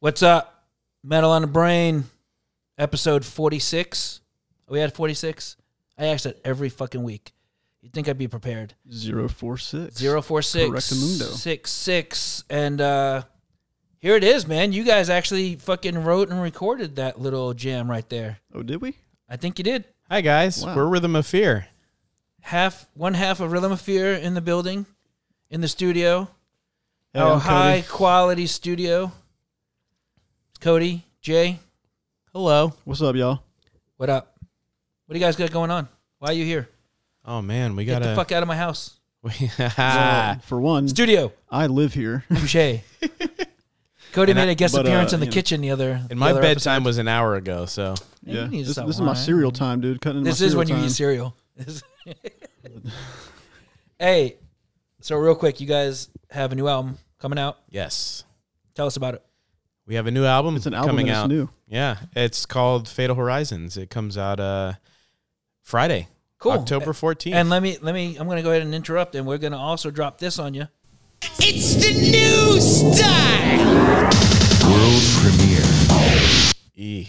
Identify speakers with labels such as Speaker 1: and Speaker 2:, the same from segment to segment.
Speaker 1: What's up? Metal on the Brain, episode 46. Are we at 46? I ask that every fucking week. You'd think I'd be prepared.
Speaker 2: Zero four
Speaker 1: 046
Speaker 2: six. Correctamundo.
Speaker 1: 66. And uh, here it is, man. You guys actually fucking wrote and recorded that little jam right there.
Speaker 2: Oh, did we?
Speaker 1: I think you did.
Speaker 3: Hi guys,
Speaker 2: Wow.
Speaker 3: we're Rhythm of Fear.
Speaker 1: Half, one half of Rhythm of Fear in the building, in the studio.
Speaker 3: Hey,
Speaker 1: Our
Speaker 3: I'm Cody.
Speaker 1: high quality studio. Cody, Jay,
Speaker 3: Hello.
Speaker 2: What's up, y'all?
Speaker 1: What up? What do you guys got going on? Why are you here?
Speaker 3: Oh man, we
Speaker 1: Get
Speaker 3: got
Speaker 1: the fuck out of my house. Ah.
Speaker 2: Well,
Speaker 3: a.
Speaker 2: for one,
Speaker 1: Studio.
Speaker 2: I live here.
Speaker 1: Touche. Cody
Speaker 3: And I-
Speaker 1: made a guest
Speaker 2: but, uh,
Speaker 1: appearance in the
Speaker 2: you know.
Speaker 1: kitchen the other. the
Speaker 3: And my
Speaker 1: other
Speaker 3: bedtime was an hour ago, so
Speaker 1: Maybe
Speaker 2: yeah,
Speaker 1: you need to
Speaker 2: this,
Speaker 1: stop
Speaker 2: this is my
Speaker 1: lying.
Speaker 2: cereal time, dude. Cutting
Speaker 1: episode.
Speaker 2: in
Speaker 1: This
Speaker 2: my
Speaker 1: is
Speaker 2: cereal
Speaker 1: when you
Speaker 2: time.
Speaker 1: eat cereal. This- hey, so real quick, you guys have a new album coming out.
Speaker 3: yes,
Speaker 1: Tell us about it.
Speaker 3: we have a new album.
Speaker 2: It's an album
Speaker 3: coming
Speaker 2: that's
Speaker 3: out.
Speaker 2: new.
Speaker 3: Yeah, it's called Fatal Horizons. It comes out uh Friday,
Speaker 1: Cool.
Speaker 3: October fourteenth.
Speaker 1: And let me let me I'm gonna go ahead and interrupt and we're gonna also drop this on you.
Speaker 4: It's the new style.
Speaker 5: World premiere.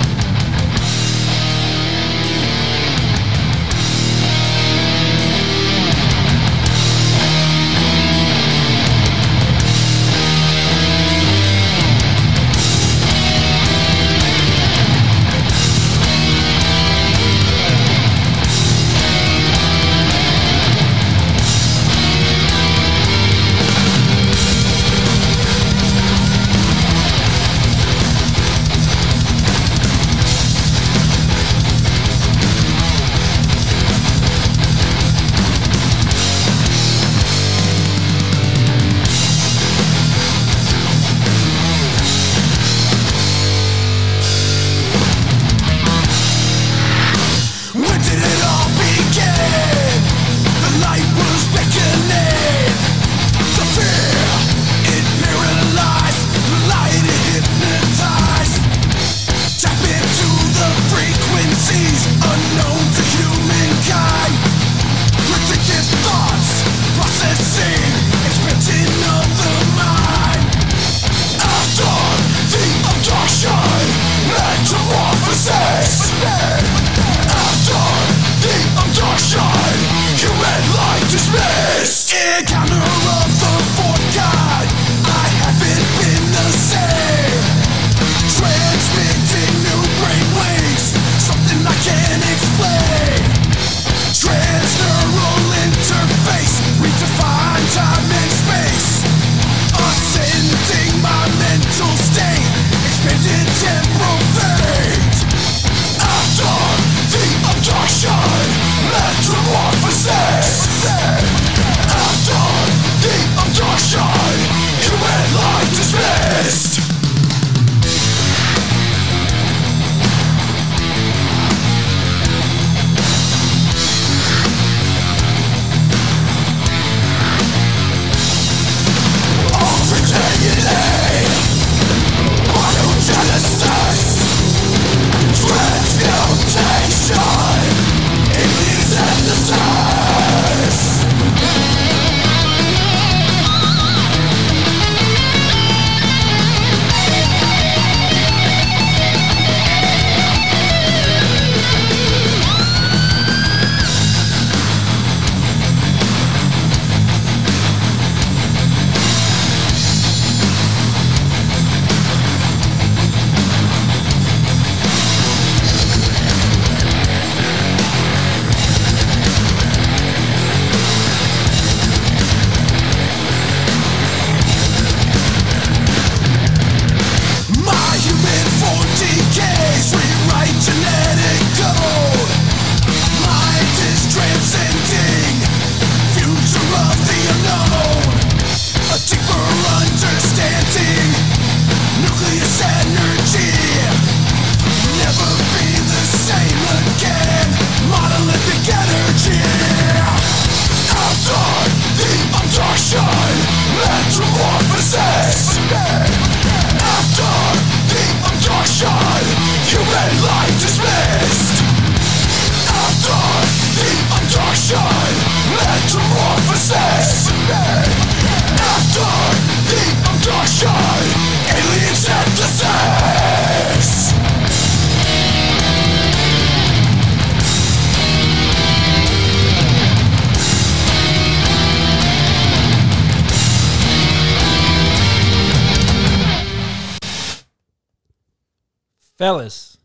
Speaker 1: Fellas,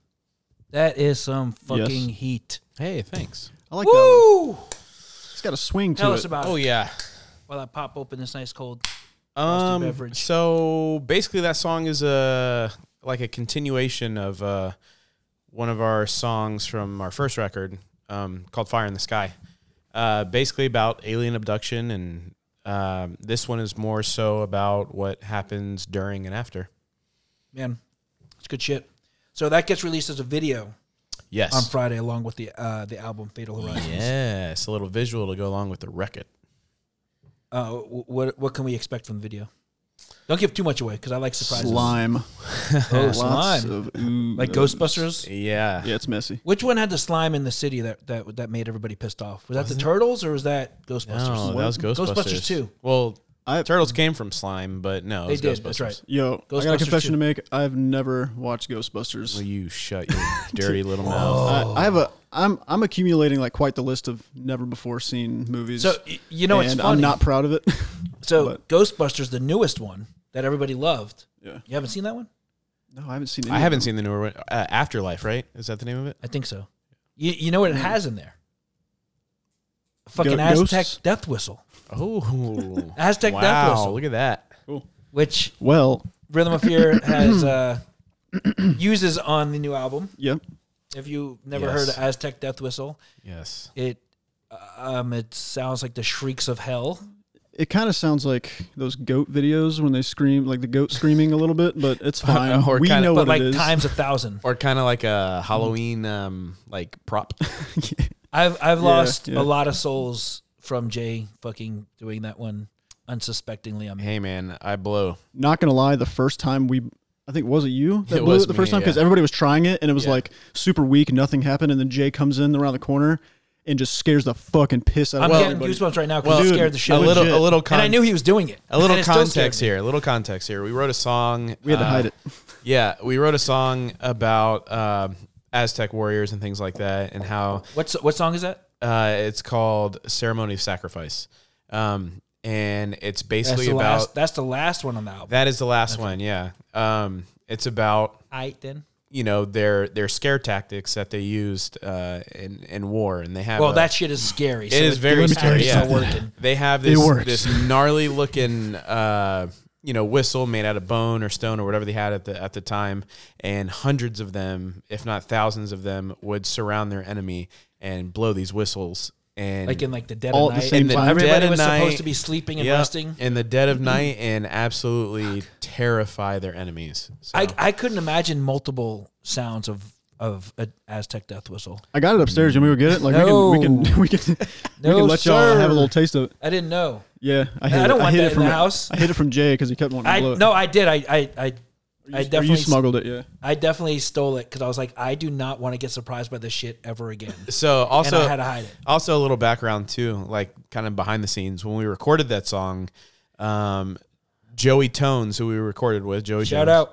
Speaker 1: that is some fucking
Speaker 2: Yes.
Speaker 1: heat.
Speaker 3: Hey, thanks.
Speaker 2: I like that. One.
Speaker 1: Woo!
Speaker 2: It's got a swing to
Speaker 1: Tell
Speaker 2: it.
Speaker 1: us about
Speaker 3: Oh
Speaker 1: it
Speaker 3: yeah.
Speaker 1: while I pop open this nice cold. Frosty
Speaker 3: Um.
Speaker 1: beverage.
Speaker 3: So basically, that song is a like a continuation of uh, one of our songs from our first record um, called "Fire in the Sky." Uh, basically about alien abduction, and um, this one is more so about what happens during and after.
Speaker 1: Man, it's good shit. So that gets released as a video
Speaker 3: Yes.
Speaker 1: on Friday along with the uh, the album Fatal Horizons.
Speaker 3: Yes, a little visual to go along with the record.
Speaker 1: Uh, wh- what what can we expect from the video? Don't give too much away because I like surprises.
Speaker 2: Slime.
Speaker 1: Oh,
Speaker 2: Lots
Speaker 1: slime.
Speaker 2: of ooh,
Speaker 1: like
Speaker 2: uh,
Speaker 1: Ghostbusters.
Speaker 3: Yeah.
Speaker 2: Yeah, it's messy.
Speaker 1: Which one had the slime in the city that that, that made everybody pissed off? Was that the Turtles or was that Ghostbusters?
Speaker 3: No, that was Ghostbusters.
Speaker 1: Ghostbusters 2.
Speaker 3: Well,
Speaker 2: I-
Speaker 3: Turtles came from slime, but no, it
Speaker 1: They
Speaker 3: was
Speaker 1: did.
Speaker 3: Ghostbusters.
Speaker 1: That's right.
Speaker 2: Yo, I got
Speaker 1: Ghostbusters
Speaker 2: a confession
Speaker 1: too.
Speaker 2: to make. I've never watched
Speaker 3: Will
Speaker 2: Ghostbusters.
Speaker 3: you shut your dirty little mouth?
Speaker 2: I, I have a. I'm I'm accumulating like quite the list of never before seen movies.
Speaker 1: So y- you know
Speaker 2: and
Speaker 1: it's funny.
Speaker 2: I'm not proud of it.
Speaker 1: so
Speaker 2: but-
Speaker 1: Ghostbusters, the newest one that everybody loved.
Speaker 2: yeah.
Speaker 1: You haven't seen that one?
Speaker 2: No, I haven't seen. Any
Speaker 3: I
Speaker 2: of
Speaker 3: haven't
Speaker 2: them.
Speaker 3: seen the newer one. Uh, Afterlife, right? Is that the name of it?
Speaker 1: I think so. You you know what it has in there? A fucking
Speaker 2: Go-
Speaker 1: Aztec
Speaker 2: ghosts?
Speaker 1: death whistle,
Speaker 3: Oh,
Speaker 1: Aztec
Speaker 3: wow!
Speaker 1: Death Whistle.
Speaker 3: Look at that.
Speaker 1: which
Speaker 2: Well,
Speaker 1: Rhythm of Fear has uh, uses on the new album.
Speaker 2: yeah.
Speaker 1: If you never
Speaker 3: Yes.
Speaker 1: heard of Aztec death whistle,
Speaker 3: Yes.
Speaker 1: it um it sounds like the shrieks of hell.
Speaker 2: It kind of sounds like those goat videos when they scream, like the goat screaming a little bit, but it's fine.
Speaker 3: Or
Speaker 2: we
Speaker 3: kinda-
Speaker 2: know
Speaker 1: but
Speaker 2: what
Speaker 1: like
Speaker 2: it is.
Speaker 1: times a thousand.
Speaker 3: Or kind of like a Halloween, um, like prop.
Speaker 1: I've I've lost
Speaker 2: yeah.
Speaker 1: a lot of souls from Jay fucking doing that one unsuspectingly. I'm
Speaker 3: hey, man, I blow.
Speaker 2: Not gonna lie, the first time we, I think was it you that
Speaker 3: It
Speaker 2: blew
Speaker 3: was
Speaker 2: it the first
Speaker 3: me,
Speaker 2: time because
Speaker 3: yeah.
Speaker 2: everybody was trying it and it was
Speaker 3: Yeah.
Speaker 2: like super weak, nothing happened, and then Jay comes in around the corner and just scares the fucking piss out
Speaker 1: I'm
Speaker 2: of
Speaker 1: getting
Speaker 2: everybody.
Speaker 1: goosebumps right now because
Speaker 3: Well,
Speaker 1: it
Speaker 2: dude,
Speaker 1: scared the shit.
Speaker 3: A
Speaker 1: out of
Speaker 3: little,
Speaker 1: me.
Speaker 3: a little. Con-
Speaker 1: and I knew he was doing it.
Speaker 3: A little
Speaker 1: And it still scared
Speaker 3: context
Speaker 1: me.
Speaker 3: here. A little context here. We wrote a song.
Speaker 2: We had to
Speaker 3: uh,
Speaker 2: hide it.
Speaker 3: Yeah, we wrote a song about um, Aztec warriors and things like that, and how
Speaker 1: What's what song is that?
Speaker 3: uh, it's called "Ceremony of Sacrifice," um, and
Speaker 1: That's
Speaker 3: it's basically
Speaker 1: the,
Speaker 3: about
Speaker 1: last, that's the last one on the album.
Speaker 3: that is the last one. Yeah, um, it's about
Speaker 1: All right then.
Speaker 3: you know their their scare tactics that they used uh, in in war, and they have
Speaker 1: Well,
Speaker 3: a-
Speaker 1: that shit is scary.
Speaker 3: it is very scary.
Speaker 1: It's not
Speaker 3: Yeah,
Speaker 1: working.
Speaker 3: they have this
Speaker 2: works.
Speaker 3: this gnarly looking uh, you know whistle made out of bone or stone or whatever they had at the at the time, and hundreds of them, if not thousands of them, would surround their enemy and blow these whistles. And
Speaker 1: Like in like the dead
Speaker 2: All
Speaker 1: of
Speaker 2: at the
Speaker 1: night.
Speaker 2: same
Speaker 1: And
Speaker 2: time.
Speaker 1: Everybody
Speaker 3: Dead of
Speaker 1: was supposed
Speaker 3: night.
Speaker 1: to be sleeping and
Speaker 3: Yep,
Speaker 1: resting. Mm-hmm.
Speaker 3: in the dead of night and absolutely terrify their enemies. So,
Speaker 1: I, I couldn't imagine multiple sounds of of an Aztec death whistle.
Speaker 2: I got it upstairs. You want me to go get it? Like we can, we can, we can, we
Speaker 1: No,
Speaker 2: can let y'all have
Speaker 1: sir.
Speaker 2: a little taste of it.
Speaker 1: I didn't know.
Speaker 2: Yeah, I
Speaker 1: I
Speaker 2: hid
Speaker 1: don't want
Speaker 2: it. I hid
Speaker 1: that
Speaker 2: it
Speaker 1: in
Speaker 2: from
Speaker 1: the house.
Speaker 2: I hid it from Jay because he kept wanting to
Speaker 1: I
Speaker 2: blow it.
Speaker 1: no, I did. I I I, I
Speaker 2: Or you
Speaker 1: definitely
Speaker 2: smuggled it. Yeah,
Speaker 1: I definitely stole it because I was like, I do not want to get surprised by this shit ever again.
Speaker 3: so also
Speaker 1: and I had to hide it.
Speaker 3: also a little background too like kind of behind the scenes when we recorded that song um joey tones who we recorded with joey
Speaker 1: Shout
Speaker 3: Jones,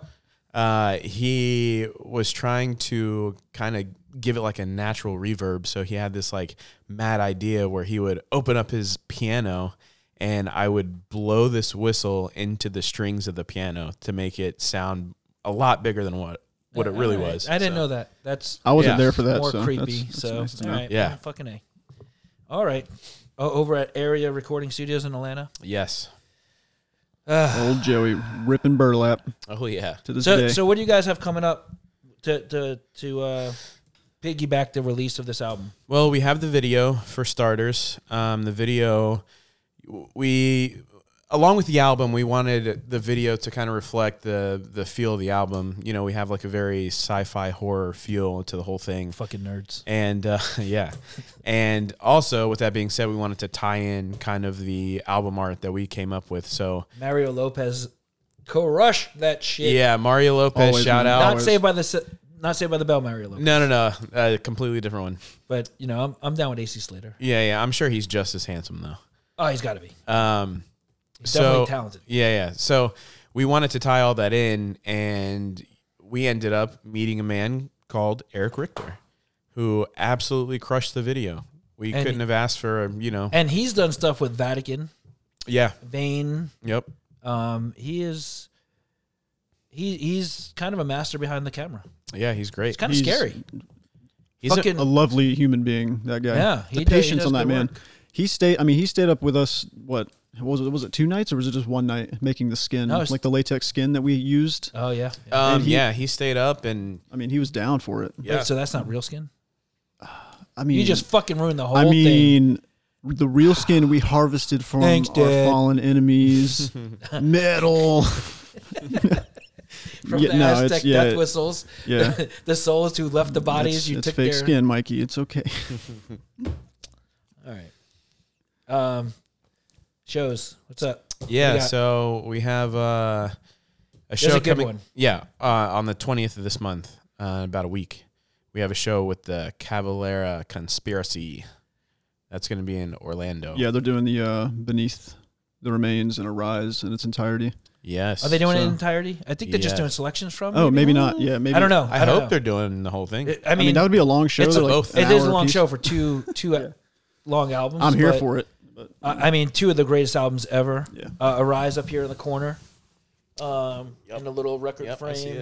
Speaker 1: out.
Speaker 3: uh he was trying to kind of give it like a natural reverb so he had this like mad idea where he would open up his piano and i would blow this whistle into the strings of the piano to make it sound a lot bigger than what what it really
Speaker 1: All right.
Speaker 3: was
Speaker 1: Uh, I didn't
Speaker 3: So-
Speaker 1: know that. That's
Speaker 2: I wasn't
Speaker 3: Yeah.
Speaker 2: there for that.
Speaker 1: more
Speaker 2: so
Speaker 1: creepy.
Speaker 2: that's- that's
Speaker 1: so,
Speaker 2: nice to
Speaker 1: all
Speaker 2: know.
Speaker 1: right,
Speaker 3: Yeah.
Speaker 1: yeah, fucking a. All right, o- over at Area Recording Studios in Atlanta.
Speaker 3: yes
Speaker 2: old Joey ripping burlap
Speaker 3: oh yeah
Speaker 2: to this
Speaker 1: So,
Speaker 2: day.
Speaker 1: so what do you guys have coming up to to to uh, piggyback the release of this album?
Speaker 3: Well, we have the video for starters. Um, the video, we, along with the album, we wanted the video to kind of reflect the the feel of the album. You know, we have like a very sci-fi horror feel to the whole thing.
Speaker 1: Fucking nerds.
Speaker 3: And uh, yeah, and also with that being said, we wanted to tie in kind of the album art that we came up with. So
Speaker 1: Mario Lopez crushed that shit.
Speaker 3: yeah, Mario Lopez,
Speaker 2: Always
Speaker 3: shout
Speaker 2: in-
Speaker 3: out.
Speaker 1: Not saved by the Se- not saved by the bell, Mario Lopez.
Speaker 3: no, no, no, a completely different one.
Speaker 1: But you know, I'm I'm down with AC Slater.
Speaker 3: Yeah, yeah, I'm sure he's just as handsome though.
Speaker 1: Oh, he's got to be.
Speaker 3: Um,
Speaker 1: definitely talented.
Speaker 3: Yeah, yeah. So we wanted to tie all that in, and we ended up meeting a man called Eric Richter, who absolutely crushed the video. We
Speaker 1: And-
Speaker 3: couldn't have asked for, um, you know.
Speaker 1: And he's done stuff with Vatican,
Speaker 3: yeah.
Speaker 1: Vane.
Speaker 3: Yep.
Speaker 1: Um, he is. He, he's kind of a master behind the camera.
Speaker 3: Yeah, he's great.
Speaker 1: It's kind of
Speaker 2: He's-
Speaker 1: scary.
Speaker 3: He's a-
Speaker 1: Fucking
Speaker 2: a lovely human being. That guy.
Speaker 1: Yeah,
Speaker 2: the
Speaker 1: he do- he
Speaker 2: patience
Speaker 1: does
Speaker 2: on
Speaker 1: good
Speaker 2: that man.
Speaker 1: work.
Speaker 2: He stayed. I mean, he stayed up with us. What was it? Was it two nights or was it just one night making the skin,
Speaker 1: No, it's-
Speaker 2: like the latex skin that we used?
Speaker 1: oh yeah. yeah.
Speaker 3: um,
Speaker 2: and he-
Speaker 3: yeah, he stayed up and
Speaker 2: I mean, he was down for it.
Speaker 3: yeah.
Speaker 1: Wait, so that's not real skin.
Speaker 2: I mean,
Speaker 1: You just fucking ruined the whole
Speaker 2: I
Speaker 1: thing.
Speaker 2: mean, the real skin we harvested from
Speaker 1: Thanks,
Speaker 2: our
Speaker 1: Dad.
Speaker 2: fallen enemies. Metal.
Speaker 1: From
Speaker 2: yeah,
Speaker 1: the
Speaker 2: no, it's-
Speaker 1: Aztec
Speaker 2: yeah,
Speaker 1: death
Speaker 2: it-
Speaker 1: whistles,
Speaker 2: Yeah.
Speaker 1: the souls who left the bodies
Speaker 2: it's
Speaker 1: you
Speaker 2: it's
Speaker 1: took
Speaker 2: fake
Speaker 1: their
Speaker 2: skin, Mikey. It's okay.
Speaker 1: All right. Um, shows. What's up?
Speaker 3: Yeah,
Speaker 1: We got-
Speaker 3: so we have uh, a show
Speaker 1: a good
Speaker 3: coming.
Speaker 1: one.
Speaker 3: Yeah, uh, on the twentieth of this month, uh, in about a week, we have a show with the Cavalera Conspiracy. That's going to be in
Speaker 1: Oh.
Speaker 3: Orlando.
Speaker 2: Yeah, they're doing the uh, beneath the remains and arise in its entirety.
Speaker 3: Yes.
Speaker 1: Are they doing it in
Speaker 2: So-
Speaker 1: entirety? I think they're just
Speaker 3: Yeah.
Speaker 1: doing selections from.
Speaker 2: Oh, maybe not. Yeah, maybe.
Speaker 1: I don't know.
Speaker 3: I,
Speaker 1: don't
Speaker 3: hope
Speaker 1: know.
Speaker 3: they're doing the whole thing.
Speaker 1: It- I
Speaker 2: I mean,
Speaker 1: mean,
Speaker 2: that would be a long show.
Speaker 3: it's a
Speaker 2: They're like
Speaker 3: both.
Speaker 2: an
Speaker 1: it is a
Speaker 2: hour
Speaker 1: long
Speaker 2: apiece.
Speaker 1: show for two two uh long albums.
Speaker 2: I'm here
Speaker 1: but,
Speaker 2: for it.
Speaker 1: uh, I mean, two of the greatest albums ever.
Speaker 2: Yeah.
Speaker 1: Uh, Arise up here in the corner, um, in a little record
Speaker 3: Yep, I see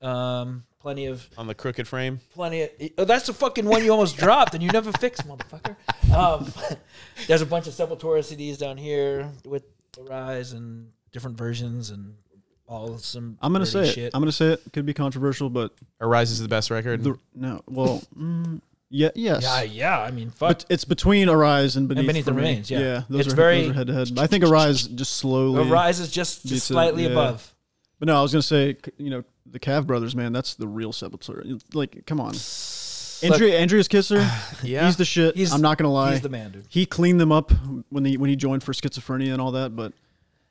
Speaker 1: frame. Um, plenty of
Speaker 3: on the crooked frame.
Speaker 1: plenty of. Oh, that's the fucking one you almost dropped and you never fixed, motherfucker. Um, there's a bunch of Sepultura CDs down here with Arise and different versions and all some.
Speaker 2: I'm gonna
Speaker 1: dirty
Speaker 2: say
Speaker 1: shit.
Speaker 2: it. I'm gonna say it. Could be controversial, but
Speaker 3: Arise is the best record.
Speaker 2: the no. Well, mm, yeah, yes.
Speaker 1: yeah, yeah. I mean, fuck.
Speaker 2: But it's between Arise and Beneath.
Speaker 1: Beneath
Speaker 2: for
Speaker 1: the
Speaker 2: me.
Speaker 1: Remains, yeah.
Speaker 2: those,
Speaker 1: It's
Speaker 2: are,
Speaker 1: very-
Speaker 2: those are head to head. I think Arise just slowly.
Speaker 1: Arise is just,
Speaker 2: Beats
Speaker 1: just
Speaker 2: it,
Speaker 1: slightly
Speaker 2: yeah.
Speaker 1: above.
Speaker 2: But no, I was gonna say, c- you know, the Cav Brothers, man, that's the real Sepultura. Like, come on, Andrea, Andreas Kisser,
Speaker 3: yeah.
Speaker 2: he's the shit.
Speaker 1: He's-
Speaker 2: I'm not gonna lie,
Speaker 1: He's the man, dude.
Speaker 2: he cleaned them up when he when he joined for schizophrenia and all that. But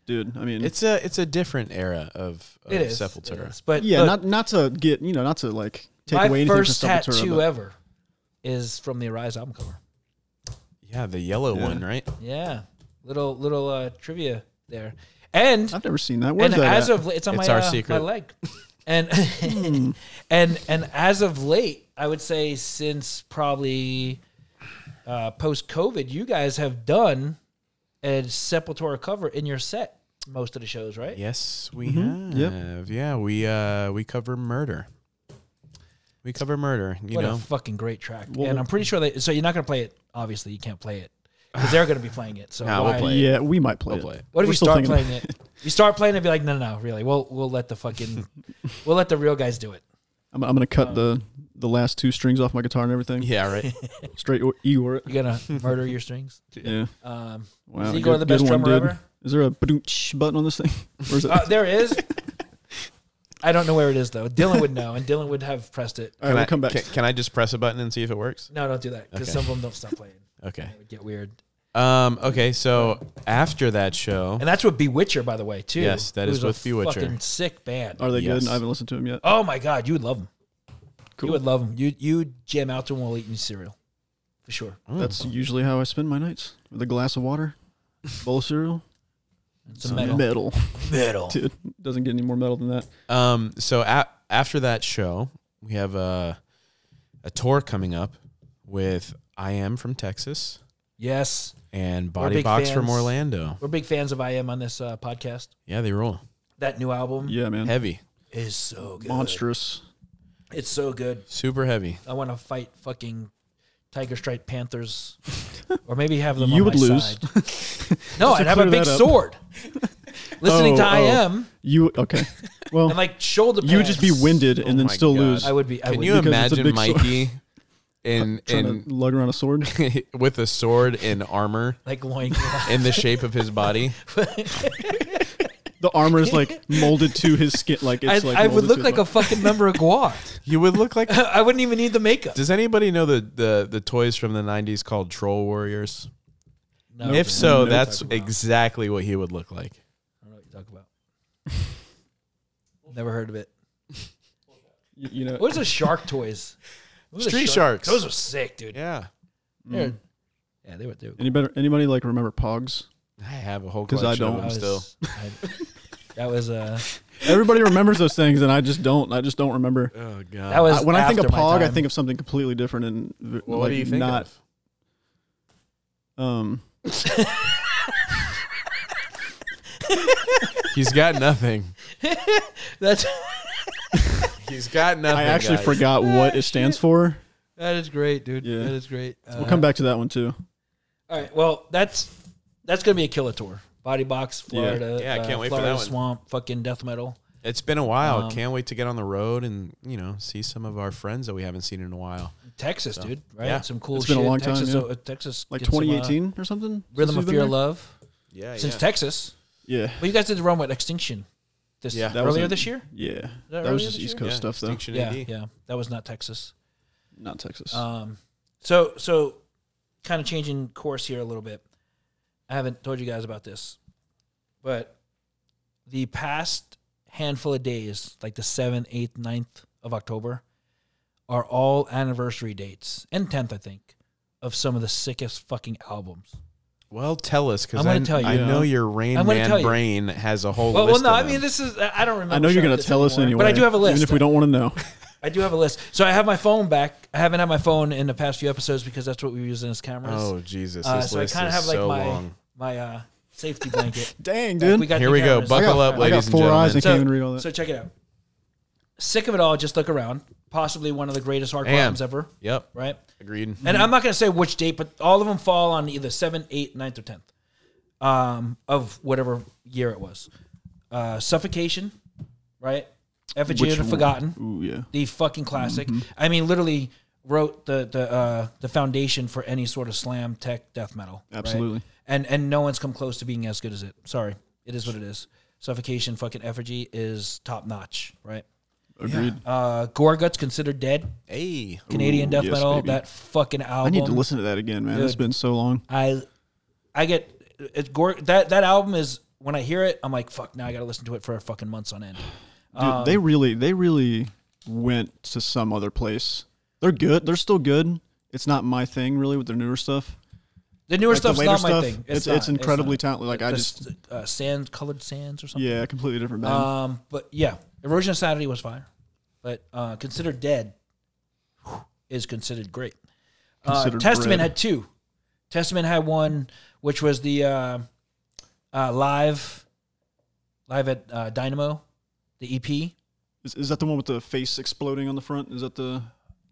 Speaker 2: dude, I mean,
Speaker 3: it's a it's a different era of, of
Speaker 1: It is.
Speaker 3: Sepultura.
Speaker 1: It is. But
Speaker 2: yeah,
Speaker 1: look,
Speaker 2: not not to get you know not to like take
Speaker 1: my
Speaker 2: away anything
Speaker 1: first
Speaker 2: from Sepultura.
Speaker 1: tattoo
Speaker 2: but-
Speaker 1: ever is from the Arise album cover.
Speaker 3: Yeah, the yellow one, right?
Speaker 1: Yeah, little little uh, trivia there, and
Speaker 2: I've never seen that. Where's
Speaker 1: and
Speaker 2: that?
Speaker 1: as
Speaker 2: at?
Speaker 1: of late, it's on
Speaker 3: It's
Speaker 1: my
Speaker 3: our
Speaker 1: uh,
Speaker 3: secret. Hmm.
Speaker 1: my leg, and and and as of late, I would say since probably uh, post COVID, you guys have done a Sepultura cover in your set most of the shows, right?
Speaker 3: Yes, we
Speaker 2: Mhm.
Speaker 1: Mm-hmm.
Speaker 2: Yep.
Speaker 3: have. Yeah, we uh we cover murder. We cover murder, you
Speaker 1: what
Speaker 3: know.
Speaker 1: a fucking great track,
Speaker 2: Well-
Speaker 1: and I'm pretty sure they. So you're not gonna play it. Obviously, you can't play it because they're gonna be playing it. So
Speaker 3: Nah, we'll
Speaker 1: why-
Speaker 3: play it.
Speaker 2: yeah, we might play
Speaker 3: We'll
Speaker 2: it.
Speaker 3: play it.
Speaker 1: What if
Speaker 2: We're
Speaker 1: you
Speaker 2: still
Speaker 1: start
Speaker 2: thinking
Speaker 1: playing it? You start playing it, be like, no, no, no, really. We'll we'll let the fucking we'll let the real guys do it.
Speaker 2: I'm, I'm gonna
Speaker 1: Um,
Speaker 2: cut the the last two strings off my guitar and everything.
Speaker 3: Yeah, right.
Speaker 2: Straight or- Eeyore.
Speaker 1: You're gonna murder your strings.
Speaker 2: Yeah.
Speaker 1: Um,
Speaker 2: Wow.
Speaker 1: Is Igor
Speaker 2: good-
Speaker 1: the best
Speaker 2: good one,
Speaker 1: drummer
Speaker 2: dude.
Speaker 1: ever?
Speaker 2: Is there a ba-doom-tsh button on this thing? Where's it?
Speaker 1: uh, there is. I don't know where it is though. Dylan would know, and Dylan would have pressed it.
Speaker 2: All right,
Speaker 3: Can
Speaker 2: we'll
Speaker 3: I,
Speaker 2: come back.
Speaker 3: Can, can I just press a button and see if it works?
Speaker 1: No, don't do that because
Speaker 3: Okay.
Speaker 1: some of them don't stop playing.
Speaker 3: Okay.
Speaker 1: It would get weird.
Speaker 3: Um. Okay. So after that show,
Speaker 1: And that's with Bewitcher, by the way, too.
Speaker 3: Yes, that
Speaker 1: who's
Speaker 3: is with
Speaker 1: a
Speaker 3: Bewitcher.
Speaker 1: Fucking sick band.
Speaker 2: Are they
Speaker 3: Yes.
Speaker 2: good? I haven't listened to them yet.
Speaker 1: Oh my god, you would love them.
Speaker 2: Cool.
Speaker 1: You would love them. You you jam out to them while eating cereal, for sure.
Speaker 2: That's usually how I spend my nights with a glass of water, bowl of cereal,
Speaker 1: It's
Speaker 2: some
Speaker 1: a metal.
Speaker 2: metal.
Speaker 1: Metal.
Speaker 2: Dude, doesn't get any more metal than that.
Speaker 3: um. So a- after that show, we have a a tour coming up with I am from Texas
Speaker 1: Yes,
Speaker 3: and
Speaker 1: We're
Speaker 3: Body
Speaker 1: big
Speaker 3: Box from
Speaker 1: fans.
Speaker 3: Orlando.
Speaker 1: we're big fans of I Am on this uh, podcast.
Speaker 3: Yeah, they rule.
Speaker 1: That new album
Speaker 2: Yeah, man.
Speaker 3: Heavy,
Speaker 1: is so good.
Speaker 2: Monstrous.
Speaker 1: It's so good.
Speaker 3: super heavy.
Speaker 1: I want to fight fucking tiger stripe panthers, or maybe have them.
Speaker 2: You
Speaker 1: on
Speaker 2: would
Speaker 1: my
Speaker 2: lose.
Speaker 1: Side. No, I'd
Speaker 2: to
Speaker 1: have a
Speaker 2: clear
Speaker 1: big
Speaker 2: that up.
Speaker 1: sword. Listening
Speaker 2: Oh,
Speaker 1: to
Speaker 2: oh.
Speaker 1: I am
Speaker 2: You okay? Well,
Speaker 1: and like shoulder.
Speaker 2: you would just be
Speaker 1: pads.
Speaker 2: winded
Speaker 3: Oh
Speaker 2: and then
Speaker 3: my
Speaker 2: still
Speaker 3: God.
Speaker 2: lose.
Speaker 1: I would be. I
Speaker 3: Can
Speaker 1: would
Speaker 3: you
Speaker 1: be.
Speaker 2: because it's a
Speaker 3: imagine
Speaker 2: big sword.
Speaker 3: Mikey in
Speaker 2: trying
Speaker 3: in
Speaker 2: to lug around a sword.
Speaker 3: with a sword and armor
Speaker 1: like loin.
Speaker 3: in the shape of his body.
Speaker 2: The armor is like molded to his skin. Like
Speaker 1: I,
Speaker 2: it's like
Speaker 1: I would
Speaker 2: molded
Speaker 1: look
Speaker 2: to his
Speaker 1: like a
Speaker 2: body.
Speaker 1: fucking member of Guar.
Speaker 3: You would look like.
Speaker 1: I wouldn't even need the makeup.
Speaker 3: Does anybody know the, the the toys from the '90s called Troll Warriors?
Speaker 1: No,
Speaker 3: if so, that's
Speaker 1: Talk about-
Speaker 3: exactly what he would look like.
Speaker 1: I don't know what you talk about. Never heard of it.
Speaker 2: You- you know.
Speaker 1: What was the shark toys? What was the
Speaker 3: Street
Speaker 1: shark-
Speaker 3: Sharks.
Speaker 1: Those were sick, dude.
Speaker 3: Yeah,
Speaker 1: They're-
Speaker 2: Mm.
Speaker 1: Yeah, they were. They were
Speaker 2: Any better? Anybody like remember Pogs?
Speaker 3: I have a whole
Speaker 2: 'Cause I
Speaker 3: collection
Speaker 2: don't.
Speaker 3: of them still.
Speaker 1: that was uh,
Speaker 2: Everybody remembers those things, and I just don't. I just don't remember.
Speaker 3: Oh god.
Speaker 1: that was
Speaker 2: I- when I think of
Speaker 1: after my
Speaker 2: Pog, I
Speaker 1: time.
Speaker 2: think of something completely different and v-
Speaker 3: Well,
Speaker 2: like
Speaker 3: what do you think?
Speaker 2: not.
Speaker 3: of?
Speaker 2: Um,
Speaker 3: He's got nothing.
Speaker 1: that's
Speaker 3: He's got nothing.
Speaker 2: I actually
Speaker 3: guys.
Speaker 2: forgot what
Speaker 1: Ah,
Speaker 2: it stands for.
Speaker 1: That is great, dude.
Speaker 2: Yeah.
Speaker 1: That is great.
Speaker 2: We'll
Speaker 1: Uh,
Speaker 2: come back to that one too.
Speaker 1: All right. Well, that's that's gonna be a killer tour. Body box, Florida.
Speaker 3: Yeah, I
Speaker 1: uh,
Speaker 3: can't wait for
Speaker 1: Florida
Speaker 3: that one.
Speaker 1: Swamp, fucking death metal.
Speaker 3: It's been a while.
Speaker 1: Um,
Speaker 3: Can't wait to get on the road and you know see some of our friends that we haven't seen in a while.
Speaker 1: Texas, dude. Right.
Speaker 3: yeah.
Speaker 1: Some cool.
Speaker 2: It's been a
Speaker 1: shit.
Speaker 2: long time,
Speaker 1: Texas,
Speaker 2: yeah.
Speaker 1: uh, Texas.
Speaker 2: Like
Speaker 1: gets some, uh,
Speaker 2: 2018 or something.
Speaker 1: Rhythm
Speaker 2: Since
Speaker 1: of
Speaker 2: we've been
Speaker 1: Fear,
Speaker 2: there?
Speaker 1: Love.
Speaker 3: Yeah,
Speaker 1: Since Texas,
Speaker 2: Yeah,
Speaker 1: but you guys did the run with Extinction. This
Speaker 3: Yeah. That
Speaker 2: was
Speaker 1: earlier
Speaker 2: in-
Speaker 1: this year.
Speaker 2: yeah.
Speaker 1: that
Speaker 2: That,
Speaker 1: earlier
Speaker 2: was just
Speaker 1: this
Speaker 2: East
Speaker 1: year?
Speaker 2: Coast stuff though,
Speaker 3: Extinction
Speaker 1: Yeah,
Speaker 3: AD.
Speaker 1: yeah. That was not Texas.
Speaker 2: not Texas.
Speaker 1: Um, so so, kind of changing course here a little bit. I haven't told you guys about this, but the past handful of days, like the seventh, eighth, 9th of October, are all anniversary dates and tenth, I think, of some of the sickest fucking albums.
Speaker 3: Well, tell us because
Speaker 1: I'm gonna
Speaker 3: I,
Speaker 1: tell you.
Speaker 3: I know your Rain
Speaker 1: I'm gonna
Speaker 3: Man
Speaker 1: tell you.
Speaker 3: brain has a whole
Speaker 1: Well, well,
Speaker 3: list.
Speaker 1: no,
Speaker 3: of
Speaker 1: I
Speaker 3: them.
Speaker 1: mean this is I don't remember.
Speaker 2: I know you're
Speaker 1: showing
Speaker 2: gonna
Speaker 1: this
Speaker 2: tell us
Speaker 1: anymore,
Speaker 2: anyway,
Speaker 1: but I do have a list.
Speaker 2: even if we don't want to know.
Speaker 1: I do have a list. So I have my phone back. I haven't had my phone in the past few episodes because that's what we were using as cameras.
Speaker 3: oh Jesus, this
Speaker 1: Uh, so I
Speaker 3: list
Speaker 1: kind of
Speaker 3: is
Speaker 1: have like
Speaker 3: so
Speaker 1: my
Speaker 3: long.
Speaker 1: my uh, safety blanket.
Speaker 2: Dang,
Speaker 1: Like,
Speaker 2: dude.
Speaker 1: got
Speaker 3: Here
Speaker 1: the
Speaker 3: we go.
Speaker 1: cameras.
Speaker 2: I
Speaker 3: Buckle
Speaker 2: got,
Speaker 3: up,
Speaker 2: I got
Speaker 3: ladies and
Speaker 2: four eyes. I
Speaker 3: gentlemen.
Speaker 2: can't even read all that.
Speaker 1: So check it out. Sick of it all. Just look around. Possibly one of the greatest hardcore
Speaker 3: Damn.
Speaker 1: albums
Speaker 3: Mm-hmm.
Speaker 1: ever.
Speaker 3: Yep,
Speaker 1: Right.
Speaker 3: agreed.
Speaker 1: And I'm not going to say which date, but all of them fall on either 7th, 8th, 9th, or 10th um, of whatever year it was. Uh, Suffocation, right? Effigy of the
Speaker 2: one?
Speaker 1: Forgotten
Speaker 2: Ooh, yeah.
Speaker 1: the fucking classic.
Speaker 2: Mm-hmm.
Speaker 1: I mean, literally wrote the the uh, the foundation for any sort of slam tech death metal. right?
Speaker 2: Absolutely.
Speaker 1: And and no one's come close to being as good as it. Sorry, it is what it is. Suffocation, fucking effigy is top notch, right?
Speaker 2: Agreed.
Speaker 1: Uh, Gorguts considered dead.
Speaker 3: hey,
Speaker 1: Canadian
Speaker 2: Ooh,
Speaker 1: death
Speaker 2: yes,
Speaker 1: metal.
Speaker 2: baby.
Speaker 1: That fucking album.
Speaker 2: I need to listen to that again, man. It's
Speaker 1: Dude.
Speaker 2: been so long.
Speaker 1: I I get it's Gor that that album is when I hear it, I'm like, fuck. Now I got to listen to it for fucking months on end.
Speaker 2: Dude, they really, they really went to some other place. They're good. They're still good. It's not my thing, really, with their newer stuff.
Speaker 1: The newer
Speaker 2: Like, the
Speaker 1: stuff's
Speaker 2: later
Speaker 1: not my
Speaker 2: stuff,
Speaker 1: thing.
Speaker 2: it's-
Speaker 1: not,
Speaker 2: it's incredibly
Speaker 1: not.
Speaker 2: talented. Like, I
Speaker 1: The
Speaker 2: just- Uh,
Speaker 1: s- uh, sand colored sands or something.
Speaker 2: Yeah, completely different band.
Speaker 1: Um, but yeah, Erosion of Saturday was fire, but uh, Considered Dead is considered great. Uh,
Speaker 2: Considered
Speaker 1: Testament
Speaker 2: bread.
Speaker 1: had two. Testament had one, which was the uh, uh, live, live at uh, Dynamo, the E EP.
Speaker 2: is, is that the one with the face exploding on the front? Is that the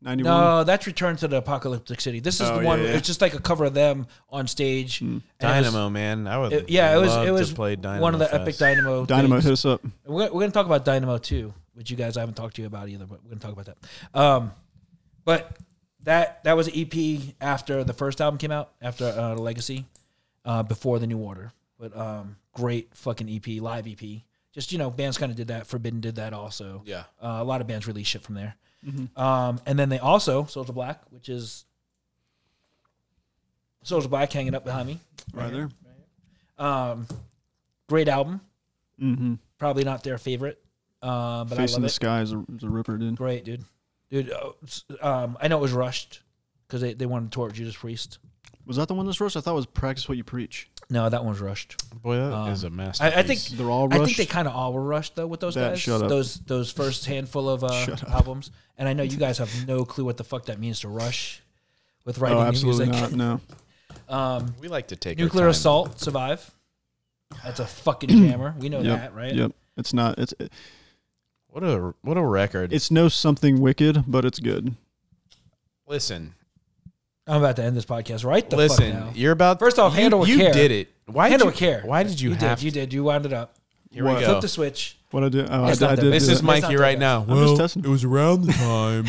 Speaker 2: ninety-one?
Speaker 1: No, that's Return to the Apocalyptic City. This is
Speaker 2: Oh,
Speaker 1: the
Speaker 2: yeah,
Speaker 1: one.
Speaker 2: yeah.
Speaker 1: It's just like a cover of them on stage. and it was-
Speaker 3: Dynamo, man. I would.
Speaker 1: it- yeah, it was.
Speaker 3: love
Speaker 1: It
Speaker 3: to
Speaker 1: was
Speaker 3: play Dynamo
Speaker 1: one of the
Speaker 3: Fest.
Speaker 1: epic Dynamo.
Speaker 2: Dynamo
Speaker 1: things.
Speaker 2: hit us up.
Speaker 1: And We're, we're going to talk about Dynamo too, which you guys I haven't talked to you about either, but we're going to talk about that. Um, but that that was an EP after the first album came out, after uh, Legacy, uh, before the New Order. But um, great fucking EP, live EP. Just you know, bands kind of did that. Forbidden did that also.
Speaker 3: Yeah.
Speaker 1: uh, a lot of bands released shit from there. Um, and then they also Soldier Black, which is Soldier Black hanging up behind me.
Speaker 2: Right there.
Speaker 1: Um, great album.
Speaker 2: Mm-hmm.
Speaker 1: Probably not their favorite, uh, but
Speaker 2: Face
Speaker 1: I love
Speaker 2: in the
Speaker 1: it.
Speaker 2: sky is a, is a ripper, dude.
Speaker 1: Great, dude. Dude, uh, s- um, I know it was rushed because they, they wanted to tour with Judas Priest.
Speaker 2: Was that the one that's rushed? I thought it was practice what you preach.
Speaker 1: No, that one was rushed.
Speaker 3: Boy, that is a
Speaker 1: Um, I,
Speaker 3: masterpiece.
Speaker 1: I think
Speaker 2: They're all
Speaker 1: I
Speaker 2: rushed.
Speaker 1: think they kind of all were rushed though with those
Speaker 2: That-
Speaker 1: guys.
Speaker 2: shut up.
Speaker 1: Those those first handful of uh,
Speaker 2: Shut up.
Speaker 1: albums, and I know you guys have no clue what the fuck that means to rush with writing
Speaker 2: oh,
Speaker 1: new
Speaker 2: absolutely
Speaker 1: music.
Speaker 2: not. No.
Speaker 1: Um,
Speaker 3: we like to take our
Speaker 1: nuclear
Speaker 3: time.
Speaker 1: assault, survive. That's a fucking jammer. We know
Speaker 2: Yep.
Speaker 1: that, right?
Speaker 2: Yep. It's not. It's
Speaker 3: What a what a record.
Speaker 2: it's no something wicked, but it's good.
Speaker 3: listen,
Speaker 1: I'm about to end this podcast right the fuck
Speaker 3: listen.
Speaker 1: now.
Speaker 3: You're about
Speaker 1: First off,
Speaker 3: you,
Speaker 1: handle with
Speaker 3: you
Speaker 1: care.
Speaker 3: did it. Why
Speaker 1: Handle
Speaker 3: did
Speaker 1: with
Speaker 3: you,
Speaker 1: care.
Speaker 3: Why did you
Speaker 1: you
Speaker 3: have
Speaker 1: did? You did. You wound it up.
Speaker 3: Here we
Speaker 2: What?
Speaker 3: go.
Speaker 1: Flip the switch.
Speaker 2: What I do? Oh, I,
Speaker 1: It's not
Speaker 2: I
Speaker 1: that
Speaker 2: did.
Speaker 1: bad.
Speaker 3: This
Speaker 2: do
Speaker 3: is
Speaker 2: that.
Speaker 1: my-
Speaker 3: Mikey right now.
Speaker 2: I'm just testing.
Speaker 6: It was around the time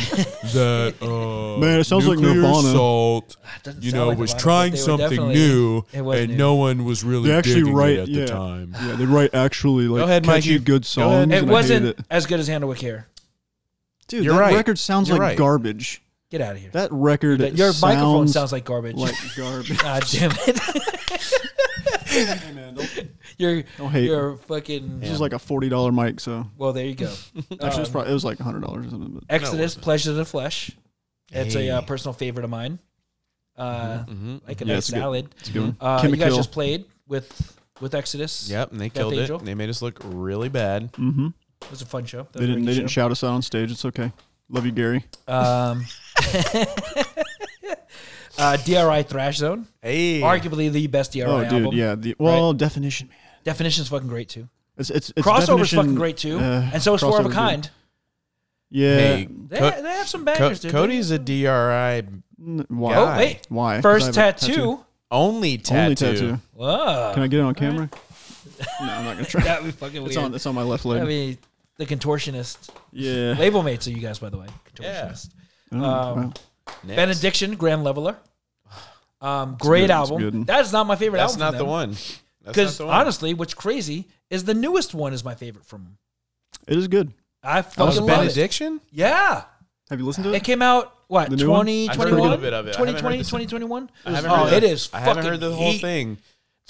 Speaker 6: that uh,
Speaker 2: Man, it sounds like
Speaker 6: nuclear
Speaker 2: Nirvana.
Speaker 6: assault,
Speaker 1: doesn't
Speaker 6: you
Speaker 1: sound
Speaker 6: know,
Speaker 1: like
Speaker 6: was
Speaker 1: Nirvana, but
Speaker 6: trying
Speaker 1: they were
Speaker 6: something
Speaker 1: definitely-
Speaker 6: new,
Speaker 1: it was
Speaker 6: and
Speaker 1: new.
Speaker 6: no one was really
Speaker 2: They actually
Speaker 6: digging
Speaker 2: write
Speaker 6: it at
Speaker 2: yeah.
Speaker 6: the time.
Speaker 2: Yeah, they write actually like
Speaker 3: ahead,
Speaker 2: catchy
Speaker 3: Mikey.
Speaker 2: good
Speaker 3: Go ahead.
Speaker 2: songs.
Speaker 3: It
Speaker 1: It
Speaker 2: and I hate
Speaker 1: wasn't
Speaker 2: it.
Speaker 1: as good as handle with care.
Speaker 2: Dude,
Speaker 3: You're
Speaker 2: that
Speaker 3: right.
Speaker 2: record sounds
Speaker 3: You're
Speaker 2: like
Speaker 3: right.
Speaker 2: garbage.
Speaker 1: Get out of here.
Speaker 2: That record.
Speaker 1: That- your
Speaker 2: sounds
Speaker 1: microphone sounds like garbage.
Speaker 2: like garbage.
Speaker 1: God damn it. You're
Speaker 2: Don't hate.
Speaker 1: you're fucking
Speaker 2: This is like a forty dollar mic, so
Speaker 1: well there you go.
Speaker 2: actually
Speaker 1: Um,
Speaker 2: it's probably, it was like hundred dollars or something. But
Speaker 1: Exodus, Pleasure to the Flesh. It's
Speaker 3: Hey.
Speaker 1: a uh, personal favorite of mine. Uh, like a
Speaker 2: Mm-hmm. Yeah,
Speaker 1: nice
Speaker 2: it's a good-
Speaker 1: salad.
Speaker 2: it's a good one.
Speaker 1: Uh, you guys
Speaker 2: Chemical.
Speaker 1: just played with with Exodus.
Speaker 3: Yep, and they
Speaker 1: Death
Speaker 3: killed it.
Speaker 1: Angel. Mm.
Speaker 3: They made us look really bad.
Speaker 1: It was a fun show. That was
Speaker 2: they
Speaker 1: a
Speaker 2: didn't.
Speaker 1: really
Speaker 2: They
Speaker 1: good
Speaker 2: didn't shout us out on stage. It's okay. Love you, Gary.
Speaker 1: show. Um, uh, DRI Thrash Zone,
Speaker 3: Hey,
Speaker 1: arguably the best DRI
Speaker 2: Oh,
Speaker 1: album.
Speaker 2: dude. Yeah. The, well, definition, man.
Speaker 1: Definition's fucking great too.
Speaker 2: It's it's, it's
Speaker 1: Crossover's
Speaker 2: definition,
Speaker 1: fucking great too,
Speaker 2: uh,
Speaker 1: and so is Four of
Speaker 2: crossover's
Speaker 1: a
Speaker 2: good.
Speaker 1: Kind.
Speaker 2: Yeah.
Speaker 3: Hey,
Speaker 1: They,
Speaker 3: Co-
Speaker 1: they have some
Speaker 3: Co-
Speaker 1: bangers, dude.
Speaker 3: Cody's a DRI
Speaker 2: N- Why?
Speaker 1: Oh wait,
Speaker 2: Why? 'Cause
Speaker 1: first
Speaker 2: I have a
Speaker 1: tattoo.
Speaker 3: only tattoo.
Speaker 2: Only tattoo.
Speaker 1: Whoa,
Speaker 2: Can I get it on camera? No, I'm not gonna try.
Speaker 1: that would be fucking
Speaker 2: it's
Speaker 1: weird.
Speaker 2: on. It's on my left leg.
Speaker 1: I mean, the contortionist
Speaker 2: yeah.
Speaker 1: label mates of you guys, by the way. Contortionist.
Speaker 2: Oh,
Speaker 1: um,
Speaker 2: wow.
Speaker 3: Next.
Speaker 1: Benediction, Graham Leveler. Um, great
Speaker 2: good, that's
Speaker 1: album.
Speaker 2: good.
Speaker 1: That's not my favorite
Speaker 3: That's
Speaker 1: album.
Speaker 3: not the one. That's not
Speaker 1: Because
Speaker 3: the one.
Speaker 1: honestly, what's crazy is the newest one is my favorite from 'em.
Speaker 2: It is good.
Speaker 1: I
Speaker 3: that was
Speaker 1: fucking love it.
Speaker 3: Benediction.
Speaker 1: Yeah.
Speaker 2: Have you listened to
Speaker 1: It
Speaker 2: it?
Speaker 1: came out what
Speaker 2: The new one?
Speaker 1: 2021?
Speaker 3: I've heard a little bit of it. I haven't heard
Speaker 1: 2020,
Speaker 3: this-
Speaker 1: 2021?
Speaker 3: I haven't
Speaker 1: Oh,
Speaker 3: heard
Speaker 1: it
Speaker 3: the-
Speaker 1: is.
Speaker 3: I haven't
Speaker 1: fucking
Speaker 3: heard the whole
Speaker 1: heat.
Speaker 3: thing.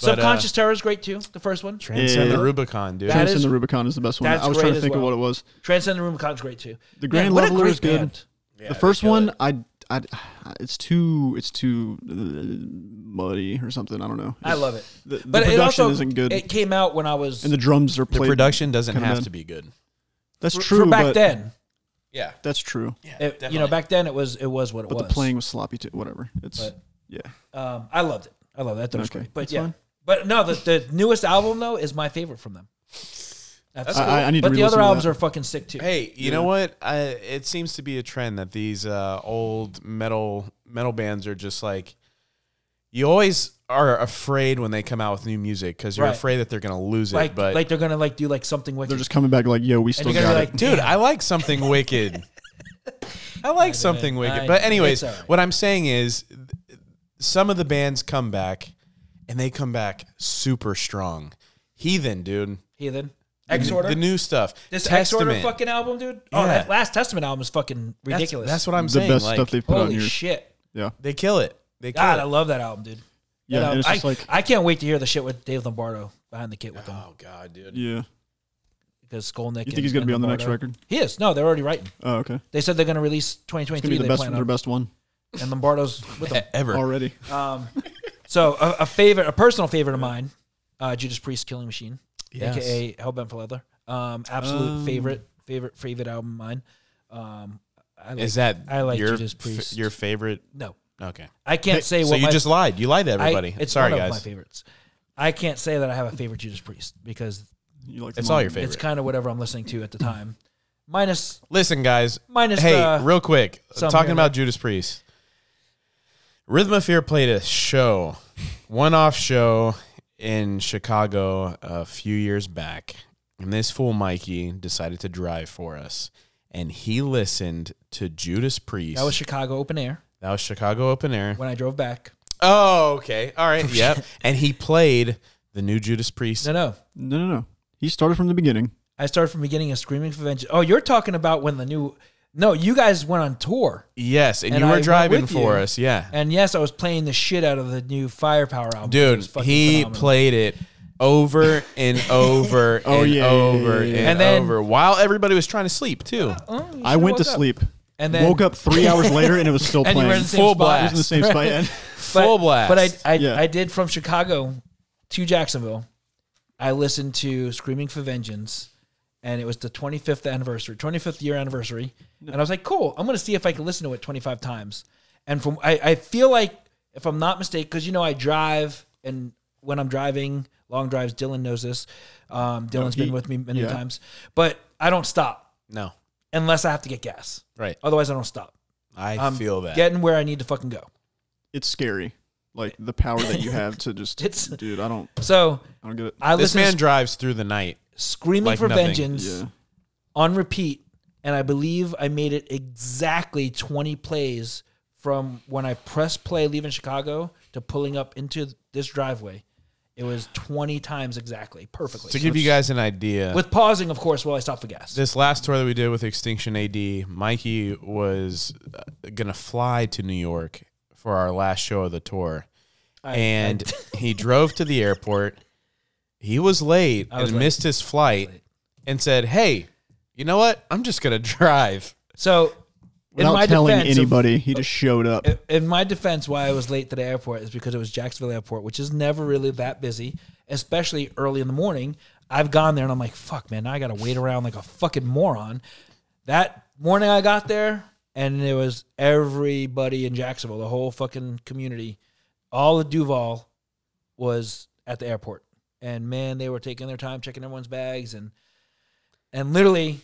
Speaker 3: but, uh,
Speaker 1: Subconscious Terror is great too. The first one.
Speaker 3: Transcend
Speaker 2: Yeah.
Speaker 3: the Rubicon, dude.
Speaker 1: That
Speaker 2: Transcend
Speaker 1: is-
Speaker 2: the Rubicon is the best one.
Speaker 1: that's
Speaker 2: I was trying
Speaker 1: great
Speaker 2: to think
Speaker 1: as
Speaker 2: of what
Speaker 1: well.
Speaker 2: it was.
Speaker 1: Transcend the Rubicon is great too.
Speaker 2: The
Speaker 1: Man,
Speaker 2: Grand
Speaker 1: what a
Speaker 2: Leveler
Speaker 1: great
Speaker 2: is good.
Speaker 1: band.
Speaker 3: Yeah,
Speaker 2: the
Speaker 3: they
Speaker 2: first
Speaker 3: kill
Speaker 2: one,
Speaker 3: it.
Speaker 2: I, I, it's too, it's too uh, muddy or something. I don't know.
Speaker 1: I love it.
Speaker 2: The, the
Speaker 1: But it
Speaker 2: production
Speaker 1: also
Speaker 2: isn't good,
Speaker 1: It came out when I was
Speaker 2: and the drums are
Speaker 3: The
Speaker 2: played.
Speaker 3: production doesn't
Speaker 2: kinda
Speaker 3: have
Speaker 2: bad.
Speaker 3: to be good.
Speaker 2: that's
Speaker 1: for-
Speaker 2: true.
Speaker 1: for back
Speaker 2: but
Speaker 1: then.
Speaker 3: Yeah.
Speaker 2: that's true.
Speaker 1: It- you know, back then it was it was what it
Speaker 2: but
Speaker 1: was.
Speaker 2: the playing was sloppy too. Whatever. It's
Speaker 1: But-
Speaker 2: yeah.
Speaker 1: Um, I loved it. I loved that. That was
Speaker 2: Okay,
Speaker 1: great. But
Speaker 2: that's
Speaker 1: yeah,
Speaker 2: fine.
Speaker 1: but no, the, the newest album though is my favorite from them. That's
Speaker 2: I- I- I need
Speaker 1: but
Speaker 2: to
Speaker 1: the
Speaker 2: re-listen
Speaker 1: other
Speaker 2: to
Speaker 1: albums
Speaker 2: that.
Speaker 1: are fucking sick too.
Speaker 3: Hey, you know what? I, it seems to be a trend that these uh, old metal metal bands are just like. You always are afraid when they come out with new music because you're
Speaker 1: Right.
Speaker 3: afraid that they're gonna lose it.
Speaker 1: like
Speaker 3: but
Speaker 1: like they're gonna like do like something wicked.
Speaker 2: They're just coming back like, yo, we
Speaker 1: and
Speaker 2: still
Speaker 1: you're gonna
Speaker 2: got
Speaker 1: be
Speaker 2: it.
Speaker 1: like,
Speaker 3: Dude,
Speaker 1: dude,
Speaker 3: I like something wicked. I like something
Speaker 1: I-
Speaker 3: wicked. But anyways,
Speaker 1: it's all right.
Speaker 3: what I'm saying is th- some of the bands come back and they come back super strong. Heathen, dude.
Speaker 1: heathen. X order.
Speaker 3: The new stuff.
Speaker 1: This X
Speaker 3: Testament.
Speaker 1: order fucking album, dude. Oh,
Speaker 3: Yeah.
Speaker 1: that last Testament album is fucking
Speaker 3: That's-
Speaker 1: ridiculous.
Speaker 3: That's, what I'm
Speaker 2: the
Speaker 3: saying.
Speaker 2: best
Speaker 3: like,
Speaker 2: stuff they've put on
Speaker 1: holy
Speaker 2: here.
Speaker 1: shit.
Speaker 2: yeah,
Speaker 3: they kill it. They kill
Speaker 1: God, I
Speaker 3: it.
Speaker 1: love that album, dude.
Speaker 2: yeah.
Speaker 1: That
Speaker 2: and
Speaker 1: album-
Speaker 2: it's just
Speaker 1: I,
Speaker 2: like,
Speaker 1: I can't wait to hear the shit with Dave Lombardo behind the kit with him
Speaker 3: oh god, dude.
Speaker 2: yeah.
Speaker 1: because Skolnick.
Speaker 2: You think he's gonna be on the next record?
Speaker 1: He is. No, they're already writing.
Speaker 2: Oh, okay. It's
Speaker 1: They said they're gonna release
Speaker 2: gonna
Speaker 1: 2023.
Speaker 2: be the
Speaker 1: They
Speaker 2: best,
Speaker 1: plan
Speaker 2: their
Speaker 1: on,
Speaker 2: best one
Speaker 1: and Lombardo's with them.
Speaker 3: e- Ever.
Speaker 2: already.
Speaker 1: Um, so a, a favorite, a personal favorite of mine, uh, Judas Priest, Killing Machine, aka Hellbent for Leather. Um, absolute
Speaker 2: Um.
Speaker 1: favorite, favorite, favorite album of mine. Um, I like,
Speaker 3: Is that
Speaker 1: I like
Speaker 3: your,
Speaker 1: Judas
Speaker 3: f-
Speaker 1: Priest.
Speaker 3: your favorite?
Speaker 1: no,
Speaker 3: Okay.
Speaker 1: I can't say
Speaker 3: so
Speaker 1: what
Speaker 3: you
Speaker 1: my,
Speaker 3: just lied. You lied to
Speaker 1: I-
Speaker 3: everybody.
Speaker 1: it's
Speaker 3: Sorry,
Speaker 1: one of my
Speaker 3: guys.
Speaker 1: favorites. I can't say that I have a favorite Judas Priest because
Speaker 2: You like them
Speaker 3: It's all your
Speaker 1: it's
Speaker 3: favorite.
Speaker 1: kind of whatever I'm listening to at the time, minus
Speaker 3: Listen, guys,
Speaker 1: minus
Speaker 3: hey,
Speaker 1: the
Speaker 3: real quick,
Speaker 1: some
Speaker 3: talking
Speaker 1: here,
Speaker 3: about Judas Priest. Rhythm of Fear played a show, one off show in Chicago a few years back. And this fool Mikey decided to drive for us. And he listened to Judas Priest.
Speaker 1: that was Chicago open air
Speaker 3: That was Chicago Open Air.
Speaker 1: when I drove back.
Speaker 3: Oh, okay. All right. Yep. and he played the new Judas Priest.
Speaker 1: No, no.
Speaker 2: No, no, no. He started from the beginning.
Speaker 1: I started from beginning of Screaming for Vengeance. Oh, you're talking about when the new. No, you guys went on tour.
Speaker 3: Yes. And,
Speaker 1: And
Speaker 3: you
Speaker 1: I
Speaker 3: were
Speaker 1: went
Speaker 3: driving
Speaker 1: with
Speaker 3: for
Speaker 1: you.
Speaker 3: us. Yeah.
Speaker 1: And yes, I was playing the shit out of the new Firepower album. It
Speaker 3: Dude,
Speaker 1: was fucking
Speaker 3: he
Speaker 1: phenomenal.
Speaker 3: played it over and over
Speaker 2: Oh,
Speaker 3: and
Speaker 2: yeah, yeah,
Speaker 3: over
Speaker 2: yeah, yeah.
Speaker 3: and,
Speaker 1: And then-
Speaker 3: over while everybody was trying to sleep too.
Speaker 1: Oh, you
Speaker 2: I
Speaker 1: should've
Speaker 2: went to
Speaker 1: woke up.
Speaker 2: sleep,
Speaker 1: and then
Speaker 2: woke up three hours later, and it was still
Speaker 1: and you
Speaker 2: playing.
Speaker 1: were in the same
Speaker 3: Full
Speaker 1: spot.
Speaker 3: blast.
Speaker 2: It was in the same spot. yeah.
Speaker 1: But-
Speaker 3: Full blast.
Speaker 1: But I I,
Speaker 2: Yeah.
Speaker 1: I did from Chicago to Jacksonville. I listened to Screaming for Vengeance, and it was the 25th anniversary, 25th year anniversary, and I was like, cool. I'm gonna see if I can listen to it 25 times. And from I, I feel like if I'm not mistaken, because you know I drive, and when I'm driving long drives, Dylan knows this. Um, Dylan's
Speaker 2: he-
Speaker 1: been with me many
Speaker 2: yeah.
Speaker 1: times, but I don't stop
Speaker 3: no.
Speaker 1: unless I have to get gas.
Speaker 3: Right.
Speaker 1: Otherwise, I don't stop.
Speaker 3: I
Speaker 1: I'm
Speaker 3: feel that.
Speaker 1: getting where I need to fucking go.
Speaker 2: It's scary. Like the power that you have to just,
Speaker 1: It's-
Speaker 2: dude. I don't,
Speaker 1: So
Speaker 2: I don't get it.
Speaker 1: I
Speaker 3: this
Speaker 1: listen
Speaker 3: man
Speaker 1: to
Speaker 3: drives through the night.
Speaker 1: Screaming
Speaker 3: like
Speaker 1: for
Speaker 3: nothing.
Speaker 1: Vengeance
Speaker 2: Yeah,
Speaker 1: on repeat, and I believe I made it exactly 20 plays from when I press play leaving Chicago to pulling up into this driveway. It was 20 times exactly, perfectly.
Speaker 3: To give you guys an idea,
Speaker 1: With pausing, of course, while I stop for gas.
Speaker 3: this last tour that we did with Extinction AD, Mikey was uh, gonna fly to New York for our last show of the tour, and he drove to the airport. He was late
Speaker 1: was
Speaker 3: and
Speaker 1: late.
Speaker 3: missed his flight, and said, "Hey, you know what? I'm just gonna drive."
Speaker 1: so, in
Speaker 2: without
Speaker 1: my
Speaker 2: telling
Speaker 1: defense, of-
Speaker 2: anybody, he just showed up.
Speaker 1: in my defense, why I was late to the airport is because it was Jacksonville Airport, which is never really that busy, especially early in the morning. I've gone there and I'm like, fuck, man, now I gotta wait around like a fucking moron. That morning I got there and it was everybody in Jacksonville, the whole fucking community, all of Duval was at the airport. And man, they were taking their time checking everyone's bags and and literally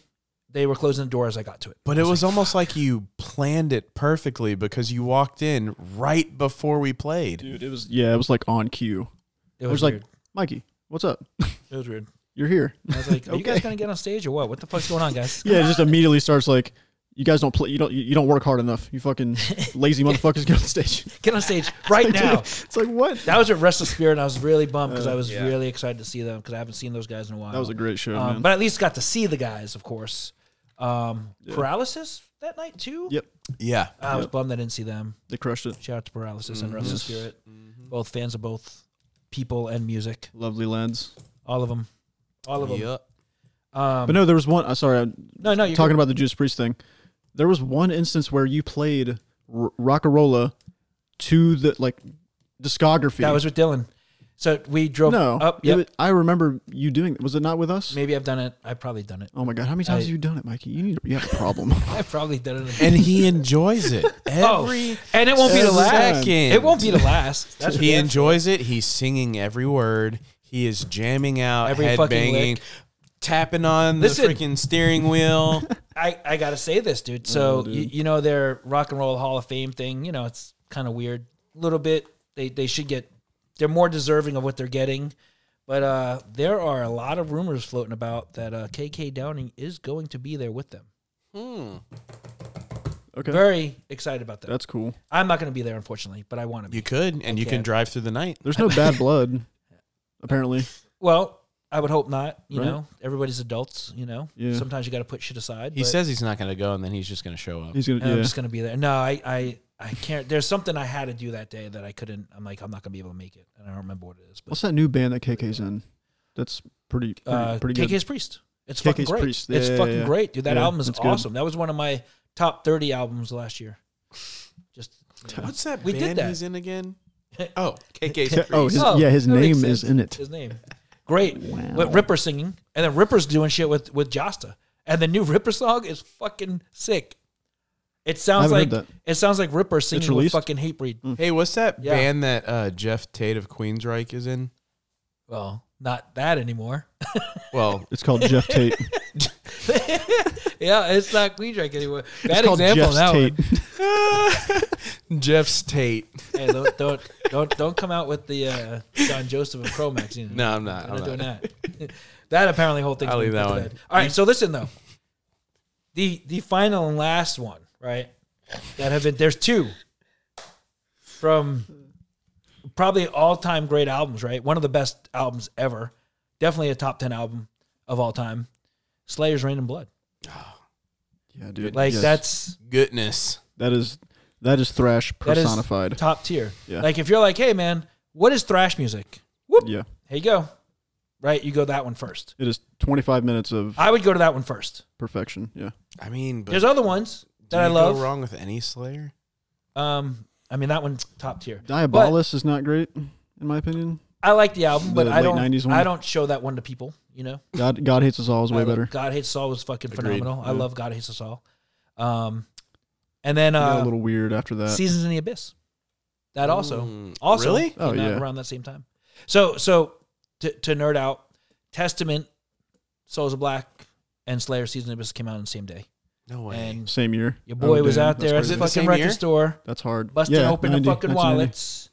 Speaker 1: they were closing the door as I got to it.
Speaker 3: But it was almost like you planned it perfectly because you walked in right before we played.
Speaker 2: dude. It was yeah, it was like on cue.
Speaker 1: It
Speaker 2: It
Speaker 1: was,
Speaker 2: was, like,
Speaker 1: weird.
Speaker 2: Mikey, what's up?
Speaker 1: It was weird.
Speaker 2: You're here.
Speaker 1: I was like, "Are you guys
Speaker 2: Okay.
Speaker 1: gonna get on stage or what? What the fuck's going on, guys?"
Speaker 2: Yeah, it just immediately starts like, you guys don't play. You don't. You, you don't work hard enough. You fucking lazy motherfuckers. Get on stage.
Speaker 1: Get on stage right now.
Speaker 2: It's like what?
Speaker 1: That was a Restless Spirit, and I was really bummed because I was
Speaker 3: yeah.
Speaker 1: really excited to see them because I haven't seen those guys in a while.
Speaker 2: Uh, That was a great show,
Speaker 1: um,
Speaker 2: man.
Speaker 1: But at least got to see the guys, of course. Um, Paralysis that night too.
Speaker 2: yep,
Speaker 3: Yeah.
Speaker 1: I was bummed I didn't see them.
Speaker 2: they crushed it.
Speaker 1: Shout out to Paralysis and Restless
Speaker 2: Mm-hmm.
Speaker 1: Spirit, both fans of both people and music,
Speaker 2: Lovely lads.
Speaker 1: all of them, all of them.
Speaker 3: Yup.
Speaker 1: Um,
Speaker 2: But no, there was one. Uh, sorry, I'm
Speaker 1: no, no, you're
Speaker 2: talking about the Judas Priest thing. There was one instance where you played R- Rockarola to the like discography.
Speaker 1: That was with Dylan. So we drove
Speaker 2: no.
Speaker 1: up.
Speaker 2: it
Speaker 1: Yep.
Speaker 2: was- I remember you doing. Was it not with us?
Speaker 1: Maybe I've done it. I've probably done it.
Speaker 2: Oh my god, how many times
Speaker 1: I-
Speaker 2: have you done it, Mikey? You need. You have a problem.
Speaker 1: I've probably done it.
Speaker 3: And he enjoys it
Speaker 1: Oh,
Speaker 3: every
Speaker 1: and it won't be the last.
Speaker 3: second.
Speaker 1: It won't be the last. That's
Speaker 3: he
Speaker 1: what-
Speaker 3: enjoys it. He's singing every word. He is jamming out,
Speaker 1: Every
Speaker 3: head
Speaker 1: fucking
Speaker 3: banging,
Speaker 1: lick.
Speaker 3: tapping on
Speaker 1: Listen.
Speaker 3: the freaking steering wheel.
Speaker 1: I, I gotta say this, dude. So You, you know their rock and roll Hall of Fame thing. You know it's kind of weird, a little bit. They they should get. They're more deserving of what they're getting, but uh, there are a lot of rumors floating about that uh, KK Downing is going to be there with them.
Speaker 2: Okay,
Speaker 1: Very excited about that.
Speaker 2: that's cool.
Speaker 1: I'm not going to be there, unfortunately, but I want to be.
Speaker 3: you could, and you can
Speaker 1: can't.
Speaker 3: drive through the night.
Speaker 2: There's no bad blood, apparently.
Speaker 1: Well, I would hope not. You
Speaker 2: Right.
Speaker 1: know, everybody's adults. You know,
Speaker 2: Yeah.
Speaker 1: sometimes you got to put shit aside.
Speaker 3: He
Speaker 1: but-
Speaker 3: says he's not going to go, and then he's just going to show up.
Speaker 2: He's gonna.
Speaker 1: and I'm
Speaker 2: yeah.
Speaker 1: just gonna be there. No, I, I, I can't. There's something I had to do that day that I couldn't. I'm like, I'm not gonna be able to make it, and I don't remember what it is. But
Speaker 2: What's that new band that KK's in? That's pretty pretty,
Speaker 1: uh,
Speaker 2: pretty good.
Speaker 1: KK's Priest, it's fucking
Speaker 2: KK's
Speaker 1: great.
Speaker 2: Priest.
Speaker 1: it's
Speaker 2: Yeah, yeah,
Speaker 1: fucking
Speaker 2: yeah.
Speaker 1: great, dude. That
Speaker 2: Yeah,
Speaker 1: album is
Speaker 2: it's good.
Speaker 1: awesome. That was one of my top 30 albums last year. Just you know,
Speaker 3: What's that
Speaker 1: We did
Speaker 3: band
Speaker 1: that.
Speaker 3: he's in again? Oh, KK's.
Speaker 2: oh, his,
Speaker 1: Oh,
Speaker 2: yeah, his
Speaker 1: that makes
Speaker 2: name
Speaker 1: sense.
Speaker 2: is in it.
Speaker 1: his name, great. But Ripper singing, and then Ripper's doing shit with with Josta, and the new Ripper song is fucking sick. It sounds
Speaker 2: haven't
Speaker 1: like
Speaker 2: heard
Speaker 1: it sounds like Ripper singing with
Speaker 2: released? Mm.
Speaker 1: fucking Hatebreed.
Speaker 3: Hey, what's that
Speaker 1: Yeah.
Speaker 3: band that uh, Jeff Tate of Queensryche is in?
Speaker 1: Well, not that anymore.
Speaker 3: Well,
Speaker 2: It's called Jeff Tate.
Speaker 1: Yeah, it's not Queen Drake anymore. Bad
Speaker 2: it's called
Speaker 1: example
Speaker 2: Jeff's
Speaker 1: that
Speaker 2: Tate.
Speaker 1: one.
Speaker 3: Jeff's Tate.
Speaker 1: Hey, don't, don't don't don't come out with the uh, John Joseph of Chromax. You know.
Speaker 3: No, I'm not.
Speaker 1: I'm not doing
Speaker 3: I'm not.
Speaker 1: that. that apparently whole thing.
Speaker 3: I'll leave that one.
Speaker 1: All right, so listen though, the the final and last one, right? That have been there's two from probably all time great albums, right? One of the best albums ever, definitely a top ten album of all time. Slayer's "Rain and Blood,"
Speaker 2: yeah, dude.
Speaker 1: like
Speaker 2: Yes.
Speaker 1: that's
Speaker 3: Goodness.
Speaker 2: that is that is thrash
Speaker 1: that is
Speaker 2: personified.
Speaker 1: top tier.
Speaker 2: Yeah.
Speaker 1: Like if you're like, hey man, what is thrash music? Whoop,
Speaker 2: yeah,
Speaker 1: here you go. Right, you go that one first.
Speaker 2: it is 25 minutes of
Speaker 1: I would go to that one first.
Speaker 2: perfection. Yeah,
Speaker 3: I mean, but
Speaker 1: There's other ones
Speaker 3: do
Speaker 1: that I
Speaker 3: you
Speaker 1: love.
Speaker 3: Go wrong with any Slayer?
Speaker 1: Um, I mean that one's top tier. But
Speaker 2: Diabolus is not great in my opinion.
Speaker 1: I like the album, but
Speaker 2: The
Speaker 1: I
Speaker 2: late
Speaker 1: don't.
Speaker 2: 90s one?
Speaker 1: I don't show that one to people. You know,
Speaker 2: God God hates us all is
Speaker 1: I
Speaker 2: way
Speaker 1: love-
Speaker 2: better.
Speaker 1: God hates us all was fucking
Speaker 3: Agreed.
Speaker 1: phenomenal. I
Speaker 2: Yeah.
Speaker 1: love God hates us all. Um, and then
Speaker 2: It got
Speaker 1: uh,
Speaker 2: a little weird after that.
Speaker 1: Seasons in the Abyss. That also
Speaker 3: Mm,
Speaker 1: also
Speaker 3: really?
Speaker 1: came
Speaker 2: Oh,
Speaker 1: out
Speaker 2: yeah.
Speaker 1: around that same time. So so to, to nerd out, Testament, Souls of Black, and Slayer Season of the Abyss came out on the same day,
Speaker 3: No way.
Speaker 1: and
Speaker 2: Same year.
Speaker 1: your boy
Speaker 2: Oh,
Speaker 1: was
Speaker 2: damn,
Speaker 1: out
Speaker 2: that's
Speaker 1: there at the
Speaker 3: crazy. Is it the
Speaker 1: fucking
Speaker 3: same
Speaker 1: record
Speaker 3: year?
Speaker 1: store.
Speaker 2: That's hard.
Speaker 1: busting
Speaker 2: Yeah,
Speaker 1: open
Speaker 2: 90,
Speaker 1: the fucking
Speaker 2: 1990.
Speaker 1: wallets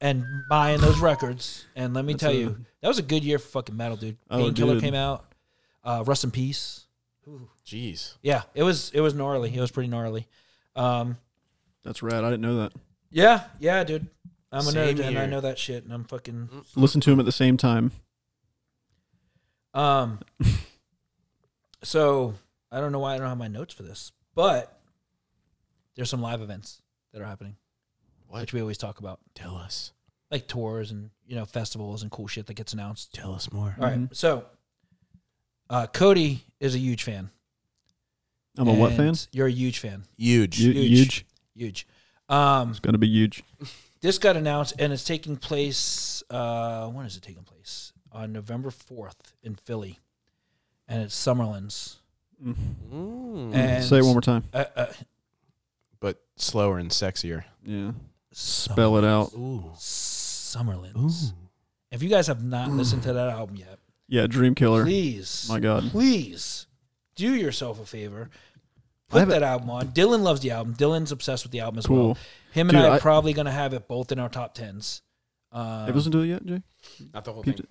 Speaker 1: and buying those records. And let me
Speaker 2: That's
Speaker 1: tell
Speaker 2: a-
Speaker 1: you, that was a good year for fucking metal, dude.
Speaker 2: Oh,
Speaker 1: Painkiller
Speaker 2: dude.
Speaker 1: came out. Uh, Rust in Peace.
Speaker 3: Jeez.
Speaker 1: Yeah, it was it was gnarly. It was pretty gnarly. Um,
Speaker 2: That's rad. I didn't know that.
Speaker 1: yeah, yeah, dude. I'm a
Speaker 3: Same
Speaker 1: nerd and I
Speaker 3: year.
Speaker 1: know that shit, and I'm fucking.
Speaker 2: Listen to him at the same time.
Speaker 1: Um, so I don't know why I don't have my notes for this, but there's some live events that are happening,
Speaker 3: What?
Speaker 1: which we always talk about,
Speaker 3: Tell us.
Speaker 1: like tours and you know festivals and cool shit that gets announced.
Speaker 3: Tell us more.
Speaker 1: All right. So, uh, Cody is a huge fan.
Speaker 2: I'm a what
Speaker 1: and
Speaker 2: fan?
Speaker 1: You're a huge fan.
Speaker 3: Huge.
Speaker 2: Hu-
Speaker 1: huge.
Speaker 2: Huge.
Speaker 1: Huge. Um,
Speaker 2: It's gonna be huge.
Speaker 1: this got announced and it's taking place. Uh, when is it taking place? On November 4th in Philly. And it's Summerlin's.
Speaker 3: Mm.
Speaker 1: And
Speaker 2: Say it one more time.
Speaker 1: Uh, uh,
Speaker 3: But slower and sexier.
Speaker 2: Yeah.
Speaker 1: Summer,
Speaker 2: Spell it out.
Speaker 3: Ooh.
Speaker 1: Summerlin's. If you guys have not listened to that album yet,
Speaker 2: Yeah, Dream Killer.
Speaker 1: please,
Speaker 2: My God.
Speaker 1: please do yourself a favor. Put that album on. Dylan loves the album. Dylan's obsessed with the album as well.
Speaker 2: Cool.
Speaker 1: Him and
Speaker 2: Dude,
Speaker 1: I are
Speaker 2: I-
Speaker 1: probably gonna have it both in our top tens. Um,
Speaker 2: Have you listened to it yet, Jay?
Speaker 3: Not the whole
Speaker 2: Peeped
Speaker 3: thing.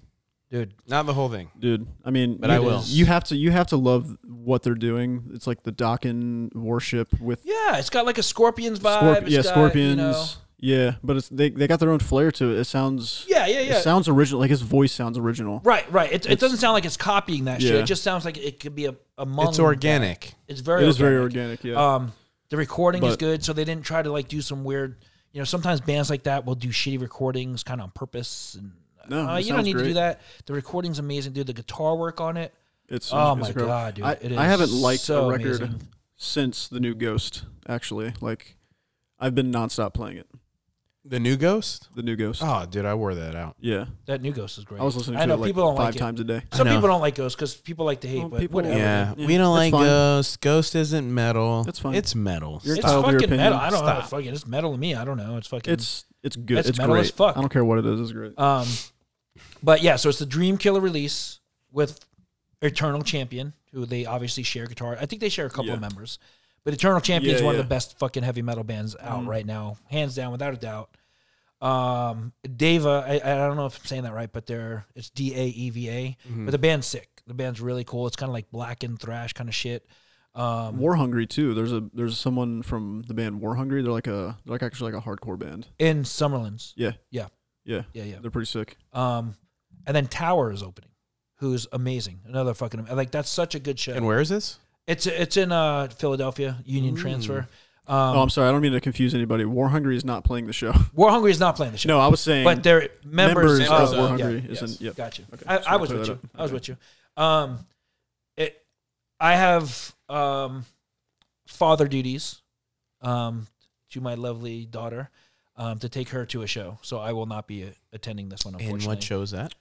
Speaker 1: dude,
Speaker 3: Not the whole thing.
Speaker 2: Dude, I mean,
Speaker 3: But
Speaker 2: you,
Speaker 3: I will.
Speaker 2: You have to. You have to love what they're doing. It's like the Dokken worship with
Speaker 1: yeah, it's got like a Scorpions vibe.
Speaker 2: Scorp-
Speaker 1: It's
Speaker 2: yeah,
Speaker 1: got, you
Speaker 2: Scorpions.
Speaker 1: know-
Speaker 2: Yeah, but it's they, they got their own flair to it. It sounds
Speaker 1: yeah, yeah, yeah.
Speaker 2: it sounds original. Like his voice sounds original.
Speaker 1: right, right. It, it
Speaker 2: It's-
Speaker 1: doesn't sound like it's copying that shit.
Speaker 2: Yeah.
Speaker 1: It just sounds like it could be a among.
Speaker 3: it's organic.
Speaker 1: It's very.
Speaker 2: It is very
Speaker 1: organic.
Speaker 2: organic. Yeah,
Speaker 1: Um, the recording is
Speaker 2: But-
Speaker 1: good, so they didn't try to like do some weird. You know, sometimes bands like that will do shitty recordings kind of on purpose. And,
Speaker 2: No,
Speaker 1: uh,
Speaker 2: it
Speaker 1: you don't
Speaker 2: Oh, sounds
Speaker 1: need to do
Speaker 2: great.
Speaker 1: that. The recording's amazing, dude. The guitar work on it.
Speaker 2: it's
Speaker 1: oh
Speaker 2: it's
Speaker 1: my
Speaker 2: incredible.
Speaker 1: God, dude,
Speaker 2: I,
Speaker 1: it
Speaker 2: I
Speaker 1: is
Speaker 2: haven't liked
Speaker 1: so
Speaker 2: a record
Speaker 1: amazing.
Speaker 2: since the new Ghost. Actually, like I've been nonstop playing it.
Speaker 3: The new ghost?
Speaker 2: The new Ghost.
Speaker 3: Oh, dude, I wore that out.
Speaker 2: Yeah,
Speaker 1: That new Ghost is great.
Speaker 2: I was listening
Speaker 1: Uh, I
Speaker 2: to
Speaker 1: know
Speaker 2: it like
Speaker 1: people don't
Speaker 2: five
Speaker 1: like
Speaker 2: times a day.
Speaker 1: It. Some
Speaker 3: I know.
Speaker 1: people don't like Ghost because people like to hate,
Speaker 2: Well,
Speaker 1: but
Speaker 2: people-
Speaker 1: whatever.
Speaker 3: Yeah,
Speaker 2: Yeah,
Speaker 3: we don't
Speaker 2: that's
Speaker 3: like
Speaker 2: fine.
Speaker 3: ghosts. Ghost isn't metal.
Speaker 2: That's fine.
Speaker 3: It's metal.
Speaker 2: You're
Speaker 1: It's
Speaker 2: entitled to your
Speaker 1: fucking metal.
Speaker 2: opinion.
Speaker 1: I don't know.
Speaker 3: Stop.
Speaker 1: Fucking, it's metal to me. I don't know. It's fucking.
Speaker 2: It's it's good.
Speaker 1: That's
Speaker 2: it's
Speaker 1: metal
Speaker 2: great.
Speaker 1: as fuck.
Speaker 2: I don't care what it is. It's great.
Speaker 1: Um, but yeah, so it's the Dream Killer release with Eternal Champion, who they obviously share guitar. I think they share a couple of
Speaker 2: Yeah.
Speaker 1: members, but Eternal Champion is
Speaker 2: Yeah,
Speaker 1: one of
Speaker 2: yeah. Mm-hmm.
Speaker 1: the best fucking heavy metal bands out right now, hands down, without a doubt. Um, Deva, I, I don't know if I'm saying that right, but they're it's D A E V A,
Speaker 2: Mm-hmm.
Speaker 1: but the band's sick. The band's really cool. It's kind of like black and thrash kind of shit. Um,
Speaker 2: War Hungry too. There's a there's someone from the band War Hungry. They're like a they're like actually like a hardcore band.
Speaker 1: in Summerlin's,
Speaker 2: Yeah,
Speaker 1: yeah,
Speaker 2: yeah,
Speaker 1: yeah, yeah.
Speaker 2: They're pretty sick.
Speaker 1: Um, and then Tower is opening, who's amazing. Another fucking like that's such a good show.
Speaker 3: And where is this?
Speaker 1: It's it's in uh, Philadelphia Union Transfer.
Speaker 2: oh,
Speaker 1: Um,
Speaker 2: I'm sorry. I don't mean to confuse anybody. War Hungry is not playing the show.
Speaker 1: War Hungry is not playing the show,
Speaker 2: no, I was saying.
Speaker 1: but they're members,
Speaker 2: members
Speaker 1: of
Speaker 2: of War
Speaker 1: yeah,
Speaker 2: Hungry
Speaker 3: yes.
Speaker 2: isn't. Yep.
Speaker 1: Gotcha.
Speaker 2: Okay,
Speaker 1: I,
Speaker 2: just
Speaker 1: I
Speaker 2: wanna
Speaker 1: was
Speaker 2: clear
Speaker 1: with you.
Speaker 2: that up.
Speaker 1: I was
Speaker 2: Okay.
Speaker 1: with you. Um, it, I have um, father duties um, to my lovely daughter um, to take her to a show, so I will not be uh, attending this one.
Speaker 3: And
Speaker 1: Unfortunately,
Speaker 3: what show is that?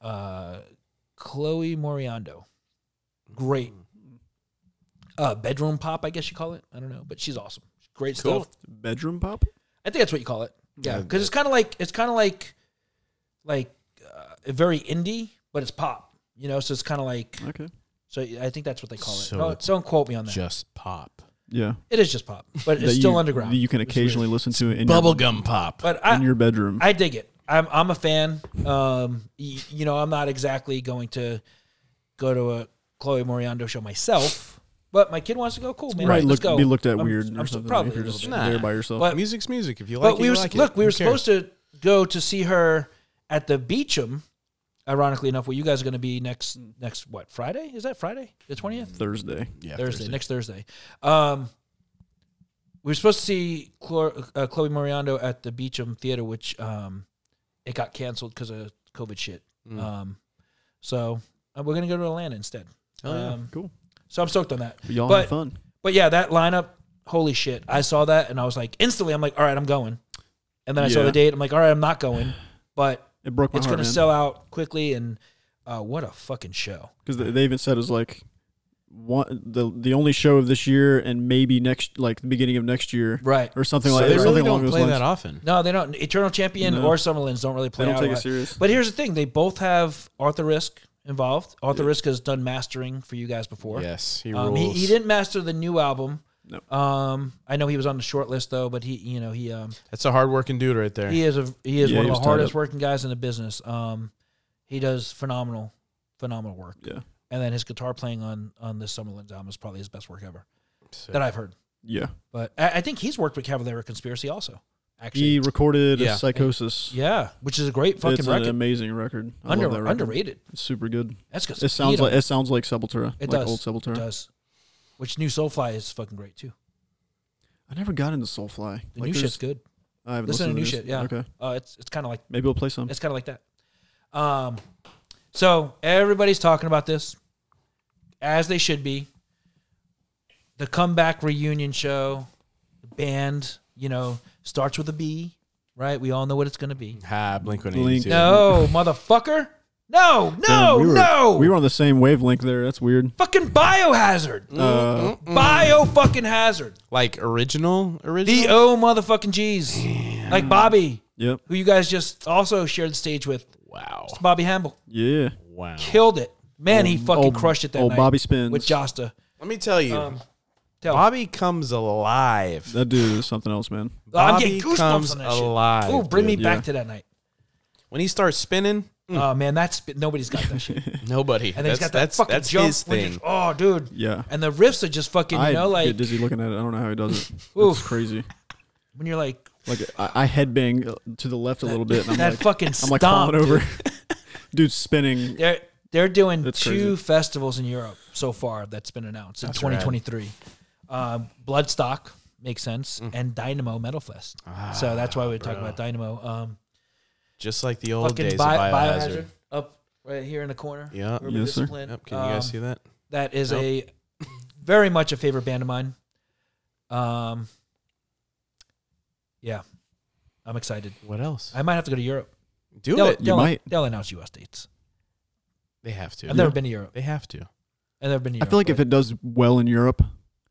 Speaker 1: uh, Chloe Moriando. Great.
Speaker 2: Mm.
Speaker 1: Uh, bedroom pop, I guess you call it. I don't know, but she's awesome. Great
Speaker 3: Cool.
Speaker 1: stuff.
Speaker 2: Bedroom pop.
Speaker 1: I think that's what you call it. Yeah,
Speaker 3: Yeah,
Speaker 1: because it's kind of like it's kind of like like uh, very indie, but it's pop. You know, so it's kind of like
Speaker 2: Okay.
Speaker 1: so. I think that's what they call it.
Speaker 3: So
Speaker 1: No,
Speaker 3: it's
Speaker 1: don't quote me on that.
Speaker 3: Just pop.
Speaker 2: Yeah.
Speaker 1: it is just pop, but
Speaker 2: That
Speaker 1: it's still
Speaker 2: you,
Speaker 1: underground.
Speaker 2: that You can
Speaker 1: It's weird.
Speaker 2: occasionally listen to it in your,
Speaker 3: Bubblegum pop.
Speaker 1: but
Speaker 2: in
Speaker 1: I,
Speaker 2: your bedroom.
Speaker 1: I dig it. I'm I'm a fan. Um, y- you know, I'm not exactly going to go to a Chloe Moriando show myself, but my kid wants to go. Cool, man.
Speaker 2: You might
Speaker 1: Let's
Speaker 2: look,
Speaker 1: go.
Speaker 2: be looked at
Speaker 1: I'm-
Speaker 2: weird
Speaker 1: I'm
Speaker 2: or
Speaker 1: so-
Speaker 2: something
Speaker 1: Probably
Speaker 2: if you're
Speaker 1: a
Speaker 2: just
Speaker 1: little bit.
Speaker 3: Nah.
Speaker 2: there by yourself.
Speaker 1: But-
Speaker 3: Music's music. If you like
Speaker 1: But
Speaker 3: it,
Speaker 1: we
Speaker 3: you
Speaker 1: were
Speaker 3: like it.
Speaker 1: look. We were
Speaker 3: Who cares?
Speaker 1: supposed to go to see her at the Beecham. Ironically enough, where you guys are going to be next next what Friday? Is that Friday? The twentieth.
Speaker 3: Mm-hmm.
Speaker 2: Thursday.
Speaker 3: Yeah,
Speaker 1: Thursday, next Thursday. Um, we were supposed to see Chloe, uh, Chloe Moriando at the Beecham Theater, which um, it got canceled because of COVID shit.
Speaker 3: Mm.
Speaker 1: Um, so uh, we're gonna go to Atlanta instead.
Speaker 3: Oh, yeah.
Speaker 1: um,
Speaker 2: Cool.
Speaker 1: So I'm stoked on that.
Speaker 2: But y'all
Speaker 1: but,
Speaker 2: have fun.
Speaker 1: But yeah, that lineup, holy shit! I saw that and I was like, instantly, I'm like, all right, I'm going. And then I saw
Speaker 2: Yeah.
Speaker 1: the date. I'm like, all right, I'm not going. But
Speaker 2: It broke my
Speaker 1: it's
Speaker 2: heart,
Speaker 1: gonna sell out quickly, and uh, what a fucking show!
Speaker 2: because they, they even said it was like one the the only show of this year and maybe next like the beginning of next year
Speaker 1: Right.
Speaker 2: or something
Speaker 3: So
Speaker 2: like
Speaker 3: they
Speaker 2: something
Speaker 3: really
Speaker 2: along
Speaker 3: don't
Speaker 2: those
Speaker 3: play
Speaker 2: lines.
Speaker 3: that often.
Speaker 1: No, they don't. Eternal Champion
Speaker 2: No.
Speaker 1: or Summerlin's don't really play.
Speaker 2: don't
Speaker 1: out a
Speaker 2: take it
Speaker 1: lot.
Speaker 2: serious.
Speaker 1: But here's the thing: they both have Arthur Risk involved. Arthur Risk has done mastering for you guys before.
Speaker 3: Yes, he
Speaker 1: um,
Speaker 3: rules.
Speaker 1: he, he didn't master the new album.
Speaker 2: No.
Speaker 1: Um, I know he was on the short list though, but he, you know, he um,
Speaker 3: That's a hardworking dude right there.
Speaker 1: he is a he is
Speaker 2: Yeah,
Speaker 1: one
Speaker 2: he
Speaker 1: of
Speaker 2: was
Speaker 1: the
Speaker 2: tied
Speaker 1: hardest
Speaker 2: up.
Speaker 1: working guys in the business. Um, he does phenomenal, phenomenal work.
Speaker 2: Yeah.
Speaker 1: And then his guitar playing on on this Summerlin's album is probably his best work ever that I've heard.
Speaker 2: Yeah,
Speaker 1: But I, I think he's worked with Cavalera Conspiracy also. Actually,
Speaker 2: he recorded
Speaker 3: Yeah.
Speaker 2: a Psychosis.
Speaker 1: yeah, which is a great fucking
Speaker 2: it's an
Speaker 1: record.
Speaker 2: amazing record. I
Speaker 1: Under,
Speaker 2: love that record.
Speaker 1: Underrated.
Speaker 2: It's super good.
Speaker 1: That's because
Speaker 2: It sounds like it sounds like Sepultura.
Speaker 1: It
Speaker 2: like
Speaker 1: does.
Speaker 2: old
Speaker 1: It
Speaker 2: Sepultura.
Speaker 1: does. Which new Soulfly is fucking great too.
Speaker 2: I never got into Soulfly.
Speaker 1: The
Speaker 2: Like,
Speaker 1: new
Speaker 2: there's-
Speaker 1: shit's good.
Speaker 2: I haven't
Speaker 1: Listen to new
Speaker 2: listened
Speaker 1: shit.
Speaker 2: this.
Speaker 1: Yeah.
Speaker 2: Okay.
Speaker 1: Uh, it's it's kind of like
Speaker 2: Maybe we'll play some.
Speaker 1: it's kind of like that. Um, so everybody's talking about this, as they should be. The comeback reunion show, the band, you know, starts with a B, right? We all know what it's going to be.
Speaker 3: Ha, Blink One
Speaker 2: Blink.
Speaker 3: Eighty Two.
Speaker 1: No, motherfucker. No,
Speaker 2: Damn,
Speaker 1: no,
Speaker 2: we were,
Speaker 1: no.
Speaker 2: We were on the same wavelength there. That's weird.
Speaker 1: fucking biohazard.
Speaker 2: Uh,
Speaker 1: Bio fucking hazard.
Speaker 3: Like original, original.
Speaker 1: The O motherfucking G's. Like Bobby,
Speaker 2: yep.
Speaker 1: who you guys just also shared the stage with.
Speaker 3: wow,
Speaker 1: Bobby Hamble.
Speaker 2: Yeah.
Speaker 3: wow.
Speaker 1: Killed it. Man, he fucking
Speaker 2: old-
Speaker 1: crushed it that
Speaker 2: old
Speaker 1: night.
Speaker 2: Bobby Spins.
Speaker 1: with Josta.
Speaker 3: Let me tell you,
Speaker 1: Um, tell
Speaker 3: Bobby comes alive.
Speaker 2: That dude is something else, man.
Speaker 1: Oh, I'm
Speaker 3: Bobby
Speaker 1: getting goosebumps
Speaker 3: comes
Speaker 1: on that shit.
Speaker 3: alive.
Speaker 1: Ooh, bring me
Speaker 3: dude.
Speaker 2: Yeah.
Speaker 1: back to that night.
Speaker 3: When he starts spinning,
Speaker 1: Oh man, that's nobody's got that shit. And
Speaker 3: nobody.
Speaker 1: then
Speaker 3: that's
Speaker 1: he's got that
Speaker 3: that's,
Speaker 1: fucking
Speaker 3: that's
Speaker 1: jump.
Speaker 3: his
Speaker 1: when you-
Speaker 3: thing.
Speaker 1: oh, dude.
Speaker 2: Yeah.
Speaker 1: And the riffs are just fucking, you
Speaker 2: I
Speaker 1: know, like
Speaker 2: get dizzy looking at it. I don't know how he does it.
Speaker 1: Oof.
Speaker 2: It's crazy.
Speaker 1: when you're like
Speaker 2: Like I, I headbang to the left a little bit. And I'm
Speaker 1: that
Speaker 2: like,
Speaker 1: fucking
Speaker 2: I'm like
Speaker 1: stomp.
Speaker 2: falling
Speaker 1: dude.
Speaker 2: over. Dude, spinning.
Speaker 1: They're they're doing
Speaker 2: That's
Speaker 1: two
Speaker 2: crazy.
Speaker 1: festivals in Europe so far that's been announced in 2023. Um, Bloodstock makes sense, and Dynamo Metal Fest. so that's why we were talking about Dynamo. Um,
Speaker 3: Ah, Just like the old days
Speaker 1: fucking bi-
Speaker 3: of Biohazard.
Speaker 1: biohazard. up right here in the corner.
Speaker 3: Yeah.
Speaker 1: Urban
Speaker 2: Yes, sir.
Speaker 1: Discipline.
Speaker 3: Yep. Can you guys
Speaker 1: Um,
Speaker 3: see that?
Speaker 1: That is a very much a favorite band of mine. Um, yeah, I'm excited.
Speaker 3: What else?
Speaker 1: I might have to go to Europe.
Speaker 3: Do
Speaker 1: They'll,
Speaker 3: it.
Speaker 2: You
Speaker 1: they'll-
Speaker 2: might.
Speaker 1: they'll announce U.S. dates.
Speaker 3: They have to.
Speaker 1: I've never been to Europe.
Speaker 3: They have to.
Speaker 1: I've never been to
Speaker 2: I
Speaker 1: Europe.
Speaker 2: feel like
Speaker 1: but
Speaker 2: if it does well in Europe,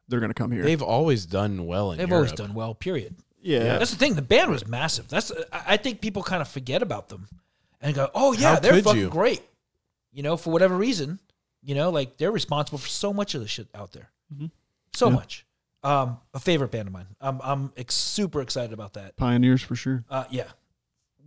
Speaker 2: they're gonna come here.
Speaker 3: They've always done well in
Speaker 1: they've
Speaker 3: Europe.
Speaker 1: always done well. Period.
Speaker 2: yeah.
Speaker 1: That's the thing. The band was massive. That's I I think people kind of forget about them and go, "Oh yeah,
Speaker 3: How
Speaker 1: they're
Speaker 3: could
Speaker 1: fucking
Speaker 3: you?"
Speaker 1: great." You know, for whatever reason, you know, like they're responsible for so much of the shit out there, so much. Um, a favorite band of mine. I'm I'm ex- super excited about that.
Speaker 2: Pioneers for sure.
Speaker 1: Uh, yeah,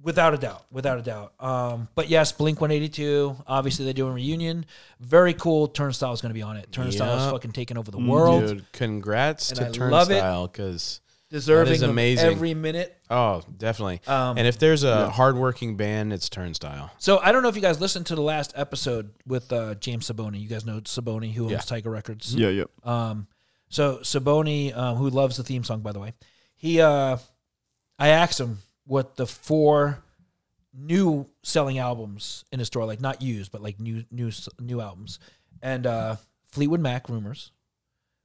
Speaker 1: without a doubt, without a doubt. Um, but yes, Blink One Eighty Two. Obviously, they're doing a reunion. Very cool. Turnstile is going to be on it. Turnstile is
Speaker 3: Yep.
Speaker 1: fucking taking over the world.
Speaker 3: Mm, Dude, congrats
Speaker 1: And
Speaker 3: to
Speaker 1: I love it.
Speaker 3: Turnstile because
Speaker 1: Deserving
Speaker 3: That is amazing.
Speaker 1: of every minute.
Speaker 3: oh, definitely.
Speaker 1: Um,
Speaker 3: and if there's a hardworking band, it's Turnstile.
Speaker 1: So I don't know if you guys listened to the last episode with uh, James Saboni. You guys know Saboni, who owns
Speaker 3: Yeah.
Speaker 1: Tiger Records.
Speaker 2: Yeah, yeah.
Speaker 1: Um, so Saboni, um, who loves the theme song, by the way, he, uh, I asked him what the four new selling albums in his store, like not used, but like new, new, s- new albums, and uh, Fleetwood Mac, Rumors,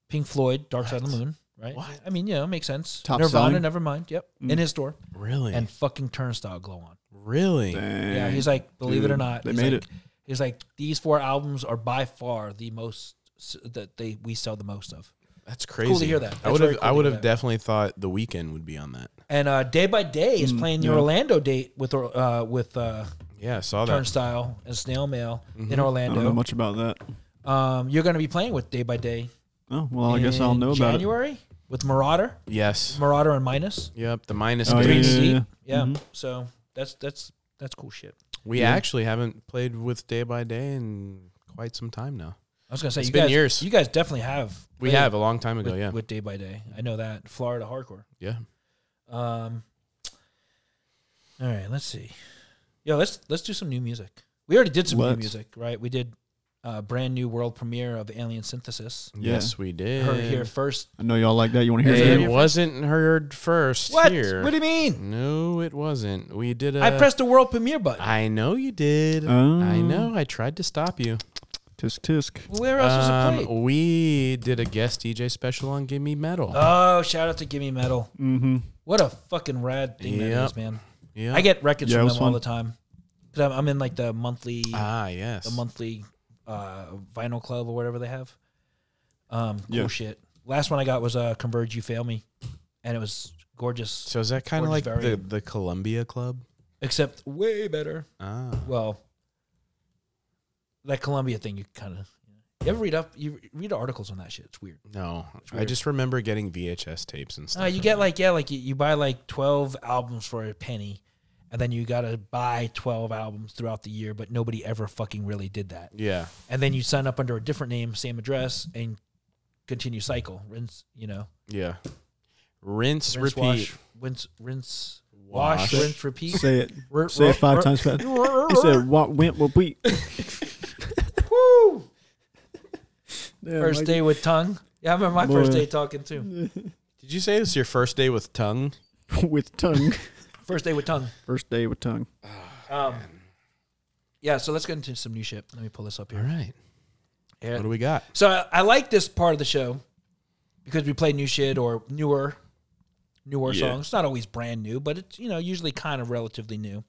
Speaker 1: Pink Floyd, Dark Side of the Moon, right?
Speaker 3: What?
Speaker 1: I mean, yeah, it makes sense.
Speaker 2: Top
Speaker 1: Nirvana,
Speaker 2: selling?
Speaker 1: Nevermind, yep, in his store,
Speaker 3: Really?
Speaker 1: and fucking Turnstile, Glow on.
Speaker 3: really?
Speaker 1: Yeah, he's like, believe it or
Speaker 2: dude,
Speaker 1: not,
Speaker 2: they
Speaker 1: he's
Speaker 2: made
Speaker 1: like,
Speaker 2: it.
Speaker 1: He's like, these four albums are by far the most s- that they we sell the most of.
Speaker 3: That's crazy.
Speaker 1: cool to hear that.
Speaker 3: I
Speaker 1: That's
Speaker 3: would
Speaker 1: very
Speaker 3: have
Speaker 1: cool
Speaker 3: I
Speaker 1: to
Speaker 3: would
Speaker 1: hear
Speaker 3: have
Speaker 1: that.
Speaker 3: definitely thought the weekend would be on that.
Speaker 1: And uh, day by day is playing the
Speaker 2: Mm, yeah.
Speaker 1: Orlando date with or- uh, with uh,
Speaker 3: Yeah, I saw that.
Speaker 1: Turnstile and Snail Mail in
Speaker 2: Mm-hmm. I don't know
Speaker 1: Orlando.
Speaker 2: much about that.
Speaker 1: Um, you're going to be playing with day by day.
Speaker 2: Oh well, I guess I'll
Speaker 1: in
Speaker 2: know about
Speaker 1: January with Marauder,
Speaker 3: yes.
Speaker 1: Marauder and Minus.
Speaker 3: Yep, the minus
Speaker 2: Oh, yeah,
Speaker 1: Green
Speaker 3: days.
Speaker 1: Sea.
Speaker 2: yeah. Mm-hmm.
Speaker 1: So that's that's that's cool shit.
Speaker 3: We actually haven't played with Day by Day in quite some time now.
Speaker 1: I was gonna say
Speaker 3: It's
Speaker 1: you
Speaker 3: been
Speaker 1: guys,
Speaker 3: years.
Speaker 1: you guys definitely have.
Speaker 3: We
Speaker 1: played
Speaker 3: have a long time ago,
Speaker 1: with,
Speaker 3: yeah.
Speaker 1: with day by day. I know that Florida hardcore.
Speaker 3: yeah.
Speaker 1: Um, all right, let's see. Yo, let's let's do some new music. We already did some new
Speaker 2: Let's.
Speaker 1: music, right? We did a brand new world premiere of Alien Synthesis.
Speaker 2: Yeah.
Speaker 3: Yes, we did.
Speaker 1: Heard it here first.
Speaker 2: it. I know y'all like that. You want to hear
Speaker 1: Hey,
Speaker 2: it?
Speaker 3: It wasn't heard first
Speaker 1: What?
Speaker 3: here.
Speaker 1: What do you mean?
Speaker 3: no, it wasn't. We did a
Speaker 1: I pressed the world premiere button.
Speaker 3: I know you did.
Speaker 2: Oh.
Speaker 3: I know. I tried to stop you.
Speaker 2: Tisk tisk.
Speaker 1: Where else was it played?
Speaker 3: Um, we did a guest DJ special on Give Me Metal.
Speaker 1: Oh, shout out to Gimme Metal.
Speaker 2: Mm-hmm.
Speaker 1: What a fucking rad thing that
Speaker 3: Yep.
Speaker 1: is, man.
Speaker 3: yeah.
Speaker 1: I get records
Speaker 2: Yeah, it
Speaker 1: from
Speaker 2: was
Speaker 1: them all
Speaker 2: fun.
Speaker 1: the time. Cause I'm, I'm in like the monthly,
Speaker 3: ah yes.
Speaker 1: the monthly uh, vinyl club or whatever they have. Um, cool
Speaker 2: Yeah.
Speaker 1: shit. Last one I got was uh, "Converge You Fail Me," and it was gorgeous,
Speaker 3: So is that kind of
Speaker 1: Or
Speaker 3: like
Speaker 1: just
Speaker 3: the,
Speaker 1: variant.
Speaker 3: the Columbia Club?
Speaker 1: except way better.
Speaker 3: Ah,
Speaker 1: Well, that Columbia thing, you kind of you ever read up? You read articles on that shit. It's weird.
Speaker 3: no. I
Speaker 1: weird.
Speaker 3: just remember getting VHS tapes and stuff.
Speaker 1: Uh, you get like yeah, like you, you buy like twelve albums for a penny, and then you gotta buy twelve albums throughout the year. But nobody ever fucking really did that.
Speaker 3: yeah.
Speaker 1: And then you sign up under a different name, same address, and continue cycle. Rinse, you know.
Speaker 3: Yeah. Rinse,
Speaker 1: rinse,
Speaker 3: repeat.
Speaker 1: wash, rinse, rinse, wash,
Speaker 3: Wash.
Speaker 1: rinse, repeat.
Speaker 2: Say it.
Speaker 1: R-
Speaker 2: Say
Speaker 1: r-
Speaker 2: it five
Speaker 1: r-
Speaker 2: times fast. He said, "What went? What we?"
Speaker 1: Woo!
Speaker 2: Damn,
Speaker 1: First
Speaker 2: Mike.
Speaker 1: day with tongue. Yeah, I remember my first
Speaker 2: Boy.
Speaker 1: day talking too.
Speaker 3: Did you say this is your first day with tongue?
Speaker 2: with tongue.
Speaker 1: First day with tongue.
Speaker 2: First day with tongue.
Speaker 1: Um, yeah, so let's get into some new shit. Let me pull this up
Speaker 3: All
Speaker 1: here.
Speaker 3: right.
Speaker 1: Yeah.
Speaker 3: What do we got?
Speaker 1: So I, I like this part of the show because we play new shit or newer, newer
Speaker 2: Yeah.
Speaker 1: songs. It's not always brand new, but it's you know usually kind of relatively new.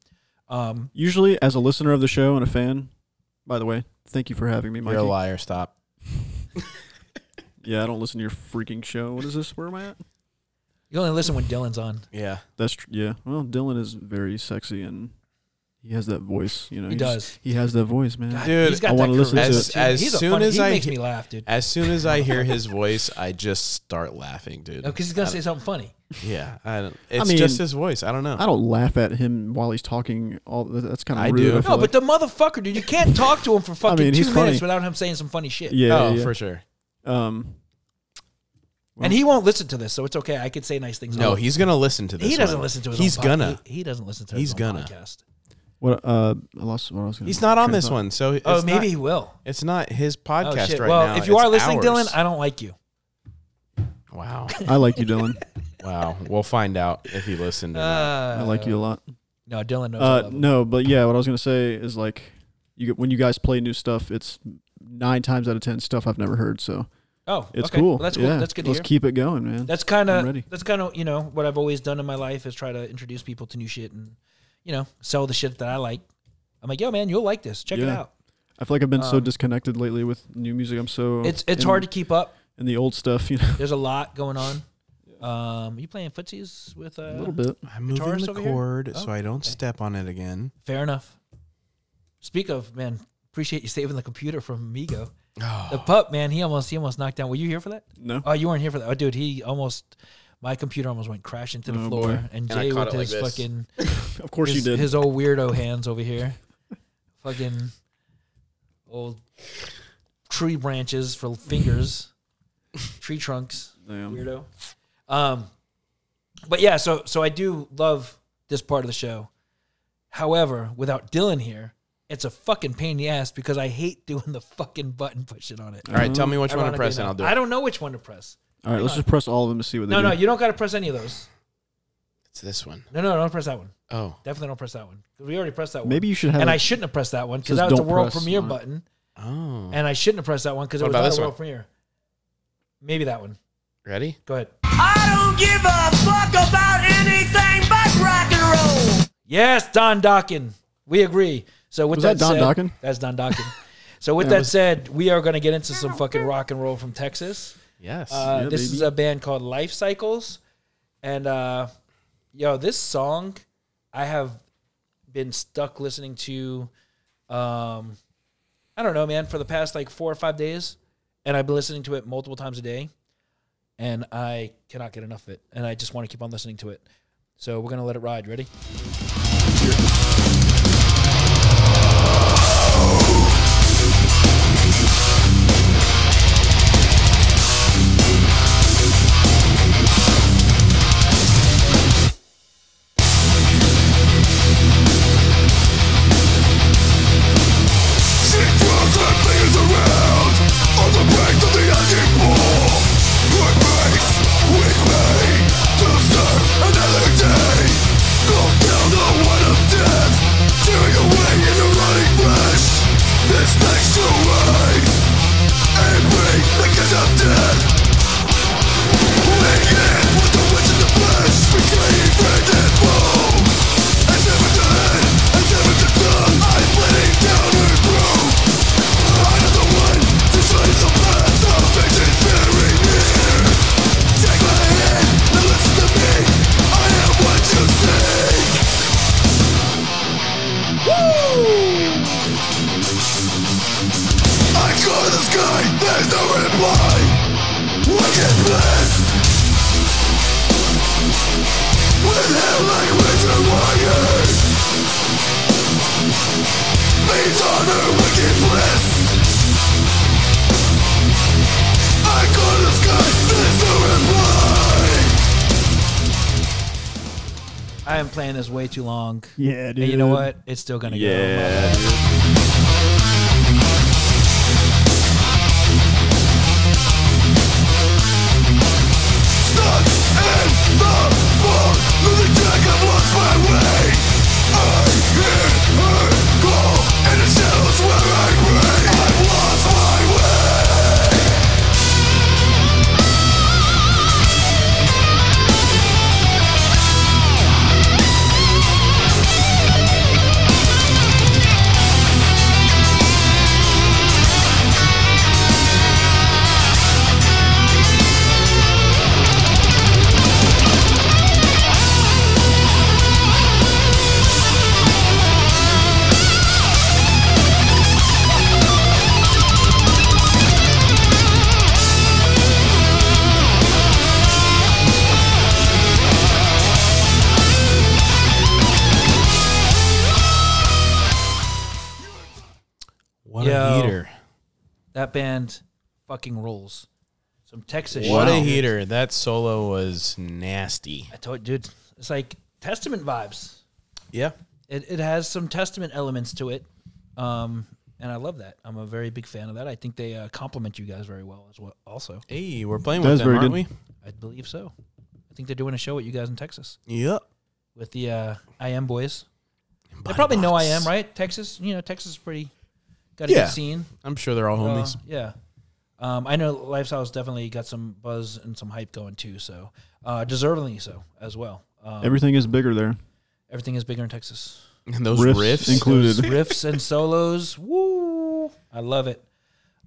Speaker 1: Um,
Speaker 2: Usually, as a listener of the show and a fan, by the way, thank you for having me,
Speaker 3: You're a
Speaker 2: Mikey.
Speaker 3: liar. Stop.
Speaker 2: Yeah, I don't listen to your freaking show. What is this? Where am I at?
Speaker 1: you only listen when Dylan's on.
Speaker 3: Yeah.
Speaker 2: That's tr- yeah. Well, Dylan is very sexy and He has that voice, you know.
Speaker 1: He
Speaker 2: he's-
Speaker 1: does.
Speaker 2: He has that voice, man.
Speaker 3: Dude,
Speaker 1: he's got
Speaker 2: I
Speaker 1: that
Speaker 2: wanna listen to
Speaker 1: charisma,
Speaker 2: it.
Speaker 1: too.
Speaker 3: As- as
Speaker 1: he's a
Speaker 3: soon
Speaker 1: funny,
Speaker 3: as
Speaker 1: he
Speaker 3: I
Speaker 1: makes
Speaker 3: he-
Speaker 1: me laugh, dude.
Speaker 3: As soon as I hear his voice, I just start laughing, dude.
Speaker 1: Because he's gonna say something funny.
Speaker 3: Yeah, I don't, it's
Speaker 2: mean,
Speaker 3: just his voice. I don't know.
Speaker 2: I don't laugh at him while he's talking. All that- that's kind
Speaker 3: I
Speaker 2: of rude.
Speaker 3: do.
Speaker 2: I
Speaker 3: No,
Speaker 2: feel
Speaker 1: No,
Speaker 2: like.
Speaker 1: but the motherfucker, dude, you can't talk to him for fucking
Speaker 2: mean,
Speaker 1: two
Speaker 2: he's
Speaker 1: minutes
Speaker 2: funny.
Speaker 1: without him saying some funny shit.
Speaker 2: yeah,
Speaker 3: oh,
Speaker 2: yeah.
Speaker 3: for sure.
Speaker 2: um,
Speaker 1: and he won't listen to this, so it's okay. I could say nice things.
Speaker 3: No,
Speaker 1: he,
Speaker 3: he's gonna listen to this.
Speaker 1: he doesn't
Speaker 3: one.
Speaker 1: listen to his.
Speaker 3: He's
Speaker 1: own pod-
Speaker 3: gonna.
Speaker 1: He, he doesn't listen to.
Speaker 3: He's
Speaker 1: His own
Speaker 3: gonna.
Speaker 1: Podcast.
Speaker 2: what? Uh, I lost what I was gonna.
Speaker 3: He's not on
Speaker 2: train of
Speaker 3: this
Speaker 2: thought.
Speaker 3: one, so it's
Speaker 1: Oh, maybe
Speaker 3: not-
Speaker 1: he will.
Speaker 3: it's not his
Speaker 1: Oh,
Speaker 3: podcast
Speaker 1: shit.
Speaker 3: right
Speaker 1: well,
Speaker 3: now.
Speaker 1: if you
Speaker 3: It's
Speaker 1: are listening,
Speaker 3: ours.
Speaker 1: Dylan, I don't like you.
Speaker 3: wow,
Speaker 2: I like you, Dylan.
Speaker 3: wow. We'll find out if he listened. Or not.
Speaker 2: I
Speaker 3: Uh,
Speaker 2: like you a lot.
Speaker 1: No, Dylan knows. I
Speaker 2: Uh,
Speaker 1: love him.
Speaker 2: no, but yeah, what I was gonna say is like, you get- when you guys play new stuff, it's nine times out of ten stuff I've never heard. So
Speaker 1: Oh,
Speaker 2: it's
Speaker 1: okay.
Speaker 2: cool.
Speaker 1: Well, that's cool.
Speaker 2: Yeah.
Speaker 1: That's good to
Speaker 2: Let's
Speaker 1: hear.
Speaker 2: keep it going, man.
Speaker 1: That's kind
Speaker 2: I'm ready.
Speaker 1: of that's kind of you know what I've always done in my life is try to introduce people to new shit and you know sell the shit that I like. I'm like, yo, man, you'll like this. Check it
Speaker 2: Yeah.
Speaker 1: out.
Speaker 2: I feel like I've been so
Speaker 1: um,
Speaker 2: disconnected lately with new music. I'm so
Speaker 1: It's it's
Speaker 2: in-
Speaker 1: hard to keep up.
Speaker 2: in the old stuff, you know,
Speaker 1: There's a lot going on. Um, you playing footsies with uh,
Speaker 2: a little bit.
Speaker 3: I'm moving
Speaker 1: Guitarist
Speaker 3: the
Speaker 1: over here?
Speaker 3: cord so
Speaker 1: Oh,
Speaker 3: I don't
Speaker 1: okay.
Speaker 3: step on it again.
Speaker 1: Fair enough. Speak of man, appreciate you saving the computer from Migo. The pup man, he almost he almost knocked down. Were you here for that?
Speaker 2: No,
Speaker 1: Oh, you weren't here for that. Oh, dude, he almost my computer almost went crashing to the
Speaker 2: Oh,
Speaker 1: floor,
Speaker 2: boy.
Speaker 1: and
Speaker 3: And I
Speaker 1: Jay
Speaker 3: caught
Speaker 1: with
Speaker 3: it like
Speaker 1: his
Speaker 3: this.
Speaker 1: fucking
Speaker 2: of course
Speaker 1: his,
Speaker 2: you did.
Speaker 1: his old weirdo hands over here. Fucking old tree branches for fingers, tree trunks.
Speaker 2: Damn.
Speaker 1: Weirdo. Um, but yeah, so so I do love this part of the show. However, without Dylan here, it's a fucking pain in the ass because I hate doing the fucking button pushing on it.
Speaker 3: All right, tell me which one to
Speaker 1: Ironically
Speaker 3: press, and
Speaker 1: enough.
Speaker 3: I'll do
Speaker 1: I
Speaker 3: it.
Speaker 1: don't know which one to press.
Speaker 2: All right, let's just press all of them to see what they
Speaker 1: No,
Speaker 2: do.
Speaker 1: no, you don't got to press any of those.
Speaker 3: It's this one.
Speaker 1: No, no, don't press that one.
Speaker 3: Oh,
Speaker 1: Definitely don't press that one. 'Cause We already pressed that one.
Speaker 2: Maybe you should have.
Speaker 1: and
Speaker 2: a-
Speaker 1: I shouldn't have pressed that one because
Speaker 2: Says
Speaker 1: that was the
Speaker 2: don't
Speaker 1: world
Speaker 2: press
Speaker 1: premiere
Speaker 2: on it.
Speaker 1: button,
Speaker 3: oh.
Speaker 1: and I shouldn't have pressed that one because it
Speaker 3: What
Speaker 1: was
Speaker 3: about
Speaker 1: not
Speaker 3: this
Speaker 1: a world
Speaker 3: one?
Speaker 1: premiere. Maybe that one.
Speaker 3: Ready?
Speaker 1: Go ahead.
Speaker 7: I don't give a fuck about anything but rock and roll.
Speaker 1: Yes, Don Dockin. We agree. So with
Speaker 2: Was that Don
Speaker 1: said,
Speaker 2: Dokken?
Speaker 1: That's Don Dockin. so with
Speaker 2: Yeah,
Speaker 1: that
Speaker 2: it was-
Speaker 1: said, we are going to get into some fucking rock and roll from Texas.
Speaker 3: Yes.
Speaker 1: Uh,
Speaker 2: Yeah,
Speaker 1: this is
Speaker 2: baby.
Speaker 1: a band called Life Cycles, and uh, yo, this song I have been stuck listening to. Um, I don't know, man, for the past like four or five days, and I've been listening to it multiple times a day, and I cannot get enough of it, and I just want to keep on listening to it. So we're gonna let it ride. Ready?
Speaker 8: She throws her fingers around on the brink of the edging wall. Her face with me to serve another day. Go down the one of death, tearing away in the running flesh. This makes you rise and break the kiss of death. Wicked with the witch in the flesh, betraying friend and foe. As if it's the head, as if it's the tongue, I'm bleeding down her throat. I am the one to trace the path of visions very near. Take my hand and listen to me. I am what you seek. I go to the sky, there's no reply. Wicked bliss. With hell like winter wire Beats on her wicked bliss I go to the sky, there's no reply
Speaker 1: I am playing this way too long.
Speaker 2: yeah, dude.
Speaker 1: And you know what? It's still gonna
Speaker 2: Yeah.
Speaker 8: Stuck in the fog, losing track, I've lost my way. I hear her call, and the shadows where I pray. I've lost my way.
Speaker 1: that band fucking rules. Some Texas
Speaker 3: What a
Speaker 1: shit.
Speaker 3: heater. That solo was nasty.
Speaker 1: I told dude, it's like Testament vibes.
Speaker 3: Yeah.
Speaker 1: It it has some Testament elements to it. Um and I love that. I'm a very big fan of that. I think they uh, compliment you guys very well as well. Also,
Speaker 3: Hey, we're playing
Speaker 2: That
Speaker 3: with
Speaker 2: was
Speaker 3: them,
Speaker 2: very
Speaker 3: aren't
Speaker 2: good.
Speaker 1: I believe so. I think they're doing a show at you guys in Texas
Speaker 3: we? Yep.
Speaker 1: with the uh, I Am Boys. They probably know I Am, right? Texas, you know, Texas is pretty got a
Speaker 3: Yeah.
Speaker 1: good scene.
Speaker 3: I'm sure they're all
Speaker 1: Uh,
Speaker 3: homies.
Speaker 1: yeah. Um, I know Lifestyle's definitely got some buzz and some hype going too, so uh, deservingly so as well. Um,
Speaker 2: Everything is bigger there.
Speaker 1: everything is bigger in Texas.
Speaker 3: and those
Speaker 2: Riffs,
Speaker 3: riffs.
Speaker 2: included.
Speaker 1: Riffs and solos. Woo! I love it.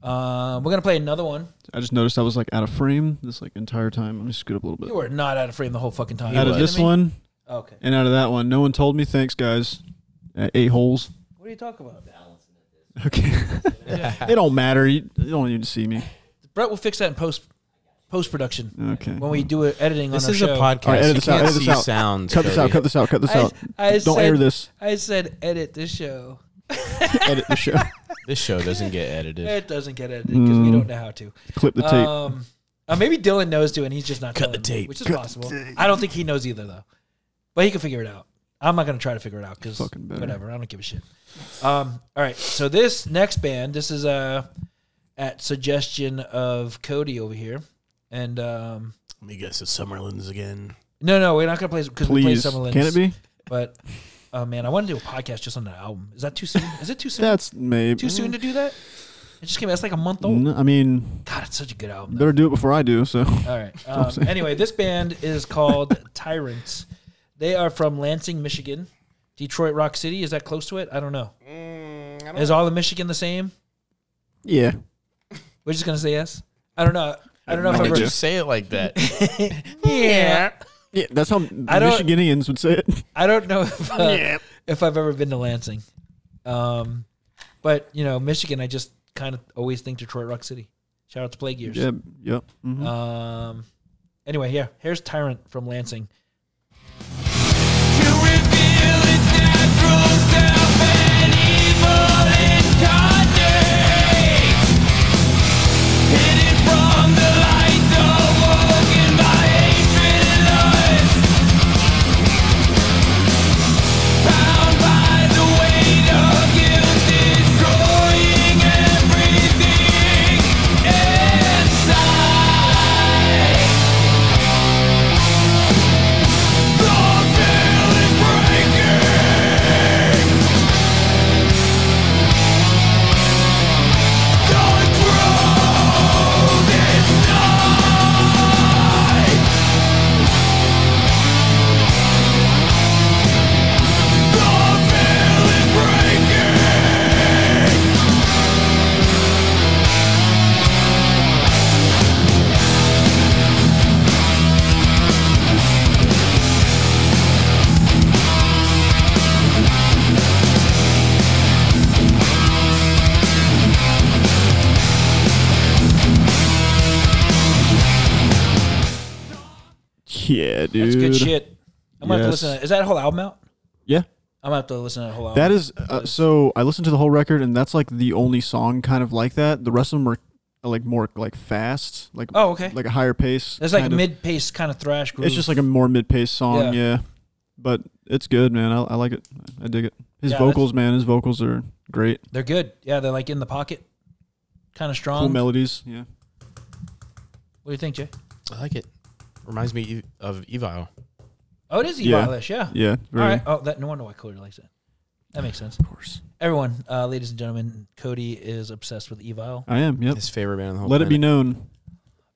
Speaker 1: Um, we're gonna play another one.
Speaker 2: I just noticed I was like out of frame this like entire time. Let me scoot up a little
Speaker 1: You
Speaker 2: bit.
Speaker 1: were not out of frame the whole fucking time.
Speaker 2: Out
Speaker 1: You
Speaker 2: of
Speaker 1: kidding
Speaker 2: this
Speaker 1: me?
Speaker 2: one
Speaker 1: Okay.
Speaker 2: and out of that one. No one told me. Thanks, guys. Uh, eight holes.
Speaker 1: What are you talking about?
Speaker 2: Okay. it don't matter. You, you don't need to see me.
Speaker 1: Brett will fix that in post post production
Speaker 2: Okay.
Speaker 1: when we do it editing
Speaker 3: This
Speaker 1: on our
Speaker 3: is
Speaker 1: show.
Speaker 3: a podcast.
Speaker 2: All right, edit
Speaker 3: you
Speaker 2: this out,
Speaker 3: can't
Speaker 2: edit this
Speaker 3: see
Speaker 2: out.
Speaker 3: sounds.
Speaker 2: Cut this out.
Speaker 3: Cody.
Speaker 2: Cut this out. Cut this
Speaker 1: I-
Speaker 2: out.
Speaker 1: I
Speaker 2: don't
Speaker 1: said-
Speaker 2: air this.
Speaker 1: I said edit this show.
Speaker 2: Edit the show.
Speaker 3: This show doesn't get edited.
Speaker 1: It doesn't get edited because
Speaker 2: Mm.
Speaker 1: we don't know how to.
Speaker 2: Clip the tape.
Speaker 1: Um, uh, maybe Dylan knows too, and he's just not
Speaker 3: Cut the
Speaker 1: telling me,
Speaker 3: tape.
Speaker 1: which is possible. I don't think he knows either though, but he can figure it out. I'm not gonna try to figure it out because
Speaker 2: Fucking better.
Speaker 1: whatever. I don't give a shit. Um, all right, so this next band, this is uh, at suggestion of Cody over here, and um,
Speaker 3: Let me guess. It's Summerlin's again.
Speaker 1: no, no, we're not gonna play because we play
Speaker 2: Please.
Speaker 1: Summerlin's.
Speaker 2: Can it be?
Speaker 1: But oh man, I want to do a podcast just on the album. Is that too soon? Is it too soon?
Speaker 2: That's maybe.
Speaker 1: too soon to do that? It just came. out. It's like a month old.
Speaker 2: No, I mean,
Speaker 1: God, it's such a good album. though.
Speaker 2: better do it before I do. So
Speaker 1: All right. Um, anyway, this band is called Tyrants. They are from Lansing, Michigan. Detroit Rock City. Is that close to it? I don't know. is all of Michigan the same?
Speaker 2: yeah.
Speaker 1: We're just gonna say yes. I don't know. I don't know if
Speaker 3: Why
Speaker 1: I
Speaker 3: did you
Speaker 1: ever,
Speaker 3: say it like that?
Speaker 1: yeah.
Speaker 2: Yeah, that's how
Speaker 1: I don't-
Speaker 2: Michiganians would say it.
Speaker 1: I don't know if, uh, if I've ever been to Lansing. Um, but you know, Michigan. I just kind of always think Detroit Rock City. Shout out to Plague Years.
Speaker 2: yeah. Yep. Mhm.
Speaker 1: Um. Anyway, yeah. Here's Tyrant from Lansing.
Speaker 2: Yeah, dude.
Speaker 1: It's good shit. I'm gonna have to
Speaker 2: Yes.
Speaker 1: listen. To, is that whole album out?
Speaker 2: Yeah.
Speaker 1: I'm gonna have to listen to the whole album.
Speaker 2: That is uh, so. I listened to the whole record, and that's like the only song kind of like that. The rest of them are like more like fast, like
Speaker 1: Oh, okay.
Speaker 2: like a higher pace.
Speaker 1: There's like
Speaker 2: kind of-
Speaker 1: mid pace kind of thrash groove.
Speaker 2: It's just like a more mid paced song,
Speaker 1: Yeah.
Speaker 2: yeah. But it's good, man. I, I like it. I dig it. His
Speaker 1: Yeah, that's-
Speaker 2: vocals, man. His vocals are great.
Speaker 1: they're good. Yeah, they're like in the pocket, kind of strong.
Speaker 2: Cool melodies. Yeah.
Speaker 1: what do you think, Jay?
Speaker 3: I like it. Reminds me of Evile.
Speaker 1: Oh, it is
Speaker 2: Yeah.
Speaker 1: Evilish. Yeah.
Speaker 2: Yeah.
Speaker 1: All
Speaker 2: Very.
Speaker 1: right. Oh, that no wonder why Cody likes it. That makes sense. Of course. Everyone, uh, ladies and gentlemen, Cody is obsessed with Evil.
Speaker 2: I am. Yep.
Speaker 3: His favorite band in the whole
Speaker 2: Let it be
Speaker 3: planet.
Speaker 2: known.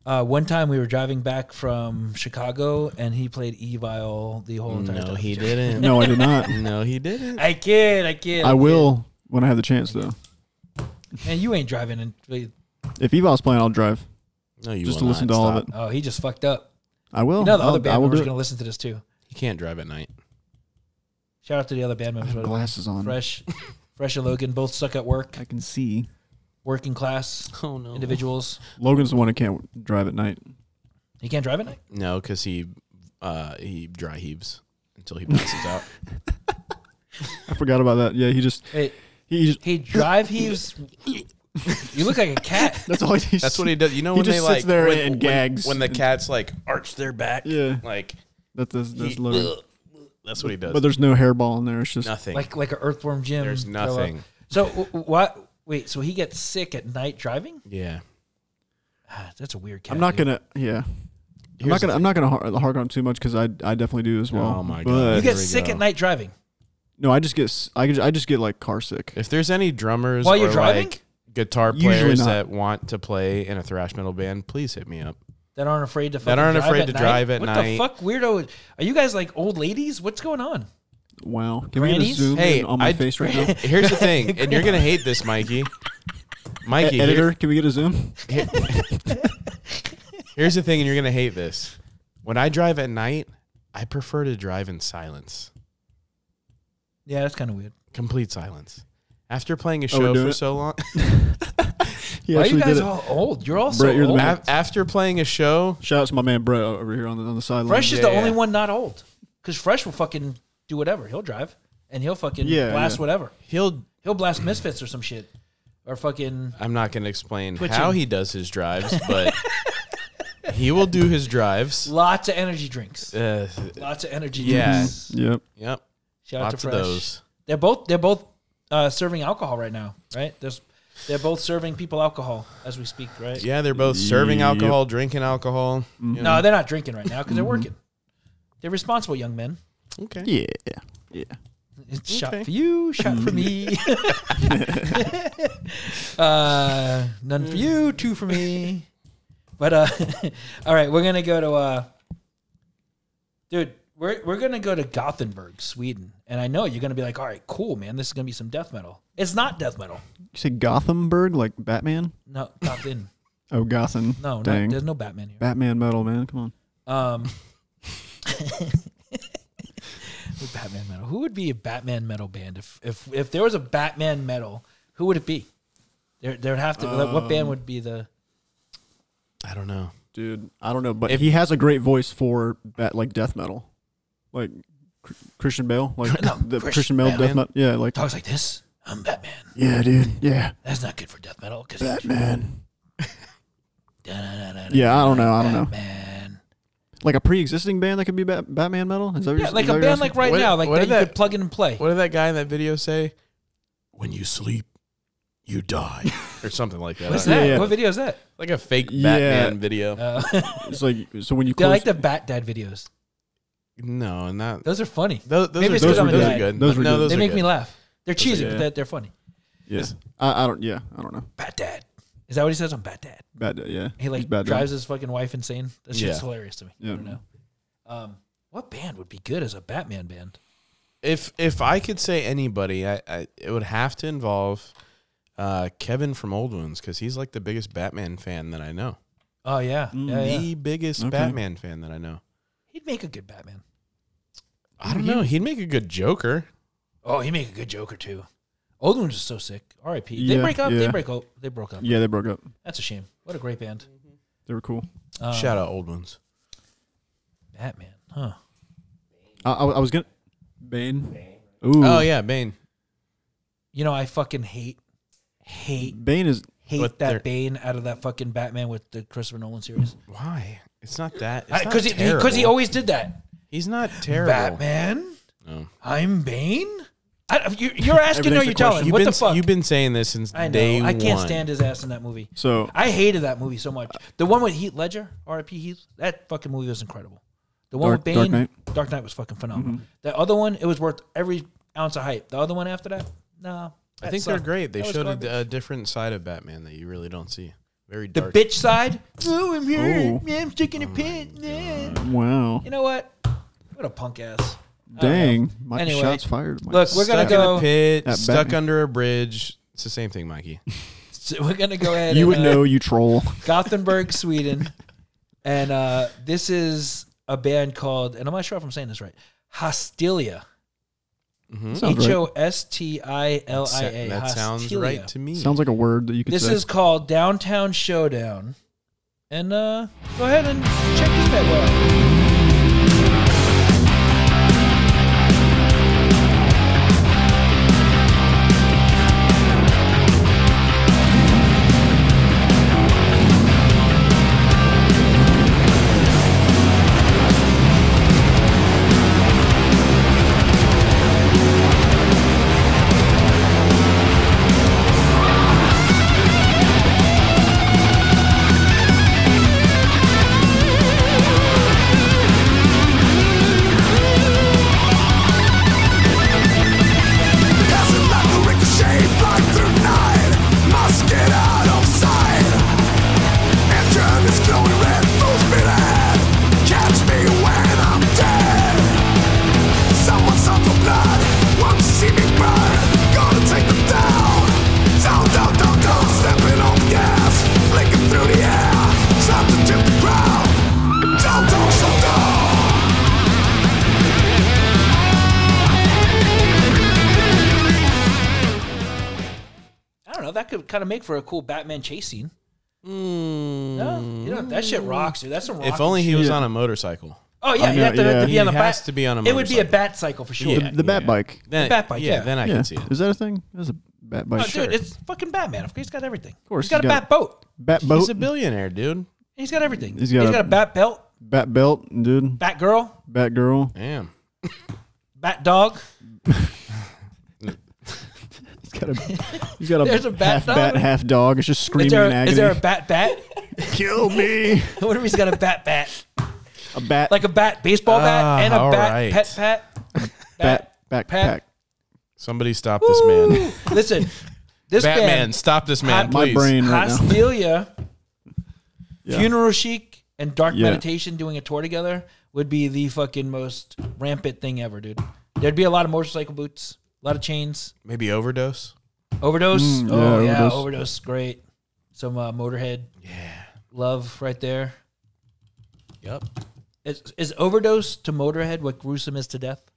Speaker 1: Uh, one time we were driving back from Chicago and he played Evil the whole entire
Speaker 3: No,
Speaker 1: time.
Speaker 3: he didn't.
Speaker 2: No, I did not.
Speaker 3: No, he didn't.
Speaker 1: I kid, I kid.
Speaker 2: I will when I have the chance, though.
Speaker 1: And you ain't driving and really-
Speaker 2: If Evil's playing, I'll drive
Speaker 3: No, you
Speaker 2: just to
Speaker 3: will
Speaker 2: listen
Speaker 3: not.
Speaker 2: to all of
Speaker 3: Stop.
Speaker 2: it.
Speaker 1: oh, he just fucked up.
Speaker 2: I will.
Speaker 1: You know the other
Speaker 2: Oh, I'll- I
Speaker 1: band
Speaker 2: will
Speaker 1: members
Speaker 2: do
Speaker 1: are gonna
Speaker 2: it.
Speaker 1: listen to this too.
Speaker 3: You can't drive at night.
Speaker 1: Shout out to the other band members. by the way.
Speaker 2: Glasses on.
Speaker 1: Fresh, Fresh and Logan both suck at work.
Speaker 2: I can see.
Speaker 1: Working class
Speaker 3: Oh no,
Speaker 1: individuals.
Speaker 2: Logan's the one who can't drive at night.
Speaker 1: You can't drive at night.
Speaker 3: No, because he uh, he dry heaves until he passes out.
Speaker 2: I forgot about that. Yeah, he just
Speaker 1: Wait,
Speaker 2: he just
Speaker 1: he drive heaves. You look like a cat.
Speaker 2: That's all he.
Speaker 3: That's what he does. You know
Speaker 2: He
Speaker 3: when
Speaker 2: just
Speaker 3: they
Speaker 2: sits
Speaker 3: like
Speaker 2: there
Speaker 3: when,
Speaker 2: and
Speaker 3: when-
Speaker 2: gags.
Speaker 3: when the cats like arch their back.
Speaker 2: Yeah.
Speaker 3: like
Speaker 2: That, that's that's
Speaker 3: he-
Speaker 2: loaded.
Speaker 3: that's what he does.
Speaker 2: But there's no hairball in there. It's just
Speaker 3: nothing.
Speaker 1: like like an earthworm Jim.
Speaker 3: There's
Speaker 1: throw up.
Speaker 3: nothing.
Speaker 1: So w- w- what? Wait, so he gets sick at night driving?
Speaker 3: yeah,
Speaker 1: Ah, That's a weird cat.
Speaker 2: I'm not
Speaker 1: dude.
Speaker 2: gonna. Yeah. I'm
Speaker 3: Here's
Speaker 2: not
Speaker 3: the
Speaker 2: gonna. I'm not gonna har- uh, hark on it too much because I I definitely do as well.
Speaker 3: Oh my God.
Speaker 2: But-
Speaker 1: You
Speaker 3: Here
Speaker 1: get
Speaker 3: we
Speaker 1: sick
Speaker 3: go.
Speaker 1: at night driving.
Speaker 2: no, I just get. s- I just, I just get like car sick.
Speaker 3: If there's any drummers
Speaker 1: While you're
Speaker 3: or,
Speaker 1: driving?
Speaker 3: like guitar
Speaker 2: Usually
Speaker 3: players
Speaker 2: not.
Speaker 3: that want to play in a thrash metal band, please hit me up.
Speaker 1: That aren't afraid to.
Speaker 3: That
Speaker 1: fucking
Speaker 3: aren't
Speaker 1: drive
Speaker 3: afraid
Speaker 1: at
Speaker 3: to
Speaker 1: night?
Speaker 3: drive at
Speaker 1: what
Speaker 3: night.
Speaker 1: What the fuck, weirdo? Are you guys like old ladies? What's going on?
Speaker 2: Wow. Can we get
Speaker 1: Grannies?
Speaker 2: a zoom
Speaker 3: Hey,
Speaker 2: in on my
Speaker 3: I-
Speaker 2: face right now?
Speaker 3: Here's the thing, and you're gonna hate this, Mikey. Mikey, here-
Speaker 2: E, Editor, can we get a zoom?
Speaker 3: here's the thing, and you're gonna hate this. When I drive at night, I prefer to drive in silence,
Speaker 1: Yeah, that's kind of weird.
Speaker 3: complete silence. After playing a
Speaker 2: Oh, we're
Speaker 3: show
Speaker 2: doing
Speaker 3: for
Speaker 2: it?
Speaker 3: so long,
Speaker 2: He
Speaker 1: Why are you
Speaker 2: actually did
Speaker 1: guys
Speaker 2: it.
Speaker 1: all old? You're all so
Speaker 2: Brett, you're the
Speaker 1: old.
Speaker 2: man.
Speaker 3: af- after playing a show,
Speaker 2: Shout out to my man Brett over here on the on the sideline.
Speaker 1: Fresh is
Speaker 3: Yeah,
Speaker 1: the
Speaker 3: yeah.
Speaker 1: only one not old, because Fresh will fucking do whatever. He'll drive and he'll fucking
Speaker 2: Yeah,
Speaker 1: blast
Speaker 2: yeah.
Speaker 1: whatever.
Speaker 3: he'll.
Speaker 1: He'll blast Misfits or some shit, or fucking
Speaker 3: I'm not gonna explain
Speaker 1: Twitching.
Speaker 3: how he does his drives, but he will do his drives.
Speaker 1: lots of energy drinks.
Speaker 3: Uh,
Speaker 1: Lots of energy
Speaker 3: Yeah.
Speaker 1: drinks.
Speaker 2: Yep.
Speaker 3: yep,
Speaker 1: Shout out to
Speaker 3: lots of
Speaker 1: Fresh.
Speaker 3: those.
Speaker 1: They're both they're both uh, serving alcohol right now, right? There's they're both serving people alcohol as we speak, right?
Speaker 3: Yeah, they're both serving
Speaker 2: Yep. Mm-hmm.
Speaker 3: alcohol, drinking alcohol. you
Speaker 1: No,
Speaker 3: know.
Speaker 1: they're not drinking right now because they're working. They're responsible young men.
Speaker 3: okay.
Speaker 2: Yeah. Yeah.
Speaker 1: It's shot
Speaker 3: Okay.
Speaker 1: for you, shot for me. uh, none for you, two for me. But uh, all right, we're gonna go to uh, dude. We're we're gonna go to Gothenburg, Sweden, and I know you're gonna be like, all right, cool, man. This is gonna be some death metal. It's not death metal.
Speaker 2: You say Gothenburg like Batman?
Speaker 1: No, Gothen.
Speaker 2: Oh, Gotham.
Speaker 1: No, no,
Speaker 2: Dang.
Speaker 1: there's no Batman here.
Speaker 2: Batman metal, man. Come on.
Speaker 1: Um, with Batman metal. Who would be a Batman metal band if if if there was a Batman metal? Who would it be? There, there would have to. like, what band would be the?
Speaker 3: I don't know.
Speaker 2: Dude, I don't know, but he has a great voice for bat, like death metal. Like Cr- Christian Bale, like
Speaker 1: No,
Speaker 2: the
Speaker 1: Christian
Speaker 2: Christian Bale
Speaker 1: Bale,
Speaker 2: death
Speaker 1: man.
Speaker 2: metal. Yeah, like
Speaker 1: Talks like this. I'm Batman.
Speaker 2: Yeah, dude. Yeah.
Speaker 1: That's not good for death metal. Cause
Speaker 2: Batman. Yeah, I don't know. I don't know.
Speaker 1: Man.
Speaker 2: Like a pre-existing band that could be Bat- Batman metal? Is that what
Speaker 1: Yeah,
Speaker 2: you're-
Speaker 1: like
Speaker 2: is that
Speaker 1: a
Speaker 2: what
Speaker 1: band
Speaker 2: you're
Speaker 1: like right
Speaker 3: What-
Speaker 1: now, like
Speaker 3: what
Speaker 1: that
Speaker 3: did
Speaker 1: you could
Speaker 3: that-
Speaker 1: plug in and play.
Speaker 3: What did that guy in that video say? When you sleep, you die, or something like that.
Speaker 1: What's
Speaker 3: I don't know.
Speaker 1: that?
Speaker 2: yeah.
Speaker 1: What video is that?
Speaker 3: Like a fake
Speaker 2: Yeah.
Speaker 3: Batman video.
Speaker 2: asking? It's like so when you
Speaker 1: Do I
Speaker 2: close,
Speaker 1: like the Bat Dad videos?
Speaker 3: no, not
Speaker 1: Those are funny.
Speaker 3: those. Those,
Speaker 1: Maybe
Speaker 3: are,
Speaker 1: it's
Speaker 3: those,
Speaker 1: because I'm
Speaker 3: are,
Speaker 1: a
Speaker 3: those
Speaker 1: dad.
Speaker 3: are good.
Speaker 2: Those were
Speaker 3: no,
Speaker 2: good.
Speaker 3: those
Speaker 1: They
Speaker 3: are
Speaker 1: make
Speaker 3: good.
Speaker 1: me laugh. They're cheesy,
Speaker 2: yeah.
Speaker 1: but they're, they're funny.
Speaker 2: yeah. I, I don't yeah, I don't know.
Speaker 1: Bat Dad. Is that what he says? I'm Bat Dad.
Speaker 2: Bad day, yeah.
Speaker 1: He like
Speaker 2: He's bad
Speaker 1: drives
Speaker 2: day.
Speaker 1: his fucking wife insane. That shit's
Speaker 3: Yeah.
Speaker 1: hilarious to me. I
Speaker 2: Yeah.
Speaker 1: don't know. Um, what band would be good as a Batman band?
Speaker 3: If if I could say anybody, I, I it would have to involve uh, Kevin from Old Wounds because he's like the biggest Batman fan that I know.
Speaker 1: Oh yeah,
Speaker 3: Mm,
Speaker 1: yeah, yeah.
Speaker 3: The biggest
Speaker 2: Okay.
Speaker 3: Batman fan that I know.
Speaker 1: He'd make a good Batman.
Speaker 3: I don't know. He'd make a good Joker.
Speaker 1: Oh, he'd make a good Joker too. Old ones are so sick. R.I.P. they
Speaker 2: Yeah,
Speaker 1: break up. They
Speaker 2: yeah.
Speaker 1: break up. They broke up.
Speaker 2: Yeah, they broke up.
Speaker 1: That's a shame. What a great band.
Speaker 2: They were cool.
Speaker 1: Um,
Speaker 3: Shout out Old Wounds.
Speaker 1: Batman. Huh.
Speaker 2: I, I, I was gonna Bane. Ooh.
Speaker 3: Oh yeah, Bane.
Speaker 1: You know I fucking hate, hate,
Speaker 2: Bane is
Speaker 1: hate
Speaker 3: But they're-
Speaker 1: that Bane out of that fucking Batman with the Christopher Nolan series.
Speaker 3: Why? It's not that. It's
Speaker 1: Because
Speaker 3: not
Speaker 1: he because he
Speaker 3: terrible.
Speaker 1: always did that.
Speaker 3: He's not terrible.
Speaker 1: Batman.
Speaker 3: No.
Speaker 1: I'm Bane. I, you, you're asking or
Speaker 2: Everything's
Speaker 1: you're
Speaker 2: a
Speaker 1: telling?
Speaker 2: question.
Speaker 1: What
Speaker 3: been,
Speaker 1: the fuck?
Speaker 3: You've been saying this since
Speaker 1: I know.
Speaker 3: day one.
Speaker 1: I can't stand his ass in that movie.
Speaker 2: so
Speaker 1: I hated that movie so much. The one with Heath Ledger, R.I.P. Heath. That fucking movie was incredible. The one
Speaker 2: Dark-
Speaker 1: with Bane,
Speaker 2: Dark Knight.
Speaker 1: Dark Knight was fucking phenomenal. The other one, it was worth every ounce of hype. The other one after that, nah.
Speaker 3: I think
Speaker 1: that
Speaker 3: they're
Speaker 1: sucked.
Speaker 3: great. They
Speaker 1: That was
Speaker 3: showed
Speaker 1: garbage.
Speaker 3: a, a different side of Batman that you really don't see. Very
Speaker 1: the
Speaker 3: dark.
Speaker 1: bitch side. Oh, I'm here.
Speaker 2: Oh.
Speaker 1: Yeah, I'm sticking a
Speaker 3: Oh
Speaker 1: pin. Oh, Yeah.
Speaker 2: wow.
Speaker 1: You know what? What a punk ass.
Speaker 2: Dang. My
Speaker 1: Anyway,
Speaker 2: shots fired. Mike.
Speaker 1: Look, we're gonna
Speaker 3: stuck in
Speaker 1: go.
Speaker 3: a pit,
Speaker 2: That
Speaker 3: stuck
Speaker 2: Batman.
Speaker 3: under a bridge. It's the same thing, Mikey.
Speaker 1: We're gonna go ahead.
Speaker 2: you
Speaker 1: and,
Speaker 2: would
Speaker 1: uh,
Speaker 2: know you troll.
Speaker 1: Gothenburg, Sweden. And uh, this is a band called, and I'm not sure if I'm saying this right, Hostilia.
Speaker 2: Sounds
Speaker 1: H
Speaker 2: right.
Speaker 1: O S T I L I A.
Speaker 3: that sounds right to me.
Speaker 2: Sounds like a word that you could
Speaker 1: This
Speaker 2: say.
Speaker 1: is called Downtown Showdown. And uh, go ahead and check this bad boy out.
Speaker 8: Downtown
Speaker 1: could kind of make for a cool Batman chase scene. No, you know that shit rocks, dude. That's some rock.
Speaker 3: Hmm. If only he was
Speaker 2: Yeah.
Speaker 3: on a motorcycle.
Speaker 1: Oh yeah,
Speaker 2: I
Speaker 1: you
Speaker 2: know,
Speaker 1: have to,
Speaker 2: yeah.
Speaker 1: to be
Speaker 2: He
Speaker 1: on a
Speaker 3: has
Speaker 1: bat.
Speaker 3: to be on a
Speaker 1: It would be a
Speaker 3: motorcycle.
Speaker 1: bat cycle for sure.
Speaker 3: Yeah.
Speaker 2: The bat bike.
Speaker 3: Then,
Speaker 1: bat bike, yeah.
Speaker 3: then I
Speaker 2: Yeah.
Speaker 3: can see it.
Speaker 2: Is that a thing? That's a bat bike.
Speaker 1: Oh, dude, it's fucking Batman. He's got everything. Of
Speaker 2: course
Speaker 1: he's got a
Speaker 2: he's got-
Speaker 1: bat boat.
Speaker 2: bat
Speaker 3: He's
Speaker 2: boat,
Speaker 3: a billionaire, dude.
Speaker 1: He's got everything.
Speaker 2: He's got
Speaker 1: he's
Speaker 2: a-
Speaker 1: got a bat belt,
Speaker 2: bat belt, dude.
Speaker 1: bat girl,
Speaker 2: Bat girl.
Speaker 3: Damn.
Speaker 1: bat dog.
Speaker 2: He's got a, he's got a,
Speaker 1: There's a bat
Speaker 2: half bat,
Speaker 1: dog?
Speaker 2: half dog. It's just
Speaker 1: Is
Speaker 2: screaming
Speaker 1: there,
Speaker 2: in agony.
Speaker 1: is there a bat bat?
Speaker 2: Kill me.
Speaker 1: I wonder if he's got a bat bat,
Speaker 2: A bat.
Speaker 1: like a bat baseball
Speaker 3: Ah,
Speaker 1: bat and a
Speaker 3: all
Speaker 1: bat
Speaker 3: right.
Speaker 1: pet pat.
Speaker 2: bat backpack.
Speaker 1: pat.
Speaker 3: Somebody stop this man.
Speaker 1: Listen, this
Speaker 3: Batman,
Speaker 1: band,
Speaker 3: stop this man,
Speaker 2: My
Speaker 3: please.
Speaker 2: brain right now.
Speaker 1: Hostilia,
Speaker 2: Yeah.
Speaker 1: Funeral Chic, and Dark
Speaker 2: Yeah.
Speaker 1: Meditation doing a tour together would be the fucking most rampant thing ever, dude. There'd be a lot of motorcycle boots, a lot of chains,
Speaker 3: Maybe overdose.
Speaker 1: overdose.
Speaker 2: Mm,
Speaker 1: oh
Speaker 2: yeah,
Speaker 1: yeah, overdose.
Speaker 2: Overdose.
Speaker 1: great. Some uh, Motorhead, yeah, love right there.
Speaker 3: Yep.
Speaker 1: Is, is overdose to Motorhead what gruesome is to death?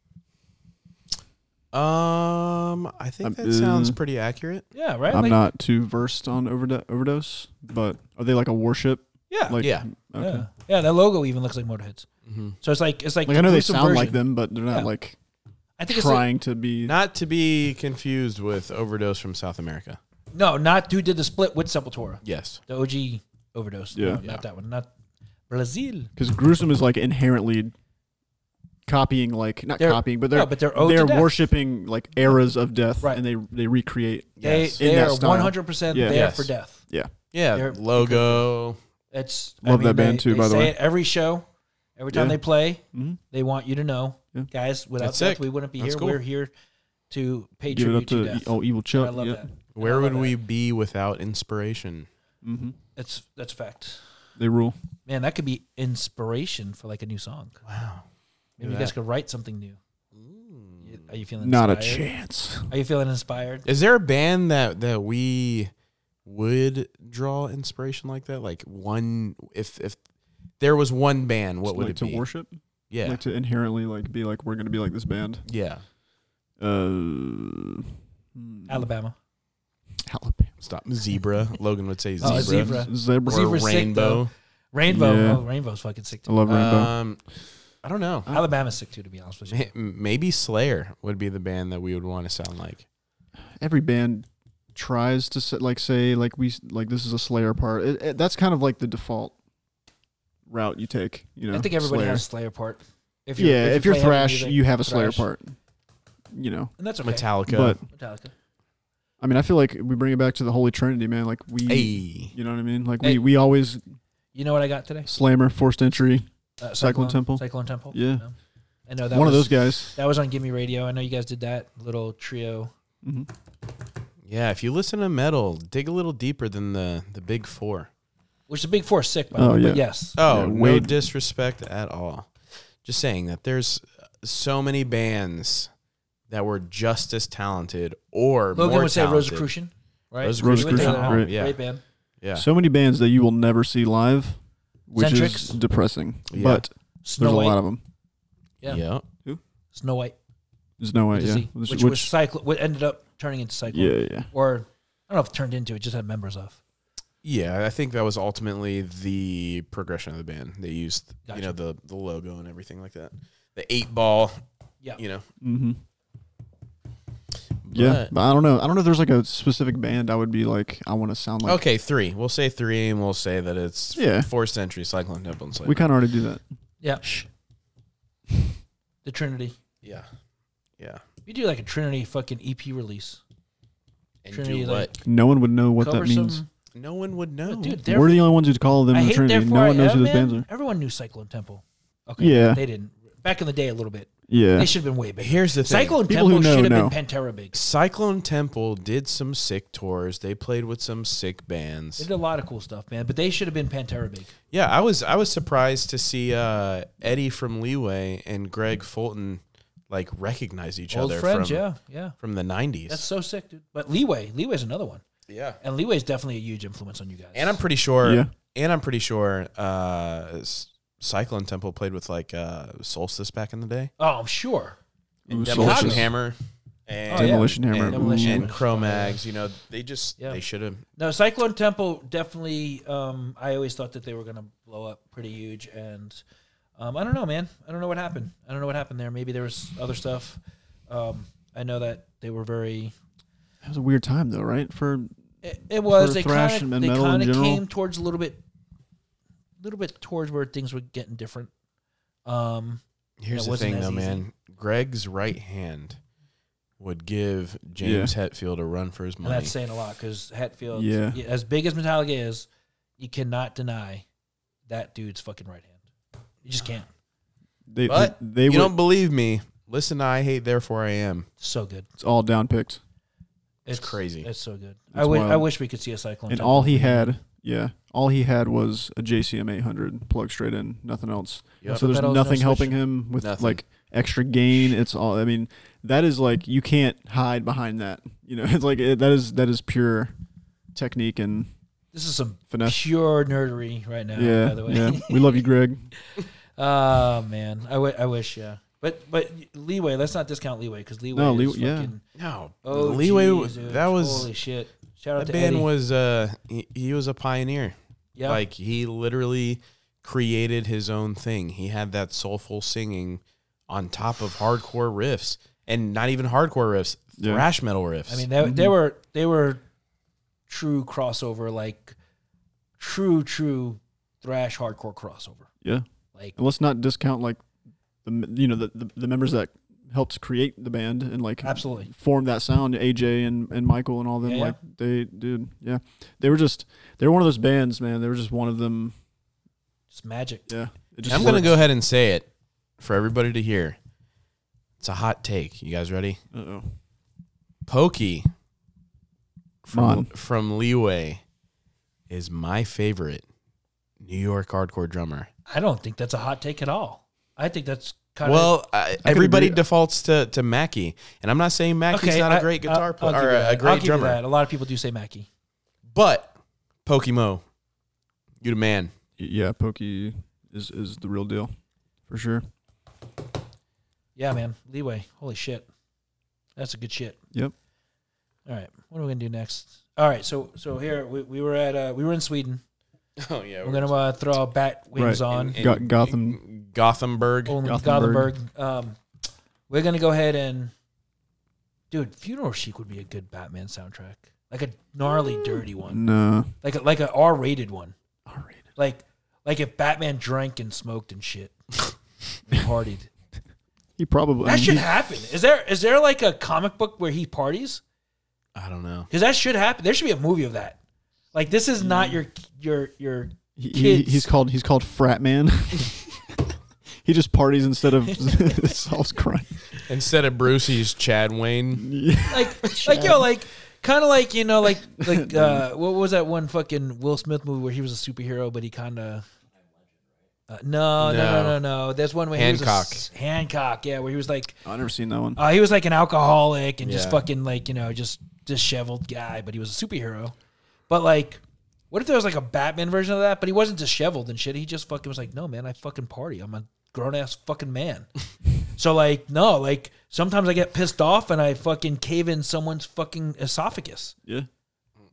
Speaker 3: Um, I think
Speaker 2: Um,
Speaker 3: that sounds
Speaker 2: uh,
Speaker 3: pretty accurate.
Speaker 1: Yeah, right.
Speaker 2: I'm
Speaker 1: Like-
Speaker 2: not too versed on overdo- overdose, but are they like a warship?
Speaker 1: Yeah.
Speaker 2: Like,
Speaker 3: Yeah.
Speaker 2: Okay.
Speaker 1: Yeah. yeah, that logo even looks like Motorheads. So it's like it's like,
Speaker 2: Like
Speaker 1: the
Speaker 2: I know they
Speaker 1: gruesome
Speaker 2: sound like
Speaker 1: version.
Speaker 2: them, but they're not
Speaker 1: Yeah.
Speaker 2: like
Speaker 1: I think it's like-
Speaker 2: trying to be.
Speaker 3: Not to be confused with overdose from South America.
Speaker 1: no, not who did the split with Sepultura.
Speaker 3: Yes.
Speaker 1: The OG overdose.
Speaker 2: Yeah.
Speaker 1: No,
Speaker 3: Yeah.
Speaker 1: Not that one. Not Brazil.
Speaker 2: Because gruesome is like inherently copying, like not
Speaker 1: They're-
Speaker 2: copying, but they're
Speaker 1: no, but they're owed to death.
Speaker 2: worshiping like eras of death,
Speaker 1: Right.
Speaker 2: and they they recreate.
Speaker 3: Yes.
Speaker 1: They,
Speaker 2: In
Speaker 1: they
Speaker 2: that
Speaker 1: are
Speaker 2: style.
Speaker 1: 100%
Speaker 2: Yeah.
Speaker 1: there
Speaker 3: Yes.
Speaker 1: for death.
Speaker 2: Yeah,
Speaker 3: Yeah.
Speaker 1: They're-
Speaker 3: logo.
Speaker 1: It's
Speaker 2: Love that band
Speaker 1: they-
Speaker 2: too,
Speaker 1: they
Speaker 2: by the
Speaker 1: say
Speaker 2: way.
Speaker 1: it every show, every time
Speaker 2: Yeah.
Speaker 1: they play,
Speaker 2: Mhm.
Speaker 1: they want you to know,
Speaker 2: Yeah.
Speaker 1: guys. Without
Speaker 3: That's
Speaker 1: death,
Speaker 3: sick.
Speaker 1: we wouldn't be
Speaker 3: That's
Speaker 1: here.
Speaker 3: cool.
Speaker 1: We're here to pay
Speaker 2: give it up
Speaker 1: tribute to,
Speaker 2: to
Speaker 1: death.
Speaker 2: E- oh evil
Speaker 1: I
Speaker 2: Chuck.
Speaker 1: love
Speaker 2: yep.
Speaker 1: that.
Speaker 3: Where would we be without inspiration?
Speaker 1: That's that's a fact.
Speaker 2: Mm-hmm. They rule.
Speaker 1: Man, that could be inspiration for like a new song.
Speaker 3: Wow.
Speaker 1: Maybe you guys could write something new. You- Are you feeling
Speaker 2: Not a
Speaker 1: inspired?
Speaker 2: chance.
Speaker 1: Are you feeling inspired?
Speaker 3: Is there a band that that we would draw inspiration like that? Like one if if there was one band, what would
Speaker 2: like
Speaker 3: it
Speaker 2: to
Speaker 3: be?
Speaker 2: worship?
Speaker 3: Yeah.
Speaker 2: Like to inherently like be like we're gonna be like this band.
Speaker 3: yeah.
Speaker 2: Uh,
Speaker 1: Alabama.
Speaker 2: Alabama.
Speaker 3: Stop. Zebra. Logan would say zebra.
Speaker 1: Oh, zebra.
Speaker 2: Zebra.
Speaker 3: Or
Speaker 1: Zebra's sick,
Speaker 3: rainbow.
Speaker 1: Rainbow.
Speaker 2: Yeah.
Speaker 1: Oh, Rainbow's fucking sick
Speaker 2: I
Speaker 1: too.
Speaker 2: love rainbow.
Speaker 3: Um I don't know.
Speaker 1: Alabama's sick too, to be honest with you.
Speaker 3: M- Maybe Slayer would be the band that we would want to sound like.
Speaker 2: every band tries to say, like say like we like this is a Slayer part. It, it- that's kind of like the default route you take. You know,
Speaker 1: I think everybody
Speaker 2: Slayer.
Speaker 1: has Slayer part. If
Speaker 2: yeah, if, you're
Speaker 1: play heavy
Speaker 2: thrash,
Speaker 1: music,
Speaker 2: you have a Slayer
Speaker 1: thrash.
Speaker 2: part. You know,
Speaker 1: and that's okay.
Speaker 3: Metallica.
Speaker 2: but
Speaker 1: Metallica.
Speaker 2: I mean, I feel like we bring it back to the Holy Trinity, man. Like we,
Speaker 3: hey.
Speaker 2: you know what I mean? Like
Speaker 1: Hey.
Speaker 2: we, we always
Speaker 1: You know what I got today?
Speaker 2: Slammer, Forced Entry,
Speaker 1: Uh,
Speaker 2: Cyclone Temple.
Speaker 1: Cyclone Temple.
Speaker 2: Yeah.
Speaker 1: No. I know that
Speaker 2: one
Speaker 1: was,
Speaker 2: of those guys.
Speaker 1: That was on Gimme Radio. I know you guys did that little trio.
Speaker 3: Yeah, if you listen to metal, dig a little deeper than the the big four.
Speaker 1: Which the big four is sick by the
Speaker 2: Oh,
Speaker 1: way. But
Speaker 2: yeah.
Speaker 1: yes.
Speaker 3: Oh,
Speaker 2: Yeah,
Speaker 3: no
Speaker 2: way-
Speaker 3: disrespect at all. Just saying that there's so many bands that were just as talented or
Speaker 1: Logan
Speaker 3: more
Speaker 1: would say
Speaker 3: talented.
Speaker 1: Rosicrucian, right?
Speaker 3: Rosicrucian.
Speaker 1: He would say that.
Speaker 2: Rosicrucian, great.
Speaker 1: Yeah. Great band.
Speaker 3: Yeah.
Speaker 2: So many bands that you will never see live, which is
Speaker 1: Centrix.
Speaker 2: depressing.
Speaker 3: Yeah.
Speaker 2: But
Speaker 1: Snow
Speaker 2: there's
Speaker 1: White.
Speaker 2: a lot of them.
Speaker 1: Yeah.
Speaker 3: yeah.
Speaker 1: Snow White.
Speaker 2: There's no way.
Speaker 1: with a
Speaker 2: Yeah,
Speaker 1: Z,
Speaker 2: This-
Speaker 1: which, was Cyclone. What ended up turning into Cyclone.
Speaker 2: yeah, yeah.
Speaker 1: Or I don't know if it turned into. It just had members of.
Speaker 3: Yeah, I think that was ultimately the progression of the band. They used
Speaker 1: Gotcha.
Speaker 3: you know the the logo and everything like that. The eight ball,
Speaker 1: Yeah.
Speaker 3: you know.
Speaker 2: Mm-hmm. Yeah,
Speaker 3: But-
Speaker 2: but I don't know. I don't know if there's like a specific band I would be like, I want to sound like.
Speaker 3: okay, three. We'll say three, and we'll say that it's
Speaker 2: Yeah.
Speaker 3: fourth century Cyclone Temple and Slayer.
Speaker 2: We kind of already do that.
Speaker 1: Yeah. The Trinity.
Speaker 3: yeah, yeah.
Speaker 1: You do like a Trinity fucking EP release.
Speaker 3: And
Speaker 1: Trinity,
Speaker 3: do
Speaker 1: like,
Speaker 3: what?
Speaker 2: No one would know what that
Speaker 1: Cover
Speaker 2: means.
Speaker 1: some.
Speaker 3: No one would know.
Speaker 1: Dude,
Speaker 2: We're
Speaker 1: therefore,
Speaker 2: the only ones who'd call them
Speaker 1: I
Speaker 2: the
Speaker 1: hate
Speaker 2: Trinity.
Speaker 1: therefore
Speaker 2: No
Speaker 1: I
Speaker 2: one knows
Speaker 1: am,
Speaker 2: who those
Speaker 1: man.
Speaker 2: bands are.
Speaker 1: Everyone knew Cyclone Temple. Okay.
Speaker 2: Yeah.
Speaker 1: They didn't. Back in the day, a little bit.
Speaker 2: Yeah,
Speaker 1: They should have been way big.
Speaker 3: Here's the thing.
Speaker 1: Cyclone
Speaker 2: People who
Speaker 1: Temple
Speaker 2: know,
Speaker 1: should have
Speaker 2: know.
Speaker 1: been Pantera big.
Speaker 3: Cyclone Temple did some sick tours. They played with some sick
Speaker 1: They
Speaker 3: bands.
Speaker 1: did a lot of cool stuff, man. But they should have been Pantera big.
Speaker 3: Yeah, I was I was surprised to see uh, Eddie from Leeway and Greg Fulton like recognize each
Speaker 1: Old
Speaker 3: other
Speaker 1: friends,
Speaker 3: from
Speaker 1: yeah, yeah.
Speaker 3: from the '90s.
Speaker 1: That's so sick, dude. But Leeway, Leeway's another one,
Speaker 3: yeah,
Speaker 1: and Leeway's definitely a huge influence on you guys.
Speaker 3: and I'm pretty sure.
Speaker 2: Yeah.
Speaker 3: and I'm pretty sure uh, S- Cyclone Temple pplayed with like uh, Solstice back in the day.
Speaker 1: oh, I'm sure.
Speaker 2: Ooh,
Speaker 3: And
Speaker 2: Solstice.
Speaker 3: Demolition Hammer. and,
Speaker 2: Demolition Hammer.
Speaker 3: and,
Speaker 1: Oh, Demolition
Speaker 3: and
Speaker 1: Hammer.
Speaker 3: Cro-Mags. You know, they just
Speaker 1: Yeah.
Speaker 3: they should have.
Speaker 1: No, Cyclone Temple definitely. Um, I always thought that they were going to blow up pretty huge, and um, I don't know, man. I don't know what happened. I don't know what happened there. Maybe there was other stuff. Um, I know that they were very.
Speaker 2: It was a weird time though, right? For
Speaker 1: It, it was
Speaker 2: For
Speaker 1: they
Speaker 2: thrash
Speaker 1: kind of
Speaker 2: and
Speaker 1: they
Speaker 2: metal in
Speaker 1: kind of
Speaker 2: general?
Speaker 1: came towards a little bit, little bit towards where things were getting different. Um, it
Speaker 3: Here's the
Speaker 1: wasn't
Speaker 3: thing,
Speaker 1: as
Speaker 3: though,
Speaker 1: easy.
Speaker 3: man. Greg's right hand would give James Hetfield a run for his
Speaker 1: and
Speaker 3: money.
Speaker 1: that's saying a lot because Hatfield,
Speaker 2: Yeah.
Speaker 1: yeah, as big as Metallica is, you cannot deny that dude's fucking right hand. You just can't.
Speaker 2: they,
Speaker 3: but
Speaker 2: they, they
Speaker 3: you
Speaker 2: were,
Speaker 3: don't believe me. Listen, to I hate. Therefore, I am.
Speaker 1: So good.
Speaker 2: it's all down picked,
Speaker 1: It's,
Speaker 3: crazy.
Speaker 1: It's so good. I
Speaker 2: It's
Speaker 1: wi- I
Speaker 2: wild.
Speaker 1: wish we could see a cyclone.
Speaker 2: and
Speaker 1: Temple.
Speaker 2: all he had, yeah, all he had was a JCM 800 plugged straight in, nothing else.
Speaker 3: Yep.
Speaker 2: So there's
Speaker 1: Pedals, no
Speaker 2: nothing helping
Speaker 1: switch.
Speaker 2: him with
Speaker 3: Nothing.
Speaker 2: like extra gain. It's all. I mean, that is like you can't hide behind that. You know, it's like it, that is that is pure technique and
Speaker 1: This is some
Speaker 2: finesse.
Speaker 1: pure nerdery right now.
Speaker 2: yeah,
Speaker 1: Uh, by the way.
Speaker 2: yeah. We love you, Greg.
Speaker 1: oh man, I wi- I wish. Yeah, but but leeway. Let's not discount leeway because leeway.
Speaker 2: No,
Speaker 1: is
Speaker 2: Leeway- yeah.
Speaker 1: fucking-
Speaker 3: No,
Speaker 1: Oh,
Speaker 3: leeway.
Speaker 1: geez, dude.
Speaker 3: that was
Speaker 1: holy shit. Shout out
Speaker 3: that
Speaker 1: to
Speaker 3: band
Speaker 1: Eddie.
Speaker 3: was uh he, he was a pioneer.
Speaker 1: yeah.
Speaker 3: Like he literally created his own thing. He had that soulful singing on top of hardcore riffs and not even hardcore riffs,
Speaker 2: Yeah.
Speaker 3: thrash metal riffs.
Speaker 1: I mean, they,
Speaker 3: mm-hmm.
Speaker 1: they were they were true crossover, like true true thrash hardcore crossover.
Speaker 2: Yeah.
Speaker 1: Like
Speaker 2: And let's not discount like the m- you know the, the, the members that helped create the band and like
Speaker 1: absolutely.
Speaker 2: form that sound AJ and, and Michael and all them
Speaker 1: Yeah, yeah.
Speaker 2: like they dude yeah they were just they were one of those bands man they were just one of them
Speaker 1: It's magic.
Speaker 2: yeah it just
Speaker 3: I'm going to
Speaker 2: worked.
Speaker 3: go ahead and say it for everybody to hear. It's a hot take. You guys ready?
Speaker 2: Uh-oh.
Speaker 3: Pokey
Speaker 2: Mon.
Speaker 3: from, from Leeway is my favorite New York hardcore drummer.
Speaker 1: I don't think that's a hot take at all. I think that's kind of
Speaker 3: Well, I, everybody
Speaker 2: agree.
Speaker 3: defaults to to Mackey, and I'm not saying Mackey's not a
Speaker 1: a
Speaker 3: great guitar player
Speaker 1: uh, I'll give you
Speaker 3: or a,
Speaker 1: that.
Speaker 3: a
Speaker 1: I'll
Speaker 3: great
Speaker 1: give you
Speaker 3: drummer,
Speaker 1: that. A lot of people do say Mackey.
Speaker 3: but Pokemo, you the man.
Speaker 2: Y- yeah Pokey is is the real deal for sure
Speaker 1: Yeah, man. Leeway. Holy shit. That's a good shit.
Speaker 2: yep
Speaker 1: All right. What are we gonna do next? All right. So so here we, we were at uh, we were in Sweden.
Speaker 3: Oh yeah,
Speaker 1: We're gonna uh, throw our bat wings
Speaker 2: Right.
Speaker 1: on.
Speaker 2: Go- Gotham
Speaker 3: Gothenburg.
Speaker 1: only
Speaker 2: Gothenburg.
Speaker 1: Gothenburg. Um, we're gonna go ahead and, dude, Funeral Chic would be a good Batman soundtrack, like a gnarly, dirty one,
Speaker 3: Mm.
Speaker 2: no
Speaker 1: like a, like a R-rated one. R-rated. Like like if Batman drank and smoked and shit, and partied.
Speaker 2: he probably
Speaker 1: That
Speaker 2: I mean,
Speaker 1: should
Speaker 2: Um, he-
Speaker 1: happen. Is there is there like a comic book where he parties?
Speaker 3: I don't know.
Speaker 1: Because that should happen. There should be a movie of that. Like this is not your your your
Speaker 2: he, he,
Speaker 1: kids.
Speaker 2: he's called he's called frat man he just parties instead of solves crime
Speaker 3: Instead of Bruce, he's Chad Wayne.
Speaker 1: like like yo like kind of like you know like like uh what was that one fucking Will Smith movie where he was a superhero but he kind of uh, no, no no no
Speaker 3: No.
Speaker 1: no there's one way
Speaker 3: Hancock.
Speaker 1: Hancock yeah where he was like
Speaker 2: I've never seen that one
Speaker 1: uh, he was like an alcoholic and just
Speaker 3: Yeah.
Speaker 1: fucking like you know just disheveled guy but he was a superhero but like what if there was like a Batman version of that but he wasn't disheveled and shit he just fucking was like no man I fucking party I'm a grown ass fucking man so like no, like sometimes I get pissed off and I fucking cave in someone's fucking esophagus.
Speaker 2: yeah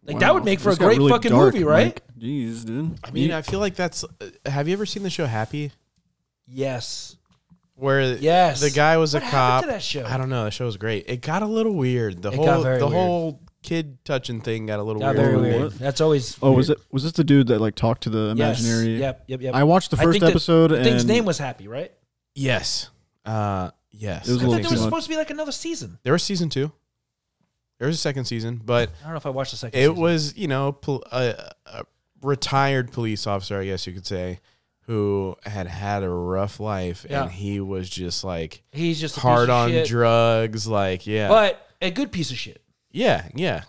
Speaker 1: Like that would
Speaker 2: Wow.
Speaker 1: make for a
Speaker 2: This got
Speaker 1: great
Speaker 2: really
Speaker 1: fucking
Speaker 2: dark,
Speaker 1: movie, right?
Speaker 2: Mike. Jeez, dude.
Speaker 3: I mean, I feel like that's. Uh, have you ever seen the show Happy?
Speaker 1: Yes.
Speaker 3: Where
Speaker 1: Yes.
Speaker 3: the guy was
Speaker 1: What
Speaker 3: a
Speaker 1: happened
Speaker 3: cop.
Speaker 1: to that show?
Speaker 3: I don't know. That show was great. It got a little weird. The
Speaker 1: It got
Speaker 3: whole the
Speaker 1: very weird.
Speaker 3: whole kid touching thing got a little
Speaker 1: Got
Speaker 3: weird.
Speaker 1: very
Speaker 2: What?
Speaker 1: weird. That's always.
Speaker 2: Oh, was it was this the dude that like talked to the
Speaker 1: Yes.
Speaker 2: imaginary?
Speaker 1: Yep. Yep. Yep.
Speaker 2: I watched the
Speaker 1: I
Speaker 2: first
Speaker 1: think that
Speaker 2: episode
Speaker 1: The thing's
Speaker 2: and
Speaker 1: name was Happy, right?
Speaker 3: Yes. Uh, yes.
Speaker 2: It was a
Speaker 1: I
Speaker 2: little
Speaker 1: thought
Speaker 2: too
Speaker 1: there was
Speaker 2: much.
Speaker 1: supposed to be like another season.
Speaker 3: There was season two. There was a second season, but
Speaker 1: I don't know if I watched the second.
Speaker 3: it
Speaker 1: season.
Speaker 3: was you know pol- a, a retired police officer, I guess you could say, who had had a rough life,
Speaker 1: Yeah.
Speaker 3: and he was just like
Speaker 1: He's just a piece
Speaker 3: hard
Speaker 1: of
Speaker 3: on
Speaker 1: shit,
Speaker 3: drugs, like yeah,
Speaker 1: but a good piece of shit.
Speaker 3: yeah, yeah,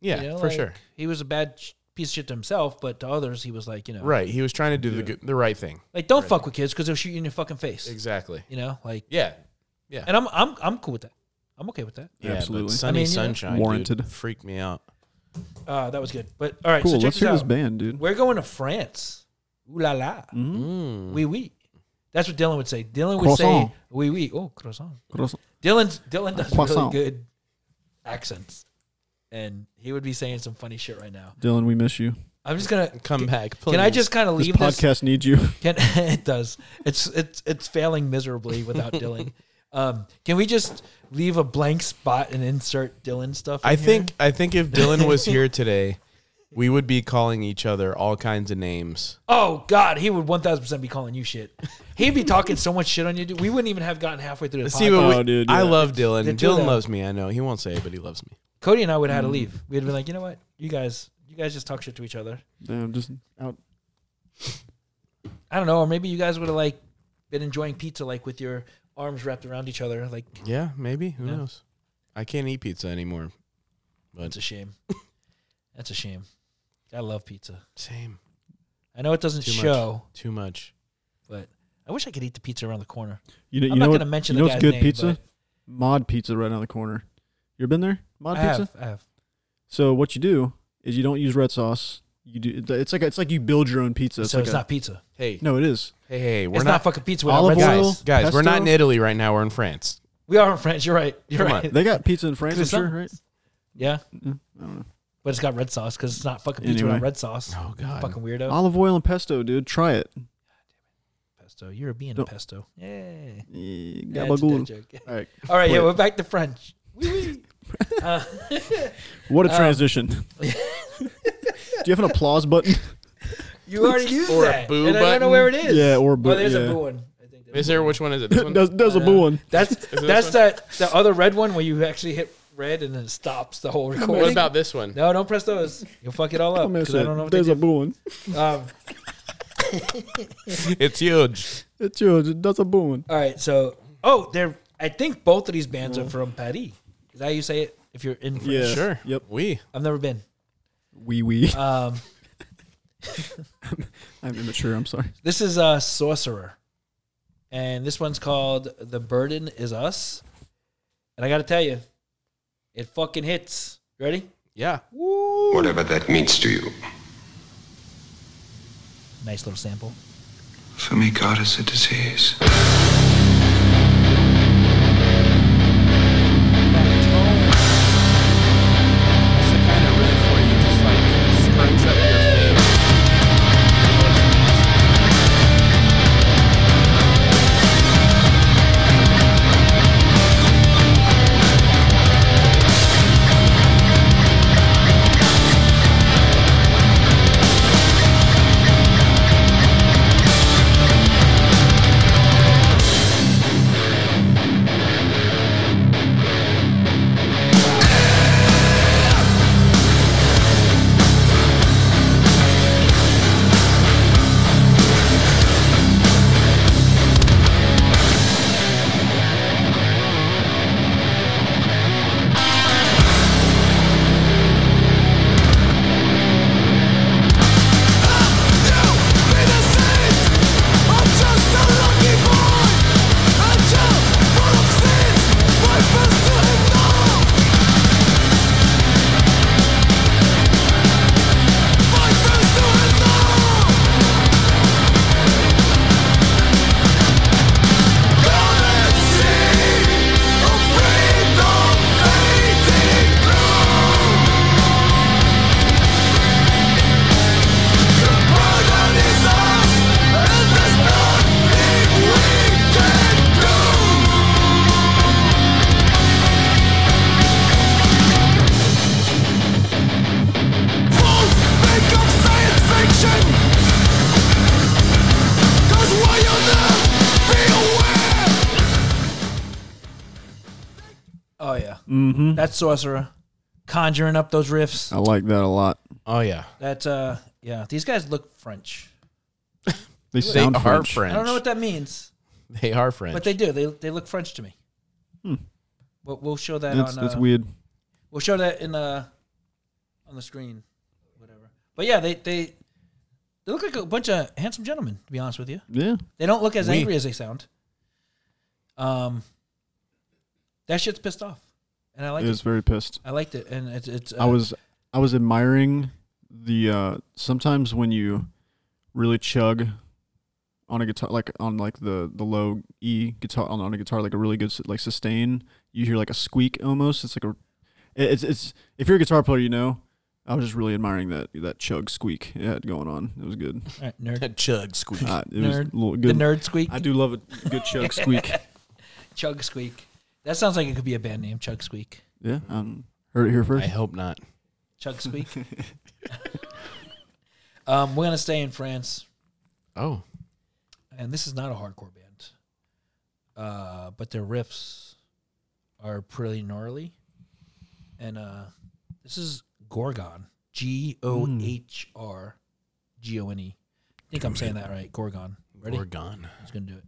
Speaker 3: yeah,
Speaker 1: you know,
Speaker 3: for
Speaker 1: like,
Speaker 3: sure.
Speaker 1: He was a bad sh- piece of shit to himself, but to others, he was like, you know,
Speaker 3: Right, he was trying to do the good, the right thing.
Speaker 1: Like, don't fuck with kids because they'll shoot you in your fucking face.
Speaker 3: Exactly.
Speaker 1: You know, like,
Speaker 3: Yeah.
Speaker 1: and I'm I'm I'm cool with that. I'm okay with that.
Speaker 3: Yeah, but
Speaker 2: Absolutely.
Speaker 3: Sunny
Speaker 1: I mean, yeah.
Speaker 3: sunshine
Speaker 2: Warranted.
Speaker 3: dude, freaked me out.
Speaker 1: Uh, that was good. But all right,
Speaker 2: cool.
Speaker 1: so check
Speaker 2: Let's
Speaker 1: this
Speaker 2: hear
Speaker 1: out.
Speaker 2: this band, dude.
Speaker 1: We're going to France. Ooh la la.
Speaker 3: Mm.
Speaker 1: Oui oui. That's what Dylan would say. Dylan would
Speaker 2: Mm-hmm. Croissant.
Speaker 1: say oui oui. Oh croissant.
Speaker 2: What else?
Speaker 1: Dylan Dylan does
Speaker 2: Croissant.
Speaker 1: really good accents, and he would be saying some funny shit right now.
Speaker 2: Dylan, we miss you.
Speaker 1: I'm just gonna
Speaker 3: Come back, please.
Speaker 1: Can I just kind of
Speaker 2: This
Speaker 1: leave this?
Speaker 2: podcast needs you.
Speaker 1: Can, it does. It's it's it's failing miserably without Dylan. Um, can we just leave a blank spot and insert Dylan stuff? in
Speaker 3: I
Speaker 1: here?
Speaker 3: think I think if Dylan was here today, we would be calling each other all kinds of names.
Speaker 1: Oh God, he would one thousand percent be calling you shit. He'd be talking so much shit on you. Dude. We wouldn't even have gotten halfway through the
Speaker 3: See,
Speaker 1: podcast.
Speaker 3: what we,
Speaker 2: Oh, dude,
Speaker 3: I
Speaker 2: yeah.
Speaker 3: love Dylan.
Speaker 1: The two of
Speaker 3: Dylan
Speaker 1: them.
Speaker 3: loves me. I know he won't say, it, but he loves me.
Speaker 1: Cody and I would have had to
Speaker 3: Mm.
Speaker 1: leave. We'd been like, you know what, you guys, you guys just talk shit to each other.
Speaker 2: Damn, just out.
Speaker 1: I don't know, or maybe you guys would have like been enjoying pizza like with your arms wrapped around each other. Like
Speaker 3: Yeah, maybe. Who
Speaker 1: Yeah.
Speaker 3: knows? I can't eat pizza anymore.
Speaker 1: that's a shame. That's a shame. I love pizza.
Speaker 3: Same.
Speaker 1: I know it doesn't
Speaker 3: Too much.
Speaker 1: show,
Speaker 3: Too much.
Speaker 1: but I wish I could eat the pizza around the corner.
Speaker 2: You know,
Speaker 1: I'm
Speaker 2: you
Speaker 1: not
Speaker 2: know,
Speaker 1: gonna
Speaker 2: what,
Speaker 1: mention
Speaker 2: you know
Speaker 1: the
Speaker 2: what's
Speaker 1: guy's
Speaker 2: good
Speaker 1: name,
Speaker 2: pizza?
Speaker 1: but
Speaker 2: Mod Pizza right around the corner. You ever been there? Mod
Speaker 1: I
Speaker 2: Pizza?
Speaker 1: have, I have.
Speaker 2: So what you do is you don't use red sauce. You do. It's like it's like you build your own pizza.
Speaker 1: so
Speaker 2: like
Speaker 1: it's
Speaker 2: a-
Speaker 1: not pizza.
Speaker 3: Hey,
Speaker 2: No, it is.
Speaker 3: hey, hey. We're
Speaker 1: It's not,
Speaker 3: not,
Speaker 1: fucking pizza without
Speaker 2: Olive
Speaker 1: red
Speaker 2: oil?
Speaker 1: sauce.
Speaker 3: guys. We're not in
Speaker 2: pesto?
Speaker 3: Italy right now. We're in France.
Speaker 1: We are in France. You're right. You're
Speaker 3: Come on.
Speaker 1: right.
Speaker 2: They got pizza in France, I'm
Speaker 1: Because
Speaker 2: sure,
Speaker 1: some-
Speaker 2: right?
Speaker 1: Yeah.
Speaker 2: Yeah, Mm-hmm. I don't know.
Speaker 1: But it's got red sauce because it's not fucking pizza
Speaker 2: Anyway.
Speaker 1: without red sauce.
Speaker 3: Oh God.
Speaker 1: Fucking weirdo.
Speaker 2: Olive oil and pesto, dude. Try it.
Speaker 1: pesto. You're a being a
Speaker 2: Don't-
Speaker 1: pesto. Yay.
Speaker 2: Eh,
Speaker 1: Yeah, it's a dick
Speaker 2: gabagool.
Speaker 1: joke.
Speaker 2: All right.
Speaker 1: All right. Yeah,
Speaker 2: Wait.
Speaker 1: we're back to French. Wee wee. uh,
Speaker 2: What a transition. do you have an applause button?
Speaker 1: you already used
Speaker 3: Or a
Speaker 1: that.
Speaker 3: boo
Speaker 1: and I don't know
Speaker 3: button?
Speaker 1: where it is.
Speaker 2: Yeah, or a boo-
Speaker 1: Oh, there's
Speaker 2: yeah.
Speaker 1: a boo one. I think there's
Speaker 3: Is there which one is it? This one?
Speaker 2: There's there's a
Speaker 1: I
Speaker 2: boo
Speaker 1: know.
Speaker 2: one.
Speaker 1: That's
Speaker 3: this
Speaker 1: that's
Speaker 3: one?
Speaker 1: that the other red one where you actually hit red and then it stops the whole recording.
Speaker 3: what about this one?
Speaker 1: No, don't press those. You'll fuck it all
Speaker 2: I
Speaker 1: up
Speaker 2: miss
Speaker 1: because Oh, I
Speaker 2: it.
Speaker 1: don't know what
Speaker 2: There's
Speaker 1: they
Speaker 2: a boo one.
Speaker 1: do. Um,
Speaker 3: It's huge.
Speaker 2: It's yours. That's a boo one.
Speaker 1: all right, so oh, they're. I think both of these bands are from Paris. Is that how you say it? If you're in French,
Speaker 2: Yeah.
Speaker 3: Sure.
Speaker 2: Yep.
Speaker 3: We.
Speaker 1: I've never been.
Speaker 2: Wee wee.
Speaker 1: Um,
Speaker 2: I'm immature. I'm sorry.
Speaker 1: This is a sorcerer, and this one's called "The Burden Is Us." And I got to tell you, it fucking hits. Ready?
Speaker 3: Yeah.
Speaker 5: Whatever that means to you.
Speaker 1: Nice little sample.
Speaker 5: For me, God is a disease.
Speaker 3: That's the kind of riff where you just like scrunch up your face.
Speaker 1: Oh yeah, mm-hmm. that's sorcerer, conjuring up those riffs.
Speaker 2: I like that a lot.
Speaker 3: Oh yeah.
Speaker 1: That's uh, yeah. These guys look French.
Speaker 2: They
Speaker 3: They
Speaker 2: sound
Speaker 3: are
Speaker 2: French.
Speaker 3: French.
Speaker 1: I don't know what that means,
Speaker 3: they are French.
Speaker 1: but they do. They they look French to me. But we'll show that
Speaker 2: That's,
Speaker 1: on.
Speaker 2: that's
Speaker 1: uh,
Speaker 2: weird.
Speaker 1: We'll show that in the on the screen, whatever. But yeah, they they they look like a bunch of handsome gentlemen. To be honest with you.
Speaker 2: Yeah.
Speaker 1: They don't look as
Speaker 3: We-
Speaker 1: angry as they sound. Um, that shit's pissed off, and I
Speaker 2: It
Speaker 1: liked it.
Speaker 2: is very pissed.
Speaker 1: I liked it, and it's it's. Uh,
Speaker 2: I was I was admiring the uh sometimes when you really chug on a guitar like on like the the low E guitar on, on a guitar like a really good s- like sustain you hear like a squeak almost it's like a It- It's it's if you're a guitar player, you know. I was just really admiring that that chug squeak it had going on. It was good.
Speaker 1: All right, nerd.
Speaker 3: Chug squeak.
Speaker 2: Uh, it was a
Speaker 1: Nerd.
Speaker 2: little
Speaker 1: The
Speaker 2: good.
Speaker 1: nerd squeak.
Speaker 2: I do love a good chug squeak.
Speaker 1: Chug squeak. That sounds like it could be a band name. Chug squeak.
Speaker 2: Yeah, um, heard it here
Speaker 3: I
Speaker 2: first.
Speaker 3: hope not.
Speaker 1: Chug squeak. um, we're gonna stay in France,
Speaker 3: Oh,
Speaker 1: and this is not a hardcore band, uh, but their riffs are pretty gnarly. And uh, this is Gorgon. G O H R G O N E. I think I'm saying that right. Gorgon. Ready?
Speaker 3: we're gone.
Speaker 1: He's gonna do it.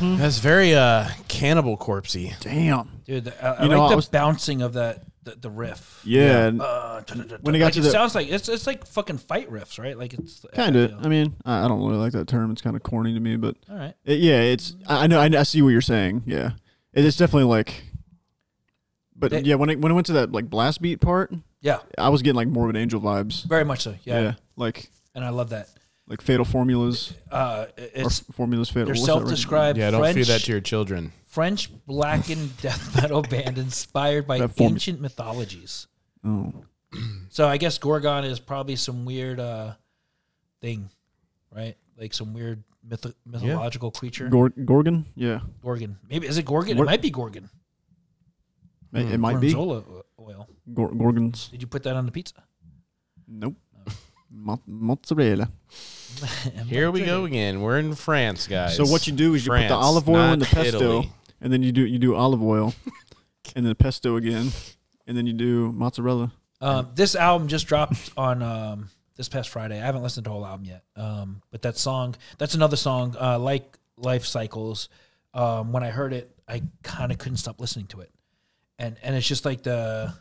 Speaker 3: That's very uh cannibal corpsey.
Speaker 2: Damn.
Speaker 1: Dude, the, I, I
Speaker 2: You know,
Speaker 1: like
Speaker 2: I
Speaker 1: the
Speaker 2: was-
Speaker 1: bouncing of that the, the riff.
Speaker 2: Yeah. and
Speaker 1: Uh, duh, duh, duh,
Speaker 2: When
Speaker 1: duh.
Speaker 2: it got
Speaker 1: Like,
Speaker 2: to the-
Speaker 1: sounds like it's it's like fucking fight riffs, right? Like it's
Speaker 2: Kind of.
Speaker 1: feel.
Speaker 2: I mean, I, I don't really like that term. It's kind of corny to me, but
Speaker 1: All right,
Speaker 2: it, yeah, it's. I I know. I, I see what you're saying. Yeah, it is definitely like. But
Speaker 1: They-
Speaker 2: yeah, when it when it went to that like blast beat part,
Speaker 1: yeah,
Speaker 2: I was getting like Morbid Angel vibes.
Speaker 1: very much so. Yeah,
Speaker 2: Yeah, like
Speaker 1: and I love that.
Speaker 2: like Fatal Formulas
Speaker 1: Uh, it-
Speaker 2: or
Speaker 1: it's
Speaker 2: Formulas Fatal.
Speaker 1: they're
Speaker 2: what's that right?
Speaker 1: self-described
Speaker 3: Yeah, don't
Speaker 1: French
Speaker 3: feed that to your children.
Speaker 1: French blackened death metal band inspired by
Speaker 2: That form-
Speaker 1: ancient mythologies.
Speaker 2: Oh,
Speaker 1: So I guess Gorgon is probably some weird uh thing, right? Like some weird myth- mythological creature.
Speaker 2: Gor- Gorgon. Yeah,
Speaker 1: Gorgon. Maybe is it Gorgon?
Speaker 2: Gor-
Speaker 1: it might be Gorgon.
Speaker 2: it, it might be
Speaker 1: Hmm. Gorgonzola uh, oil.
Speaker 2: Gor- Gorgons.
Speaker 1: Did you put that on the pizza?
Speaker 2: Nope. Mo- mozzarella.
Speaker 3: Here we go again. We're in France, guys.
Speaker 2: So what you do is you put
Speaker 3: France,
Speaker 2: the olive oil in the
Speaker 3: not
Speaker 2: pesto,
Speaker 3: Italy.
Speaker 2: and then you do you do olive oil, and then pesto again, and then you do mozzarella.
Speaker 1: Um, this album just dropped on um, this past Friday. I haven't listened to the whole album yet, um, but that song, that's another song, uh, like Life Cycles. Um, when I heard it, I kind of couldn't stop listening to it, and and it's just like the,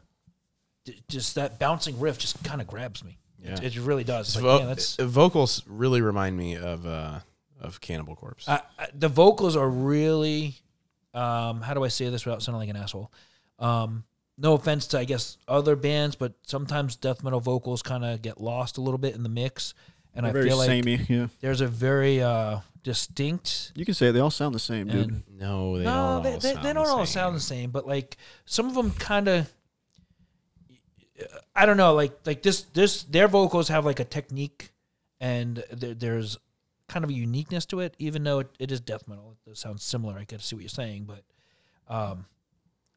Speaker 1: j- just that bouncing riff just kind of grabs me.
Speaker 3: Yeah.
Speaker 1: It, it really does. It's like,
Speaker 3: Vo-
Speaker 1: man, that's
Speaker 3: uh, vocals really remind me of uh of Cannibal Corpse.
Speaker 1: I, I, the vocals are really um how do i say this without sounding like an asshole um no offense to i guess other bands but sometimes death metal vocals kind of get lost a little bit in the mix and i
Speaker 2: Very
Speaker 1: feel like
Speaker 2: samey. Yeah,
Speaker 1: there's a very uh distinct
Speaker 2: you can say it, they all sound the same, dude.
Speaker 1: and
Speaker 3: no, they
Speaker 1: no
Speaker 3: don't.
Speaker 1: they,
Speaker 3: all
Speaker 1: they,
Speaker 3: sound
Speaker 1: they
Speaker 3: the
Speaker 1: don't all
Speaker 3: same.
Speaker 1: sound the same but like some of them kind of i don't know like like this this their vocals have like a technique and there, there's kind of a uniqueness to it even though it, it is death metal it does sound similar i could see what you're saying but um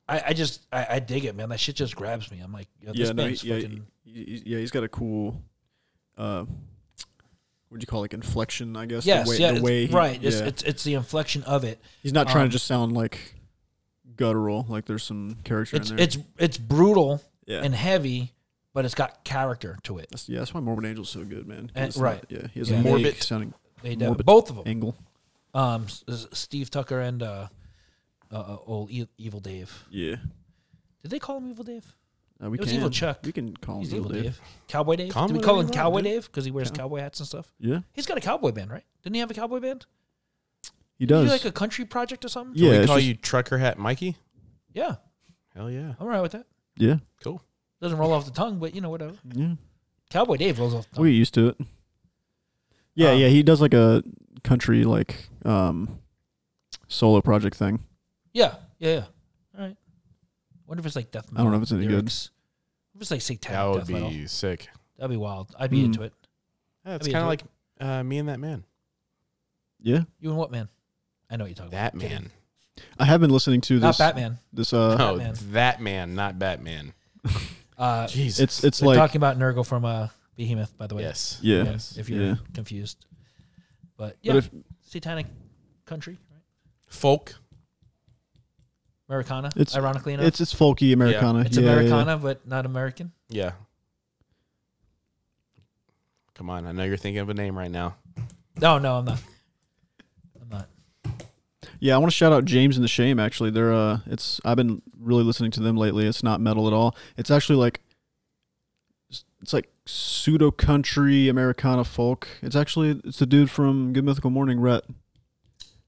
Speaker 1: i i just i, I dig it man that shit just grabs me i'm like yo, this
Speaker 2: yeah, no,
Speaker 1: band's
Speaker 2: he- yeah,
Speaker 1: fucking
Speaker 2: he- he- yeah. He's got a cool, uh, what'd you call it, like inflection? I guess.
Speaker 1: yes
Speaker 2: the way,
Speaker 1: yeah
Speaker 2: the
Speaker 1: it's-
Speaker 2: way he-
Speaker 1: right it's,
Speaker 2: yeah.
Speaker 1: it's it's the inflection of it
Speaker 2: he's not trying
Speaker 1: um,
Speaker 2: to just sound like guttural. Like there's some character
Speaker 1: it's
Speaker 2: in there.
Speaker 1: it's it's brutal
Speaker 2: yeah.
Speaker 1: and heavy but it's got character to it
Speaker 2: that's, yeah, that's why Morbid Angel's so good, man. 'cause
Speaker 1: And-
Speaker 2: it's not-
Speaker 1: right.
Speaker 2: yeah, he has
Speaker 1: Yeah.
Speaker 2: a morbid
Speaker 3: Morbid.
Speaker 2: sounding
Speaker 1: they do,
Speaker 2: Morbid
Speaker 1: both of them
Speaker 2: angle.
Speaker 1: um S- S- Steve Tucker and uh, uh, uh old e- Evil Dave.
Speaker 2: Yeah,
Speaker 1: Did they call him Evil Dave?
Speaker 2: uh, we
Speaker 1: It was
Speaker 2: can.
Speaker 1: Evil Chuck.
Speaker 2: We can call him
Speaker 1: He's
Speaker 2: Oh, Evil Dave.
Speaker 1: Cowboy Dave.
Speaker 3: Call him
Speaker 1: Did we call him
Speaker 3: whatever you want,
Speaker 1: Cowboy
Speaker 3: dude.
Speaker 1: Dave because he wears cowboy hats and stuff?
Speaker 2: Yeah,
Speaker 1: He's got a cowboy band, right? Didn't he have a cowboy band?
Speaker 2: he
Speaker 1: Did he
Speaker 2: does.
Speaker 1: do like a country project or something?
Speaker 2: yeah,
Speaker 3: we
Speaker 2: it's
Speaker 3: call
Speaker 2: just-
Speaker 3: you trucker hat Mikey?
Speaker 1: Yeah,
Speaker 3: Hell yeah.
Speaker 1: I'm all right with that.
Speaker 2: Yeah.
Speaker 3: Cool.
Speaker 1: Doesn't roll off the tongue, but you know whatever.
Speaker 2: Yeah.
Speaker 1: Cowboy Dave rolls off the tongue.
Speaker 2: We get used to it. Yeah,
Speaker 1: Uh,
Speaker 2: yeah. He does like a country like um solo project thing.
Speaker 1: Yeah, yeah, yeah. All right. Wonder if it's like death
Speaker 2: I
Speaker 1: metal.
Speaker 2: don't know if it's any good.
Speaker 1: lyrics. If it's like satanic
Speaker 3: That would
Speaker 1: death metal,
Speaker 3: be sick.
Speaker 1: that'd be wild. I'd be
Speaker 2: Mm.
Speaker 1: into it.
Speaker 3: That's
Speaker 1: be
Speaker 3: kind of
Speaker 1: into
Speaker 3: like uh, me and that man.
Speaker 2: Yeah.
Speaker 1: You and what man? I know what you're talking
Speaker 3: That
Speaker 1: about. Kidding.
Speaker 3: man.
Speaker 2: I have been listening to
Speaker 1: not
Speaker 2: this
Speaker 1: Batman.
Speaker 2: this uh
Speaker 3: No,
Speaker 1: Batman.
Speaker 3: that man, not Batman.
Speaker 1: Uh,
Speaker 3: Jesus.
Speaker 2: it's it's
Speaker 1: we're
Speaker 2: like
Speaker 1: talking about Nurgle from uh, Behemoth, by the way.
Speaker 3: yes.
Speaker 2: yeah.
Speaker 1: Yes, if you're
Speaker 2: Yeah.
Speaker 1: confused. But yeah,
Speaker 2: But if
Speaker 1: satanic country, right?
Speaker 3: Folk.
Speaker 1: Americana.
Speaker 2: It's-
Speaker 1: ironically enough,
Speaker 2: it's it's folky Americana.
Speaker 1: It's
Speaker 2: Yeah, yeah, yeah.
Speaker 1: Americana, but not American.
Speaker 3: Yeah. Come on, I know you're thinking of a name right now.
Speaker 1: No, no, I'm not. I'm not.
Speaker 2: Yeah, I want to shout out James and the Shame. Actually, they're uh, it's I've been really listening to them lately. It's not metal at all. It's actually like, it's like pseudo country Americana folk. It's actually it's the dude from Good Mythical Morning, Rhett.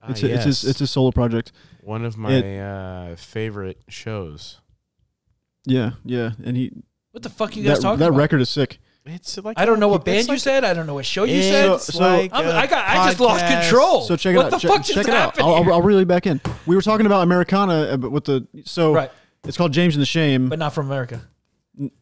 Speaker 3: Ah,
Speaker 2: It's a, it's his
Speaker 3: yes.
Speaker 2: it's his solo project.
Speaker 3: one of my uh, favorite shows.
Speaker 2: Yeah, yeah, and he
Speaker 1: What the fuck you guys
Speaker 2: that
Speaker 1: talking
Speaker 2: that
Speaker 1: about?
Speaker 2: record is sick.
Speaker 3: It's like
Speaker 1: I don't know what
Speaker 3: it's
Speaker 1: band you
Speaker 3: like-
Speaker 1: said. I don't know what show you
Speaker 3: it's
Speaker 1: said.
Speaker 2: So-
Speaker 3: like
Speaker 1: I'm,
Speaker 3: a
Speaker 1: I got. I just lost
Speaker 3: podcast.
Speaker 1: control.
Speaker 2: So check it
Speaker 1: Oh, what
Speaker 2: out.
Speaker 1: the
Speaker 2: check,
Speaker 1: fuck just
Speaker 2: check it out.
Speaker 1: happened?
Speaker 2: I'll, I'll,
Speaker 1: here?
Speaker 2: I'll reel you back in. We were talking about Americana, uh, but with the so
Speaker 1: Right.
Speaker 2: it's called James and the Shame.
Speaker 1: but not from America.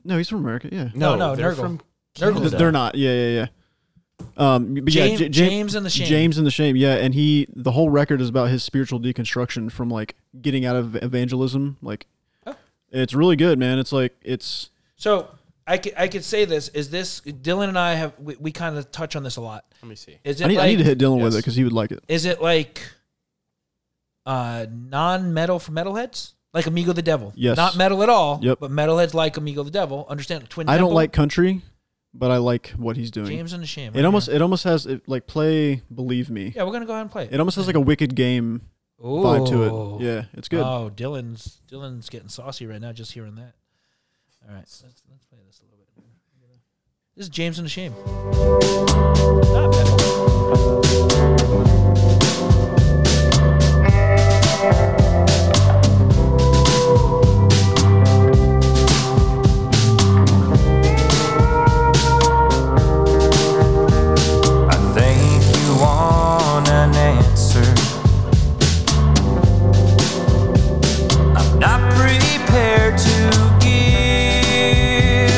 Speaker 2: no, he's from America. Yeah,
Speaker 1: No, no,
Speaker 3: they're
Speaker 1: Nurgle.
Speaker 3: from
Speaker 1: Nurgle.
Speaker 3: Canada.
Speaker 2: They're not. Yeah, yeah, yeah. Um, but yeah,
Speaker 1: James-
Speaker 2: J-
Speaker 1: James and the Shame.
Speaker 2: James and the Shame. Yeah, and he the whole record is about his spiritual deconstruction from like getting out of evangelism. Like,
Speaker 1: Oh.
Speaker 2: it's really good, man. It's like it's
Speaker 1: So I could, I could say this is this Dylan and I have we, we kind of touch on this a lot.
Speaker 3: Let me see.
Speaker 1: Is it
Speaker 2: I need,
Speaker 1: like
Speaker 2: I need to hit Dylan with it
Speaker 3: Yes.
Speaker 2: because he would like it.
Speaker 1: is it like uh non-metal for metalheads? Like Amigo the Devil.
Speaker 2: Yes.
Speaker 1: Not metal at all,
Speaker 2: Yep.
Speaker 1: but metalheads like Amigo the Devil. Understand Twin
Speaker 2: I don't
Speaker 1: Temple,
Speaker 2: like country, but I like what he's doing.
Speaker 1: James and the Shame.
Speaker 2: it
Speaker 1: right
Speaker 2: almost
Speaker 1: here.
Speaker 2: it almost has it, like play believe me.
Speaker 1: Yeah, we're going to go ahead and play it.
Speaker 2: It almost has like a wicked game vibe to it. Yeah, it's good.
Speaker 1: Oh, Dylan's Dylan's getting saucy right now just hearing that. All right, let's, let's play this a little bit. This is James and the Shame. Not metal.
Speaker 8: I think you want an answer. I'm not prepared to give.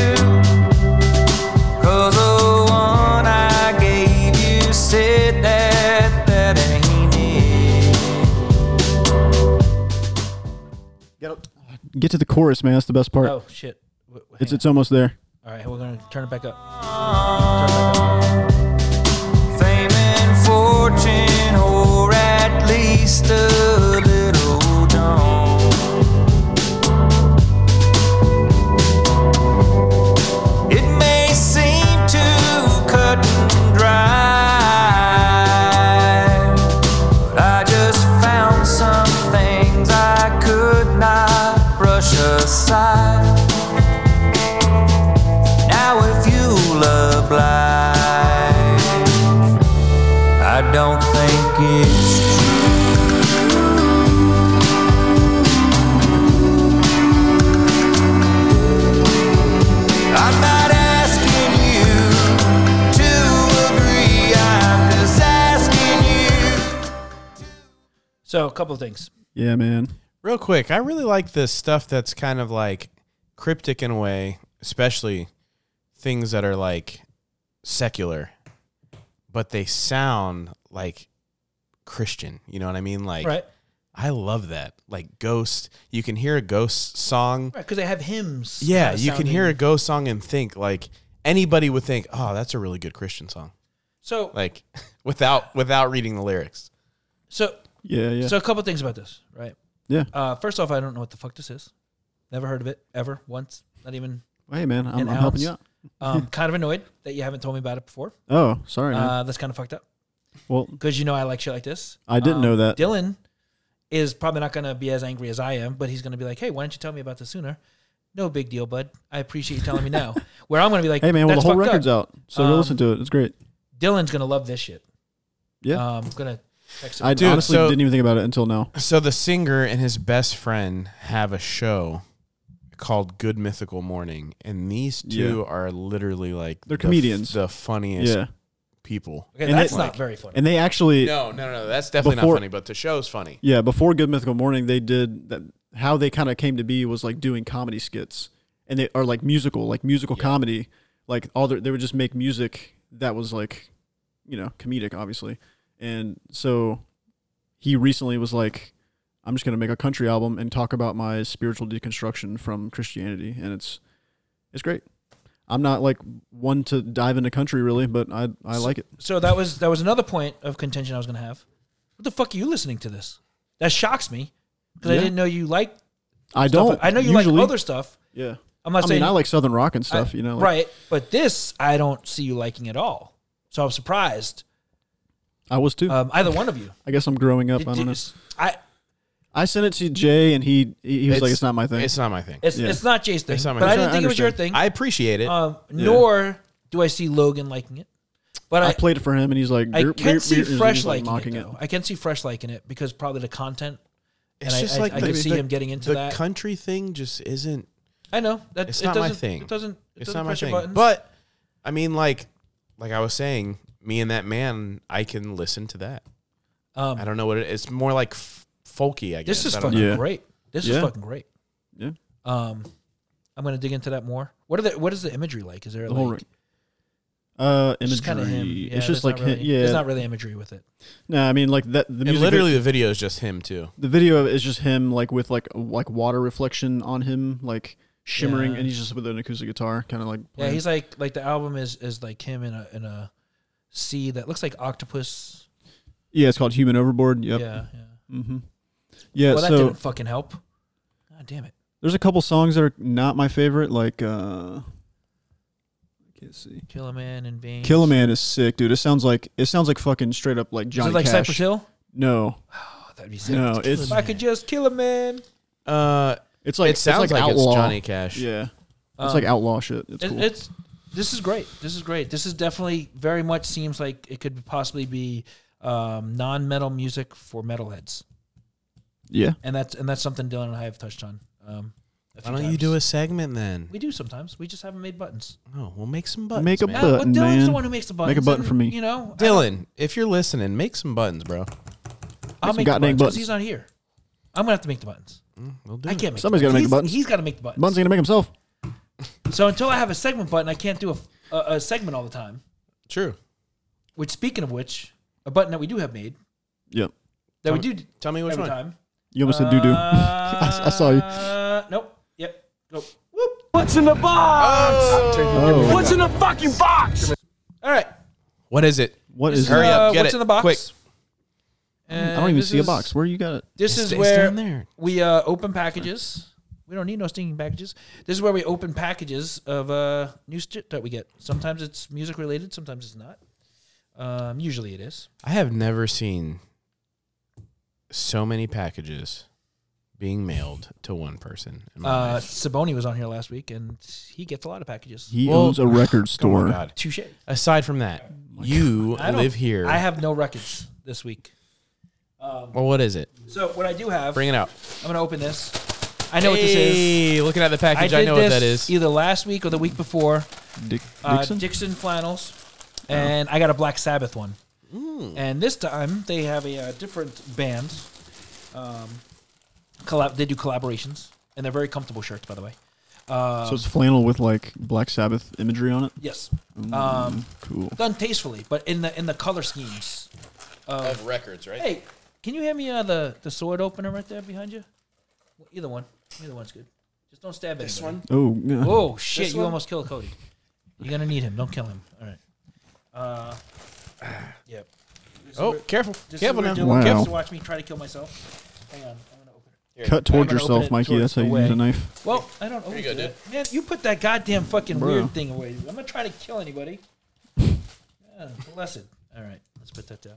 Speaker 8: 'Cause the one I gave you said that that ain't it.
Speaker 2: Get to the chorus, man. That's the best part.
Speaker 1: Oh shit! W- w-
Speaker 2: it's
Speaker 1: hang
Speaker 2: it's almost
Speaker 1: on.
Speaker 2: there.
Speaker 1: all right. We're gonna turn it back up.
Speaker 8: Fame and fortune, or at least a little John. It may seem too cut and dry, but I just found some things I could not brush aside. Now if you'll oblige, I don't think it's true. I'm not asking you to agree. I'm just asking you.
Speaker 1: So a couple of things.
Speaker 2: Yeah, man.
Speaker 3: Real quick, I really like the stuff that's kind of like cryptic in a way, especially things that are like secular, but they sound like Christian. You know what I mean? Like,
Speaker 1: right,
Speaker 3: I love that. Like Ghost, you can hear a Ghost song.
Speaker 1: right, because they have hymns.
Speaker 3: Yeah,
Speaker 1: kinda
Speaker 3: you can hear a
Speaker 1: sounding-
Speaker 3: Ghost song and think like anybody would think, "Oh, that's a really good Christian song."
Speaker 1: So,
Speaker 3: Like without without reading the lyrics.
Speaker 1: so,
Speaker 2: Yeah, yeah.
Speaker 1: so a couple of things about this. Right.
Speaker 2: Yeah.
Speaker 1: Uh, first off, I don't know what the fuck this is. Never heard of it ever once. Not even.
Speaker 2: hey, man. I'm,
Speaker 1: an
Speaker 2: I'm helping
Speaker 1: ounce.
Speaker 2: you out.
Speaker 1: Um, kind of annoyed that you haven't told me about it before.
Speaker 2: Oh, sorry, man.
Speaker 1: Uh, that's kind of fucked up.
Speaker 2: well,
Speaker 1: because you know I like shit like this. Um,
Speaker 2: I didn't know that.
Speaker 1: Dylan is probably not going to be as angry as I am, but he's going to be like, "Hey, why don't you tell me about this sooner?" No big deal, bud. I appreciate you telling me now. Where I'm going to be like,
Speaker 2: Hey man, well the whole record's out, so go
Speaker 1: Um,
Speaker 2: listen to it. It's great.
Speaker 1: Dylan's going to love this shit.
Speaker 2: Yeah.
Speaker 1: um, going to
Speaker 2: I
Speaker 3: Dude,
Speaker 2: honestly
Speaker 3: so-
Speaker 2: didn't even think about it until now.
Speaker 3: So the singer and his best friend have a show called Good Mythical Morning, and these two are literally like
Speaker 2: They're
Speaker 3: the f-
Speaker 2: comedians.
Speaker 3: the funniest
Speaker 2: Yeah,
Speaker 3: people.
Speaker 1: Okay,
Speaker 2: And
Speaker 1: that's
Speaker 2: it-
Speaker 1: not very funny.
Speaker 2: and they actually
Speaker 3: No, no, no, that's definitely
Speaker 2: Before-
Speaker 3: not funny. But the show's funny.
Speaker 2: Yeah, before Good Mythical Morning, they did that. How they kind of came to be was like doing comedy skits, and they are like musical, like musical comedy. Like all their, they would just make music that was like, you know, comedic, obviously. And so, he recently was like, "I'm just gonna make a country album and talk about my spiritual deconstruction from Christianity," and it's, it's great. I'm not like one to dive into country really, but I I like it.
Speaker 1: so that was that was another point of contention I was going to have. What the fuck are you listening to this? That shocks me because I
Speaker 2: Yeah.
Speaker 1: didn't know you liked.
Speaker 2: I
Speaker 1: stuff.
Speaker 2: don't.
Speaker 1: I know you
Speaker 2: usually-
Speaker 1: like other stuff.
Speaker 2: Yeah.
Speaker 1: I'm
Speaker 2: I
Speaker 1: not
Speaker 2: mean,
Speaker 1: saying
Speaker 2: I like southern rock and
Speaker 1: I-
Speaker 2: stuff. you know, like,
Speaker 1: right? But this I don't see you liking at all. So I'm surprised.
Speaker 2: I was too.
Speaker 1: Um, either one of you.
Speaker 2: I guess I'm growing up.
Speaker 1: Did-
Speaker 2: I don't
Speaker 1: did-
Speaker 2: know.
Speaker 1: I-
Speaker 2: I sent it to Jay, and he he he was like, "It's not my thing."
Speaker 3: It's not my thing.
Speaker 1: it's,
Speaker 2: Yeah.
Speaker 1: it's not Jay's thing,
Speaker 3: It's not my
Speaker 1: but I
Speaker 3: thing.
Speaker 1: didn't
Speaker 2: I
Speaker 1: think it was your
Speaker 2: understand.
Speaker 1: thing.
Speaker 3: I appreciate it.
Speaker 1: um, Nor do I see Logan liking it. But I,
Speaker 2: I played it for him, and he's like,
Speaker 1: I
Speaker 2: "Grr, grr,
Speaker 1: can
Speaker 2: grr,"
Speaker 1: see
Speaker 2: and he's,
Speaker 1: Fresh
Speaker 2: like,
Speaker 1: liking it, though. I can see Fresh liking it because probably the content.
Speaker 3: it's
Speaker 1: and I-
Speaker 3: just
Speaker 1: I-
Speaker 3: like
Speaker 1: I
Speaker 3: the,
Speaker 1: could see
Speaker 3: the-
Speaker 1: him getting into
Speaker 3: the
Speaker 1: that.
Speaker 3: country thing. Just isn't.
Speaker 1: I know that
Speaker 3: It's
Speaker 1: it
Speaker 3: not my
Speaker 1: doesn't-
Speaker 3: thing.
Speaker 1: It doesn't. It
Speaker 3: It's
Speaker 1: doesn't
Speaker 3: not my
Speaker 1: press your buttons.
Speaker 3: thing. But I mean, like, like I was saying, me and that man, I can listen to that.
Speaker 1: Um,
Speaker 3: I don't know what it, it's more like f- folky. I guess
Speaker 1: This is
Speaker 3: I don't
Speaker 1: fucking
Speaker 2: know. Yeah.
Speaker 1: great. This is
Speaker 2: Yeah.
Speaker 1: fucking great.
Speaker 2: Yeah.
Speaker 1: Um, I'm gonna dig into that more. What are the What is the imagery like? Is there
Speaker 2: The
Speaker 1: like
Speaker 2: whole ring. Uh,
Speaker 1: it's
Speaker 2: imagery.
Speaker 1: just kind of him? Yeah,
Speaker 2: it's
Speaker 1: there's
Speaker 2: just
Speaker 1: not
Speaker 2: like him.
Speaker 1: really-
Speaker 2: yeah.
Speaker 1: There's not really imagery with it.
Speaker 2: no, I mean like that. The
Speaker 3: And
Speaker 2: music,
Speaker 3: literally, the video is just him too.
Speaker 2: the video is just him like with like a- like water reflection on him, like shimmering,
Speaker 1: Yeah.
Speaker 2: and he's just with an acoustic guitar, kind of like
Speaker 1: Yeah,
Speaker 2: playing.
Speaker 1: he's like like the album is is like him in a in a sea that looks like octopus.
Speaker 2: yeah. It's called Human Overboard. Yep. Yeah.
Speaker 1: Yeah, yeah.
Speaker 2: Mm-hmm. Yeah.
Speaker 1: Well, that
Speaker 2: so
Speaker 1: didn't fucking help. God damn it.
Speaker 2: there's a couple songs that are not my favorite, like uh, I can't see.
Speaker 1: Kill a man in vain.
Speaker 2: Kill a Man is sick, dude. It sounds like it sounds like fucking straight up like
Speaker 1: Is
Speaker 2: Johnny
Speaker 1: it like
Speaker 2: Cash.
Speaker 1: Cypress Hill?
Speaker 2: No,
Speaker 1: Oh, that'd be sick.
Speaker 2: no, it's
Speaker 1: If I could just kill a man.
Speaker 3: Uh,
Speaker 2: it's like
Speaker 3: it sounds
Speaker 2: it's like,
Speaker 3: like,
Speaker 2: outlaw.
Speaker 3: it's Johnny Cash.
Speaker 2: Yeah, it's
Speaker 1: Um,
Speaker 2: like outlaw shit. It's
Speaker 1: It,
Speaker 2: cool.
Speaker 1: It's this is great. This is great. This is definitely very much seems like it could possibly be um, non-metal music for metalheads,
Speaker 2: yeah,
Speaker 1: and that's and that's something Dylan and I have touched on. Um, a few
Speaker 3: Why don't you
Speaker 1: times.
Speaker 3: do a segment then?
Speaker 1: We do sometimes. We just haven't made buttons.
Speaker 3: No, we'll make some buttons.
Speaker 2: Make a
Speaker 3: man.
Speaker 2: button,
Speaker 1: but Dylan's
Speaker 2: man.
Speaker 1: the one who makes the buttons.
Speaker 2: Make a button
Speaker 1: and,
Speaker 2: for me.
Speaker 1: You know, I-
Speaker 3: Dylan, if you're listening, make some buttons, bro.
Speaker 1: I'll
Speaker 2: some
Speaker 1: make the
Speaker 2: goddamn
Speaker 1: buttons. 'cause
Speaker 2: buttons.
Speaker 1: He's not here. I'm gonna have to make the buttons.
Speaker 3: We'll do
Speaker 1: I
Speaker 3: it.
Speaker 1: can't make.
Speaker 2: Somebody's
Speaker 1: the
Speaker 2: gotta make the buttons.
Speaker 1: He's, he's got to make the buttons.
Speaker 2: Bun's gonna make himself.
Speaker 1: So until I have a segment button, I can't do a, a, a segment all the time.
Speaker 3: True.
Speaker 1: Which, speaking of which, a button that we do have made
Speaker 2: Yep,
Speaker 1: that we do
Speaker 3: Tell me which
Speaker 1: every
Speaker 3: one.
Speaker 1: time.
Speaker 2: you almost said doo doo. I, I saw you.
Speaker 1: Uh, nope. Yep. Nope.
Speaker 7: What's in the box?
Speaker 2: Oh,
Speaker 7: What's in the fucking box?
Speaker 1: All right.
Speaker 3: What is it?
Speaker 2: what is?
Speaker 3: Hurry
Speaker 2: that?
Speaker 3: up,
Speaker 1: Uh,
Speaker 3: get
Speaker 1: what's
Speaker 3: it,
Speaker 1: in the box?
Speaker 3: quick.
Speaker 2: I don't even
Speaker 1: this
Speaker 2: see a
Speaker 1: is-
Speaker 2: box. Where you got it?
Speaker 1: This
Speaker 3: It's-
Speaker 1: is
Speaker 3: it's
Speaker 1: where
Speaker 3: down there.
Speaker 1: we uh, open packages. We don't need no stinking packages. This is where we open packages of uh, new shit that we get. Sometimes it's music related. Sometimes it's not. Um, usually it is.
Speaker 3: I have never seen so many packages being mailed to one person. In my
Speaker 1: Uh,
Speaker 3: life.
Speaker 1: Saboni was on here last week, and he gets a lot of packages.
Speaker 2: He
Speaker 3: Well,
Speaker 2: owns a record
Speaker 3: Oh my
Speaker 2: store.
Speaker 3: God.
Speaker 1: Touche.
Speaker 3: Aside from that, you
Speaker 1: Oh I don't-
Speaker 3: live here.
Speaker 1: I have no records this week.
Speaker 3: well, what is it?
Speaker 1: So what I do have,
Speaker 3: Bring it out.
Speaker 1: I'm gonna open this. I know what this is.
Speaker 3: looking at the package,
Speaker 1: did
Speaker 3: I, know
Speaker 1: this
Speaker 3: what that is.
Speaker 1: Either last week or the week before,
Speaker 2: Dick,
Speaker 1: uh,
Speaker 2: Dixon.
Speaker 1: Dixon? Oh. flannels, and I got a Black Sabbath one. And this time they have a, uh different band. Um, collab- they do collaborations, and they're very comfortable shirts, by the way.
Speaker 2: so it's flannel with like Black Sabbath imagery on it.
Speaker 1: Yes, um,
Speaker 2: Cool.
Speaker 1: done tastefully, but in the in the color schemes.
Speaker 3: of records, right?
Speaker 1: Hey, can you hand me uh, the the sword opener right there behind you? Well, either one, either one's good. Just don't stab this one.
Speaker 2: Oh, yeah.
Speaker 1: Oh shit! you almost killed Cody. You're gonna need him. Don't kill him. All right. Uh, yep.
Speaker 3: Oh, careful.
Speaker 1: Just so we're
Speaker 3: Careful now.
Speaker 1: doing-
Speaker 2: Wow.
Speaker 1: just watch me try to kill myself. Hang on, I'm gonna open it.
Speaker 2: cut towards
Speaker 1: I'm gonna open
Speaker 2: yourself,
Speaker 1: it
Speaker 2: Mikey.
Speaker 1: towards
Speaker 2: That's how
Speaker 1: the
Speaker 2: you use
Speaker 1: way.
Speaker 2: a knife.
Speaker 1: Well, I don't always
Speaker 3: go,
Speaker 1: do that. Man, you put that goddamn fucking
Speaker 2: Bro.
Speaker 1: weird thing away. I'm not trying to kill anybody. Ah, blessed. All right, let's put that down.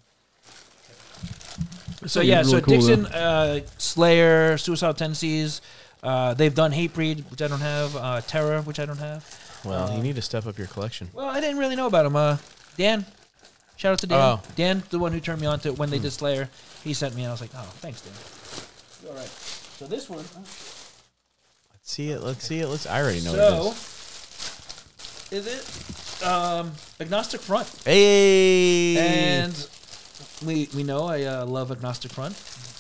Speaker 1: So
Speaker 2: thing
Speaker 1: yeah,
Speaker 2: is
Speaker 1: so
Speaker 2: really cool, though.
Speaker 1: Dixon, uh, Slayer, Suicidal Tendencies. Uh, they've done Hatebreed, which I don't have. Uh, Terror, which I don't have.
Speaker 3: Well, you need to step up your collection.
Speaker 1: Well, I didn't really know about him. Uh, Dan, Shout out to Dan.
Speaker 3: Oh.
Speaker 1: Dan, the one who turned me on to it when they did Slayer. He sent me, and I was like, oh, thanks, Dan. You all right. So this one.
Speaker 3: Let's see it. Let's see it. Let's. I already know what it
Speaker 1: so
Speaker 3: is.
Speaker 1: is it um, agnostic front?
Speaker 3: Hey,
Speaker 1: And we we know I uh, love agnostic front.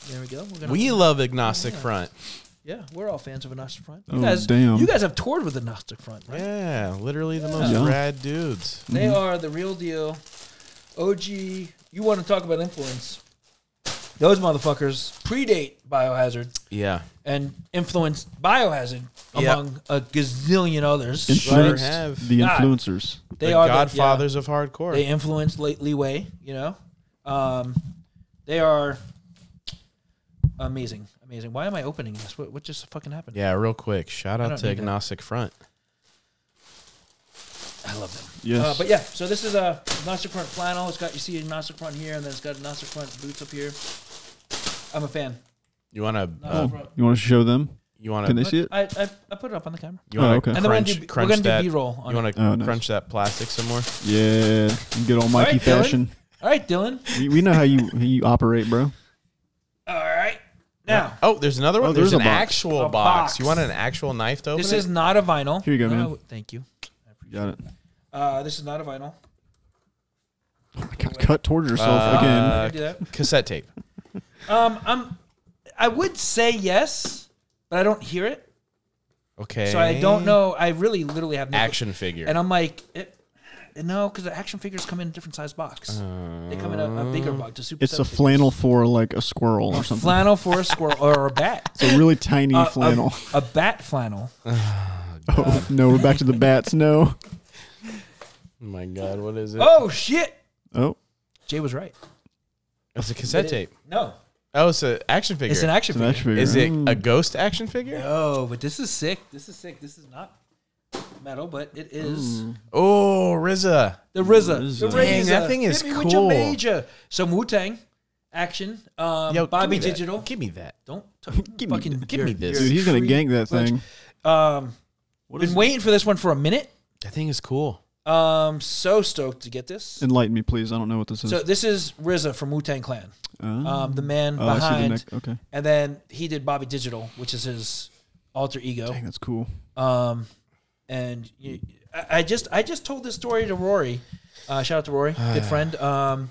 Speaker 1: There we go. We're gonna,
Speaker 3: we love agnostic
Speaker 1: Yeah.
Speaker 3: front.
Speaker 1: yeah, we're all fans of agnostic front. You
Speaker 2: Oh,
Speaker 1: guys,
Speaker 2: damn.
Speaker 1: you guys have toured with agnostic front, right?
Speaker 3: Yeah, literally the most
Speaker 2: Yeah.
Speaker 3: rad dudes.
Speaker 1: They are the real deal. OG, you want to talk about influence? Those motherfuckers predate Biohazard
Speaker 3: Yeah,
Speaker 1: and influenced Biohazard
Speaker 3: Yeah.
Speaker 1: among a gazillion others.
Speaker 2: Influenced
Speaker 3: have.
Speaker 2: the
Speaker 1: God.
Speaker 2: influencers.
Speaker 1: They
Speaker 3: the
Speaker 1: are
Speaker 3: godfathers of
Speaker 1: The,
Speaker 3: hardcore.
Speaker 1: yeah, they influenced Late Leeway. You know, um, they are amazing, amazing. Why am I opening this? What, what just fucking happened?
Speaker 3: yeah, real quick. Shout out
Speaker 1: don't
Speaker 3: to
Speaker 1: need that.
Speaker 3: agnostic front.
Speaker 1: I love them.
Speaker 2: Yes.
Speaker 1: Uh, but yeah, so this is a Gnostic Front flannel. It's got you see a Gnostic Front here, and then it's got a Gnostic Front boots up here. I'm a fan.
Speaker 3: You want to?
Speaker 1: Gnostic
Speaker 3: Uh,
Speaker 1: Front.
Speaker 2: Oh. you want to show them?
Speaker 3: you want
Speaker 2: Can they
Speaker 3: to?
Speaker 2: see it?
Speaker 1: I, I I put it up on the camera.
Speaker 3: You want to
Speaker 2: Oh, okay.
Speaker 1: And then we're
Speaker 3: crunch?
Speaker 1: gonna do- we're
Speaker 3: crunch
Speaker 1: gonna do
Speaker 3: that.
Speaker 1: B-roll on
Speaker 3: you want
Speaker 1: it.
Speaker 3: to
Speaker 2: Oh, nice.
Speaker 3: crunch that plastic some more?
Speaker 2: Yeah. You Get all Mikey
Speaker 1: right, Dylan.
Speaker 2: fashion.
Speaker 1: All right, Dylan.
Speaker 2: We, we know how you how you operate, bro.
Speaker 1: All right, now
Speaker 3: Oh, there's another one.
Speaker 2: Oh,
Speaker 3: there's,
Speaker 2: there's a
Speaker 3: an
Speaker 2: box.
Speaker 3: actual
Speaker 1: A
Speaker 3: box.
Speaker 1: box.
Speaker 3: You want an actual knife to open
Speaker 1: this
Speaker 3: it?
Speaker 1: is not a vinyl.
Speaker 2: Here you
Speaker 1: No,
Speaker 2: go, man.
Speaker 1: Thank you.
Speaker 2: Got it.
Speaker 1: Uh, this is not a vinyl.
Speaker 2: God, cut towards yourself
Speaker 1: I
Speaker 2: Oh,
Speaker 3: Uh,
Speaker 2: again.
Speaker 1: do that.
Speaker 3: cassette tape.
Speaker 1: Um, I'm. I would say yes, but I don't hear it,
Speaker 3: Okay.
Speaker 1: so I don't know. I really, literally have no
Speaker 3: Action figure.
Speaker 1: And I'm like, it, no, because the action figures come in a different size box.
Speaker 3: Uh,
Speaker 1: they come in a, a bigger box. A super
Speaker 2: It's
Speaker 1: set
Speaker 2: a
Speaker 1: figure.
Speaker 2: flannel for like a squirrel or something.
Speaker 1: flannel for a Uh, squirrel or a bat.
Speaker 2: It's a really tiny
Speaker 1: A- a-
Speaker 2: flannel.
Speaker 1: A, bat flannel. uh,
Speaker 2: oh no, we're back to the bats. No.
Speaker 3: oh my god, what is it?
Speaker 1: Oh shit!
Speaker 2: Oh,
Speaker 1: Jay was right.
Speaker 3: It's a cassette tape.
Speaker 1: No,
Speaker 3: Oh, it's an action figure.
Speaker 1: it's an action
Speaker 2: it's an
Speaker 1: figure.
Speaker 2: action figure.
Speaker 3: Is it
Speaker 2: Mm.
Speaker 3: a ghost action figure?
Speaker 1: Oh, but this is sick. This is sick. This is not metal, but it is
Speaker 3: Oh, RZA.
Speaker 1: the RZA. The
Speaker 2: RZA.
Speaker 1: RZA.
Speaker 3: Dang, that thing is
Speaker 1: Hit me with your
Speaker 3: cool.
Speaker 1: major. Some Wu Tang action. Um,
Speaker 3: Yo, give
Speaker 1: Bobby
Speaker 3: me that.
Speaker 1: Digital.
Speaker 3: Give me that.
Speaker 1: Don't t-
Speaker 2: Give me
Speaker 1: fucking
Speaker 2: that.
Speaker 3: Give me
Speaker 1: your-
Speaker 3: this.
Speaker 1: your
Speaker 2: Dude, he's gonna
Speaker 1: free
Speaker 2: gank that
Speaker 1: flinch.
Speaker 2: thing.
Speaker 1: Um, been waiting for this one for a minute.
Speaker 3: That thing is cool.
Speaker 1: Um, so stoked to get this.
Speaker 2: Enlighten me, please. I don't know what this is.
Speaker 1: So this is RZA from Wu Tang Clan,
Speaker 2: Ah.
Speaker 1: um, the man
Speaker 2: oh, I see the
Speaker 1: behind,
Speaker 2: neck. Okay.
Speaker 1: and then he did Bobby Digital, which is his alter ego.
Speaker 2: Dang, that's cool.
Speaker 1: Um, and you, I, I just I just told this story to Rory. Uh, shout out to Rory, good friend. Um,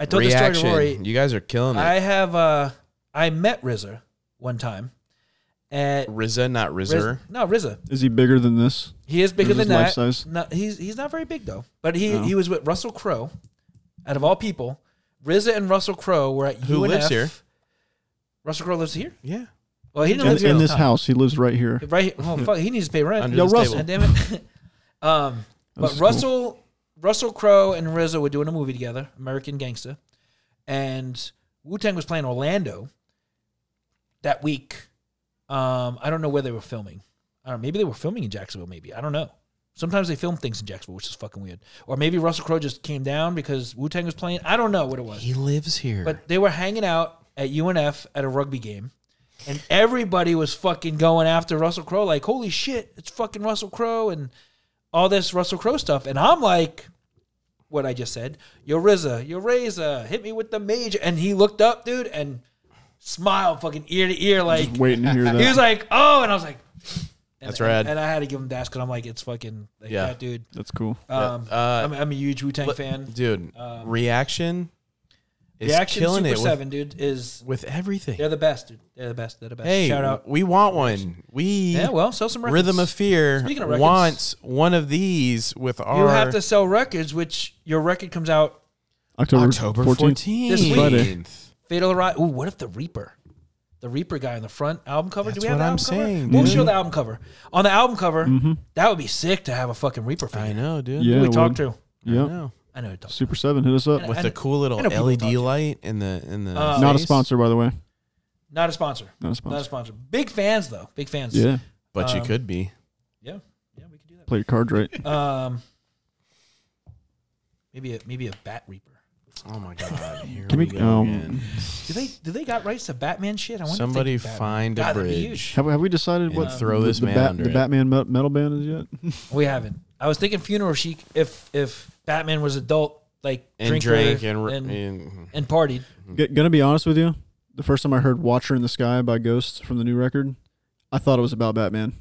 Speaker 1: I told this
Speaker 3: Ah. Reaction.
Speaker 1: story to Rory.
Speaker 3: You guys are killing it.
Speaker 1: I have uh, I met RZA one time at
Speaker 3: RZA, not RZA.
Speaker 1: Riz, no RZA.
Speaker 2: Is he bigger than this?
Speaker 1: He is bigger
Speaker 2: Is his
Speaker 1: than that.
Speaker 2: life size?
Speaker 1: No, he's he's not very big though. But he
Speaker 3: Oh.
Speaker 2: No.
Speaker 1: he was with Russell Crowe. Out of all people, RZA and Russell Crowe were at
Speaker 3: Who
Speaker 1: UNF.
Speaker 3: lives here?
Speaker 1: Russell Crowe lives here.
Speaker 3: Yeah.
Speaker 1: Well, he didn't
Speaker 2: In,
Speaker 1: live here
Speaker 2: in
Speaker 1: all the
Speaker 2: this
Speaker 1: time.
Speaker 2: house, he lives right here.
Speaker 1: Right. Here. Oh fuck, he needs to pay rent.
Speaker 3: Under
Speaker 2: Yo,
Speaker 3: this
Speaker 2: Russell.
Speaker 1: God
Speaker 3: table.
Speaker 1: damn it. um,
Speaker 2: This
Speaker 1: but
Speaker 2: is
Speaker 1: Russell, Russell Crowe and RZA were doing a movie together, American Gangsta, and Wu Tang was playing Orlando that week. Um, I don't know where they were filming. I don't. know. Maybe they were filming in Jacksonville. Maybe I don't know. Sometimes they film things in Jacksonville, which is fucking weird. Or maybe Russell Crowe just came down because Wu Tang was playing. I don't know what it was.
Speaker 3: He lives here.
Speaker 1: But they were hanging out at UNF at a rugby game, and everybody was fucking going after Russell Crowe, like, holy shit, it's fucking Russell Crowe and all this Russell Crowe stuff. And I'm like, what I just said, yo Rizza, yo Reza, hit me with the major. And he looked up, dude, and smiled fucking ear to ear, like,
Speaker 2: Just waiting to hear that.
Speaker 1: he was like, oh, and I was like, and-
Speaker 3: That's rad.
Speaker 1: And, and I had to give him dash because I'm like, it's fucking, like,
Speaker 3: Yeah.
Speaker 1: yeah, dude.
Speaker 2: that's cool.
Speaker 1: Um,
Speaker 3: Uh,
Speaker 1: I'm, I'm a huge Wu Tang
Speaker 3: But-
Speaker 1: fan. um,
Speaker 3: Dude, reaction is
Speaker 1: Reaction
Speaker 3: killing
Speaker 1: Super
Speaker 3: it with,
Speaker 1: Seven, dude, is
Speaker 3: with everything.
Speaker 1: They're the best, dude. They're the best. They're the best.
Speaker 3: Hey,
Speaker 1: Shout out.
Speaker 3: we want one. We
Speaker 1: Yeah, well, sell some records.
Speaker 3: Rhythm of Fear
Speaker 1: Speaking of records-
Speaker 3: wants one of these with our
Speaker 1: You have to sell records, which your record comes out
Speaker 2: October,
Speaker 3: October 14th.
Speaker 1: This week.
Speaker 2: Friday.
Speaker 1: Fatal Arrival. Ooh, what if the Reaper? The Reaper guy on the front album cover. Do
Speaker 3: That's
Speaker 1: we have
Speaker 3: what
Speaker 1: the
Speaker 3: I'm
Speaker 1: album cover?
Speaker 3: saying,
Speaker 1: We'll
Speaker 3: dude. Mm-hmm.
Speaker 1: show the album cover. On the album cover, that would be sick to have a fucking Reaper fan.
Speaker 3: I know, dude.
Speaker 2: Yeah,
Speaker 1: Who we
Speaker 2: it
Speaker 1: talk
Speaker 2: would.
Speaker 1: to.
Speaker 3: I
Speaker 2: Yeah.
Speaker 3: know.
Speaker 1: I know. who we Talk. to.
Speaker 2: Super Seven, hit us up.
Speaker 1: I
Speaker 3: With
Speaker 1: know-
Speaker 3: the cool little
Speaker 1: I know people
Speaker 3: LED
Speaker 1: talk to-
Speaker 3: light in the in the
Speaker 1: Uh,
Speaker 2: Not a
Speaker 3: face.
Speaker 2: sponsor, by the way.
Speaker 1: Not a sponsor.
Speaker 2: Not a
Speaker 1: Not a
Speaker 2: sponsor.
Speaker 1: sponsor. Big fans though. Big fans.
Speaker 2: Yeah.
Speaker 3: but you
Speaker 2: Uh,
Speaker 1: um,
Speaker 3: could be.
Speaker 1: Yeah. Yeah. We could do
Speaker 2: Play your cards right.
Speaker 1: that. Um. Maybe a maybe a Bat Reaper.
Speaker 3: Oh my god! Here
Speaker 2: Can
Speaker 3: we
Speaker 2: we-
Speaker 3: go
Speaker 2: um,
Speaker 3: again.
Speaker 1: Do they do they got rights to Batman shit? I wonder. if they
Speaker 3: Somebody
Speaker 1: do Batman.
Speaker 3: find a
Speaker 1: God, that'd be
Speaker 3: bridge.
Speaker 2: Have, have we decided
Speaker 3: And
Speaker 2: what
Speaker 3: throw
Speaker 2: the,
Speaker 3: this
Speaker 2: the,
Speaker 3: man under
Speaker 2: the
Speaker 3: it.
Speaker 2: Batman me- metal band is yet?
Speaker 1: We haven't. I was thinking Funeral Chic. If if Batman was adult, like
Speaker 3: and
Speaker 1: drinker
Speaker 3: drank and,
Speaker 1: and,
Speaker 3: and
Speaker 1: and partied.
Speaker 2: G- gonna be honest with you, the first time I heard "Watcher in the Sky" by Ghosts from the new record, I thought it was about Batman.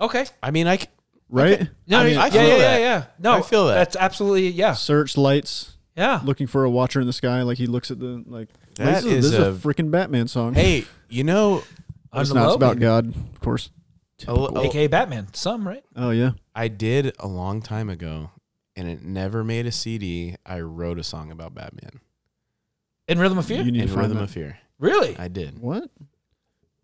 Speaker 1: Okay.
Speaker 3: I mean, I c-
Speaker 2: Right?
Speaker 1: No,
Speaker 3: I mean,
Speaker 1: yeah,
Speaker 3: I feel
Speaker 1: yeah, yeah,
Speaker 3: that.
Speaker 1: yeah. No,
Speaker 3: I feel that.
Speaker 1: That's absolutely yeah,
Speaker 2: Search lights,
Speaker 1: yeah.
Speaker 2: looking for a watcher in the sky. Like he looks at the like. this is,
Speaker 3: That
Speaker 2: this
Speaker 3: is
Speaker 2: is a,
Speaker 3: a-
Speaker 2: freaking Batman song.
Speaker 3: hey, you know,
Speaker 1: On
Speaker 2: it's
Speaker 1: the
Speaker 2: not. It's
Speaker 1: low,
Speaker 2: about God, of course.
Speaker 3: a l- a-
Speaker 1: aka Batman. Some right.
Speaker 2: Oh yeah.
Speaker 3: I did a long time ago, and it never made a CD. I wrote a song about Batman
Speaker 1: In Rhythm of Fear.
Speaker 2: You need
Speaker 3: in
Speaker 2: to find
Speaker 3: Rhythm
Speaker 2: that.
Speaker 3: of Fear.
Speaker 1: really?
Speaker 3: I did.
Speaker 2: What?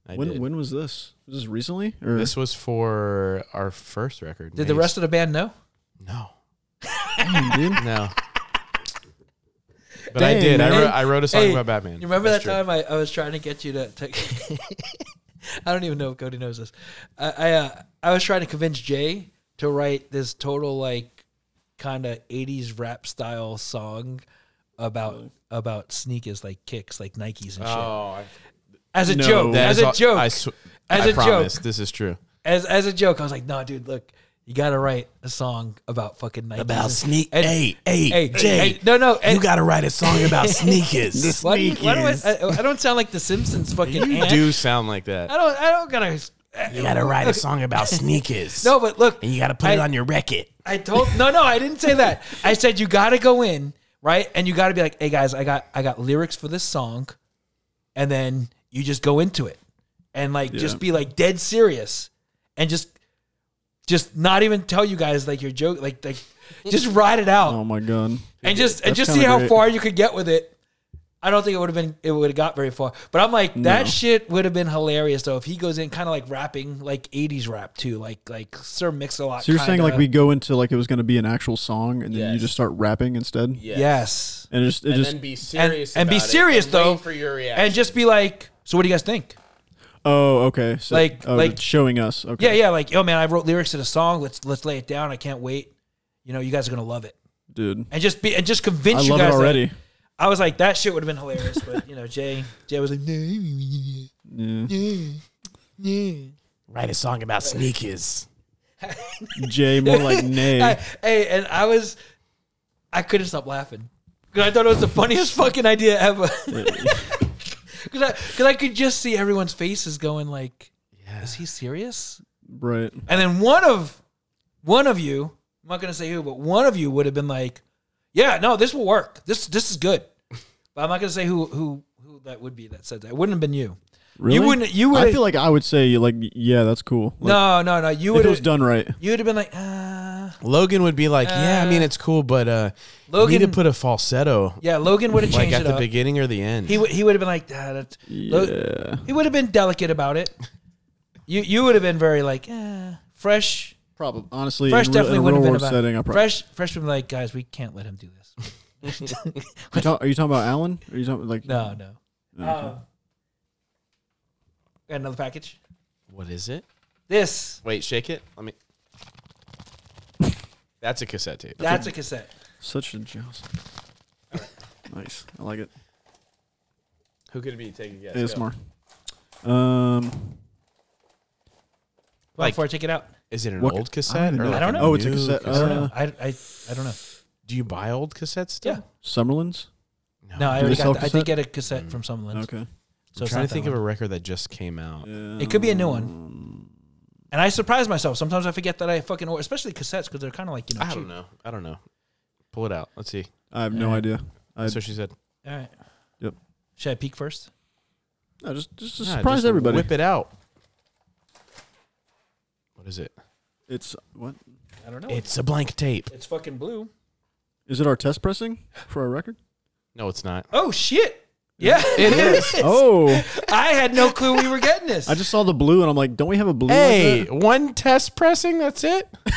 Speaker 3: I
Speaker 2: when
Speaker 3: did.
Speaker 2: when was this? Was this recently or
Speaker 3: This was for our first record.
Speaker 1: Did the
Speaker 3: Maze.
Speaker 1: rest of the band know?
Speaker 3: No,
Speaker 2: Damn, dude.
Speaker 3: no. But I
Speaker 2: Dang,
Speaker 3: did. I
Speaker 2: man.
Speaker 3: wrote, I wrote a song
Speaker 1: Hey,
Speaker 3: about Batman.
Speaker 1: You remember
Speaker 3: That's
Speaker 1: that
Speaker 3: true.
Speaker 1: time I, I was trying to get you to. to I don't even know if Cody knows this. I I, uh, I was trying to convince Jay to write this total like kind of '80s rap style song
Speaker 3: Mm.
Speaker 1: about about sneakers like kicks like Nikes and shit
Speaker 3: Oh,
Speaker 1: as a
Speaker 2: No.
Speaker 1: joke
Speaker 3: that
Speaker 1: as
Speaker 3: is
Speaker 1: a
Speaker 3: all-
Speaker 1: joke
Speaker 3: I sw-
Speaker 1: As
Speaker 3: I
Speaker 1: a
Speaker 3: promise,
Speaker 1: joke.
Speaker 3: this is true.
Speaker 1: as as a joke. I was like, nah, dude, look, you gotta write a song about fucking Nikes and- and-
Speaker 3: hey,
Speaker 1: Hey, hey, no, no, hey,
Speaker 3: gotta write a song about sneakers.
Speaker 1: why do you- why do I, I, I don't sound like the Simpsons fucking.
Speaker 3: you
Speaker 1: aunt.
Speaker 3: do sound like
Speaker 1: I
Speaker 3: that.
Speaker 1: don't. I don't gotta.
Speaker 3: You gotta write a song about sneakers.
Speaker 1: No, but look, I,
Speaker 3: your record.
Speaker 1: I told no, no, I didn't say that. I said you got to go in right, and you got to be like, hey guys, I got I got lyrics for this song, and then you just go into it, and like just be like dead serious, and just just not even tell you guys like your joke, like like just ride it out
Speaker 2: Oh my god.
Speaker 1: and just and
Speaker 2: That's
Speaker 1: just see
Speaker 2: kinda
Speaker 1: how
Speaker 2: great.
Speaker 1: far you could get with it. I don't think it would have been it would have got very far. But I'm like that shit would have been hilarious though if he goes in kind of like rapping like 80s rap too, like like Sir Mix a Lot.
Speaker 2: So you're saying like we go into like it was gonna be an actual song and then you
Speaker 9: Yes.
Speaker 2: just start rapping instead? Yeah.
Speaker 1: yes,
Speaker 2: And it just it
Speaker 9: and
Speaker 2: just
Speaker 9: then be
Speaker 1: and,
Speaker 9: serious
Speaker 1: and be
Speaker 9: about it
Speaker 1: serious
Speaker 9: and wait
Speaker 1: though,
Speaker 9: for your
Speaker 1: and
Speaker 9: reaction.
Speaker 1: just be like, so what do you guys think?
Speaker 2: oh okay so
Speaker 1: Like-
Speaker 2: oh,
Speaker 1: like-
Speaker 2: it's showing us okay
Speaker 1: Yeah, yeah, like yo man, I wrote lyrics to the song. Let's let's lay it down. I can't wait. You know, you guys are gonna love it,
Speaker 2: dude
Speaker 1: and just be and just
Speaker 2: I
Speaker 1: convince you
Speaker 2: love it
Speaker 1: guys that-
Speaker 2: already
Speaker 1: I was like, that shit would have been hilarious, but you know, Jay Jay was like, no,
Speaker 2: yeah.
Speaker 1: yeah.
Speaker 3: Write a song about sneakers.
Speaker 2: Jay more like nay
Speaker 1: I, hey, and I was, I couldn't stop laughing because I thought it was the funniest fucking idea ever. Because I, cause I could just see everyone's faces going like, "Is he serious?"
Speaker 2: right
Speaker 1: And then one of, one of you, I'm not gonna say who, but one of you would have been like, "Yeah, no, this will work. This this is good." But I'm not gonna say who who who that would be that said that. It wouldn't have been you.
Speaker 2: really
Speaker 1: wouldn't- you
Speaker 2: I
Speaker 1: would've-
Speaker 2: feel like I would say like yeah that's cool like,
Speaker 1: no, no, no. You
Speaker 2: if
Speaker 1: would
Speaker 2: it was
Speaker 1: have.
Speaker 2: done right
Speaker 1: You would have been like, ah.
Speaker 3: Logan would be like, "Yeah, I mean, it's cool, but uh, Logan you need
Speaker 1: Logan-
Speaker 3: to put a falsetto
Speaker 1: Yeah, Logan would have
Speaker 3: like
Speaker 1: changed
Speaker 3: at
Speaker 1: it
Speaker 3: the
Speaker 2: E.
Speaker 1: up.
Speaker 3: beginning or the end."
Speaker 1: He would he would have been like ah, that's,
Speaker 2: yeah
Speaker 1: Lo- He would have been delicate about it. You you would have been very like eh, fresh.
Speaker 2: probably honestly
Speaker 1: Fresh
Speaker 2: in real-
Speaker 1: definitely
Speaker 2: in a
Speaker 1: would have
Speaker 2: real
Speaker 1: been
Speaker 2: world
Speaker 1: about
Speaker 2: setting I probably
Speaker 1: fresh. Fresh would be like guys, we can't let him do this.
Speaker 2: You talk- are you talking about Alan are you talking like
Speaker 1: No no. Um, got another package.
Speaker 3: What is it?
Speaker 1: This
Speaker 3: Wait, shake it. Let me. That's a cassette tape.
Speaker 1: that's a cassette.
Speaker 2: such a joust nice I like it
Speaker 3: Who could it be? Take a guess.
Speaker 2: it's
Speaker 3: Go.
Speaker 2: more um
Speaker 1: Well,
Speaker 3: Like-
Speaker 1: before I take it out,
Speaker 3: Is it an
Speaker 2: What-
Speaker 3: old
Speaker 2: I
Speaker 3: cassette?
Speaker 2: don't even
Speaker 3: or
Speaker 2: know.
Speaker 3: like
Speaker 1: I don't
Speaker 3: a
Speaker 1: know.
Speaker 2: oh it's a
Speaker 3: new
Speaker 2: cassette
Speaker 1: I don't
Speaker 2: uh,
Speaker 1: know. I, I, I don't know.
Speaker 3: Do you buy old cassettes still?
Speaker 1: Yeah.
Speaker 2: Summerlin's
Speaker 1: No, I
Speaker 2: Do they
Speaker 1: already
Speaker 2: sell
Speaker 1: got. The, I
Speaker 2: cassette?
Speaker 1: did get a cassette from someone.
Speaker 2: okay
Speaker 1: So
Speaker 3: I'm
Speaker 1: it's
Speaker 3: trying
Speaker 1: not
Speaker 3: to think
Speaker 1: that
Speaker 3: of a
Speaker 1: one.
Speaker 3: record that just came out.
Speaker 1: It could be a new one.
Speaker 2: Um,
Speaker 1: And I surprise myself. Sometimes I forget that I fucking order, especially cassettes because they're kind of like you know.
Speaker 3: I
Speaker 1: cheap.
Speaker 3: don't know. I don't know. Pull it out. Let's see.
Speaker 2: I have no idea I
Speaker 3: So she said,
Speaker 1: All right.
Speaker 2: Yep.
Speaker 1: Should I peek first?
Speaker 2: no, just just to
Speaker 3: "Nah,
Speaker 2: surprise
Speaker 3: Ah, just
Speaker 2: everybody
Speaker 3: Whip it out. What is it?
Speaker 2: it's what
Speaker 1: I don't know.
Speaker 3: It's a blank tape.
Speaker 1: It's fucking blue.
Speaker 2: is it our test pressing for our record
Speaker 3: No, it's not.
Speaker 1: Oh shit. Yeah, it is.
Speaker 2: oh
Speaker 1: I had no clue we were getting this.
Speaker 2: I just saw the blue and I'm like, don't we have a blue?
Speaker 3: Hey,
Speaker 2: Like
Speaker 3: one test pressing. That's it.
Speaker 2: that?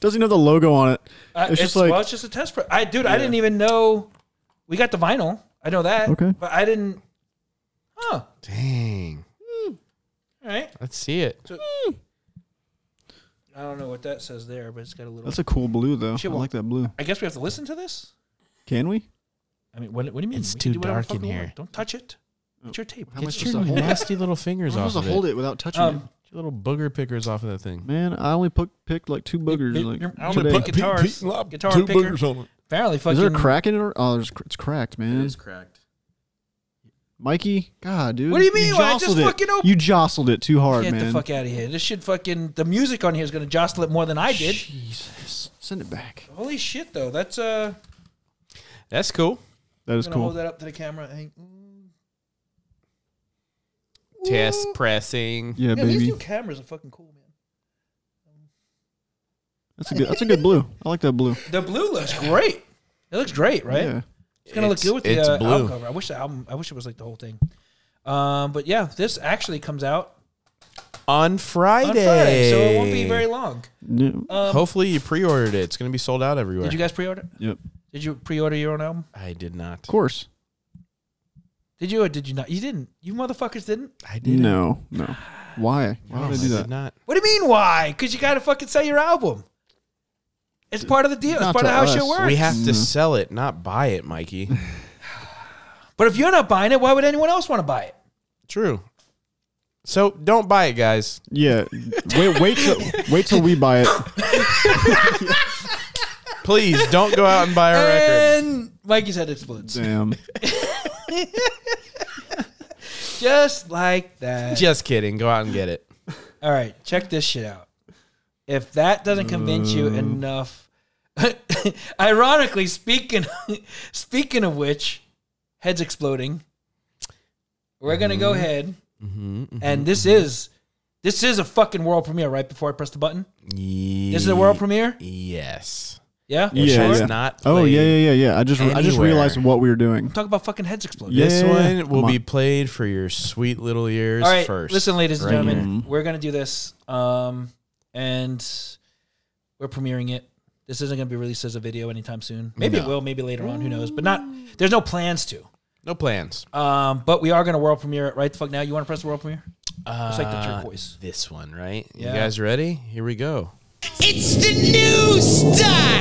Speaker 2: Doesn't even have the logo on it.
Speaker 1: Uh,
Speaker 2: it's just like-
Speaker 1: well, it's just a test. Pro- I dude, I didn't even know we got the vinyl. I know that.
Speaker 2: Okay.
Speaker 1: but I didn't. Huh. All
Speaker 3: Dang.
Speaker 1: right.
Speaker 3: Let's see it.
Speaker 2: hmm,
Speaker 1: I don't know what that says there, but it's got a little.
Speaker 2: That's a cool blue though.
Speaker 1: Shit,
Speaker 2: I
Speaker 1: well-
Speaker 2: like that blue.
Speaker 1: I guess we have to listen to this.
Speaker 2: Can we?
Speaker 1: I mean, what, what do you mean?
Speaker 3: It's
Speaker 1: We can
Speaker 3: too
Speaker 1: do whatever
Speaker 3: dark
Speaker 1: the fuck
Speaker 3: in
Speaker 1: we
Speaker 3: here.
Speaker 1: want. Don't touch it. It's your tape.
Speaker 2: Oh. How am I
Speaker 1: Get
Speaker 2: supposed
Speaker 1: your
Speaker 2: to
Speaker 3: Your
Speaker 2: hold it?
Speaker 3: nasty little fingers
Speaker 2: I'm
Speaker 3: off
Speaker 2: supposed
Speaker 3: of
Speaker 2: to
Speaker 3: it.
Speaker 2: hold it without touching
Speaker 1: Um,
Speaker 3: Your little booger pickers off of that
Speaker 2: it.
Speaker 3: thing.
Speaker 2: Man, I only pick, picked like two boogers.
Speaker 1: you're-
Speaker 2: like
Speaker 1: you're- I'm
Speaker 2: today.
Speaker 1: gonna pick guitars. Guitar picker.
Speaker 6: on it.
Speaker 1: Apparently, fucking
Speaker 2: Is there a crack in it? Or, oh, there's, it's cracked, man.
Speaker 3: cracked.
Speaker 2: Mikey, God, dude.
Speaker 1: What do you mean? I just
Speaker 2: jostled it.
Speaker 1: fucking op-
Speaker 2: You jostled it too hard,
Speaker 1: Get
Speaker 2: man.
Speaker 1: the fuck out of here! This shit, fucking the music on here is gonna jostle it more than I did.
Speaker 2: Jesus. Send it back.
Speaker 1: Holy shit, though. That's uh, I'm
Speaker 3: That's cool.
Speaker 2: That is
Speaker 1: gonna
Speaker 2: cool.
Speaker 1: hold that up to the camera. Hang.
Speaker 3: Test pressing.
Speaker 2: yeah,
Speaker 1: Yeah, these
Speaker 2: baby.
Speaker 1: new cameras are fucking cool, man.
Speaker 2: That's a good that's a good blue. I like that blue.
Speaker 1: The blue looks great. It looks great, right?
Speaker 2: Yeah.
Speaker 1: It's gonna
Speaker 3: It's-
Speaker 1: look good with
Speaker 3: it's
Speaker 1: the uh,
Speaker 3: blue.
Speaker 1: album cover. I wish the album. I wish it was like the whole thing. Um, but yeah, this actually comes out
Speaker 3: On Friday.
Speaker 1: on Friday, so it won't be very long.
Speaker 2: No.
Speaker 1: Uh,
Speaker 3: Hopefully you pre-ordered it. It's going to be sold out everywhere.
Speaker 1: Did you guys pre-order?
Speaker 2: Yep. Of
Speaker 1: Did you pre-order your own album?
Speaker 3: I did not.
Speaker 2: course.
Speaker 1: Did you or did you not? You didn't. You motherfuckers didn't.
Speaker 3: I did not. Oh,
Speaker 2: No. No. Why? Why would I do
Speaker 3: I did
Speaker 2: that?
Speaker 3: not.
Speaker 1: What do you mean? Why? Because you gotta fucking sell your album. It's part of the deal. It's
Speaker 2: Not
Speaker 1: part of
Speaker 2: to
Speaker 1: how
Speaker 2: us.
Speaker 1: shit works.
Speaker 3: We have to sell it, not buy it, Mikey.
Speaker 1: but if you're not buying it, why would anyone else want to buy it?
Speaker 3: True. So don't buy it, guys.
Speaker 2: Yeah. Wait wait till wait till we buy it.
Speaker 3: Please don't go out and buy our record.
Speaker 1: And Mikey's head explodes.
Speaker 2: Damn.
Speaker 1: Just like that.
Speaker 3: Just kidding. Go out and get it.
Speaker 1: All right, check this shit out. If that doesn't convince you enough, ironically speaking, speaking of which, heads exploding. We're gonna
Speaker 2: Mm-hmm.
Speaker 1: go ahead, and this is this is a fucking world premiere. Right before I press the button, this is a world premiere.
Speaker 3: Yes.
Speaker 1: Yeah,
Speaker 2: Yeah,
Speaker 3: Sure.
Speaker 2: yeah.
Speaker 3: It's not
Speaker 2: oh yeah,
Speaker 3: played
Speaker 2: yeah, yeah, yeah. I just I just
Speaker 3: anywhere.
Speaker 2: realized what we were doing.
Speaker 1: Talk about fucking heads exploding.
Speaker 2: Yeah,
Speaker 3: This
Speaker 2: yeah, yeah.
Speaker 3: one will
Speaker 2: Come
Speaker 3: be
Speaker 2: on.
Speaker 3: played for your sweet little ears
Speaker 1: All right,
Speaker 3: first.
Speaker 1: listen, ladies and
Speaker 3: Right Mm-hmm.
Speaker 1: gentlemen, we're gonna do this, um, and we're premiering it. This isn't gonna be released as a video anytime soon. Maybe it will, maybe later on, who knows? But not. There's no plans to.
Speaker 3: No plans.
Speaker 1: Um, but we are gonna world premiere it right the fuck now. You want to press the world premiere? it's like the
Speaker 3: Uh,
Speaker 1: turquoise.
Speaker 3: This one, right?
Speaker 1: Yeah.
Speaker 3: You guys ready? Here we go.
Speaker 4: It's the new style.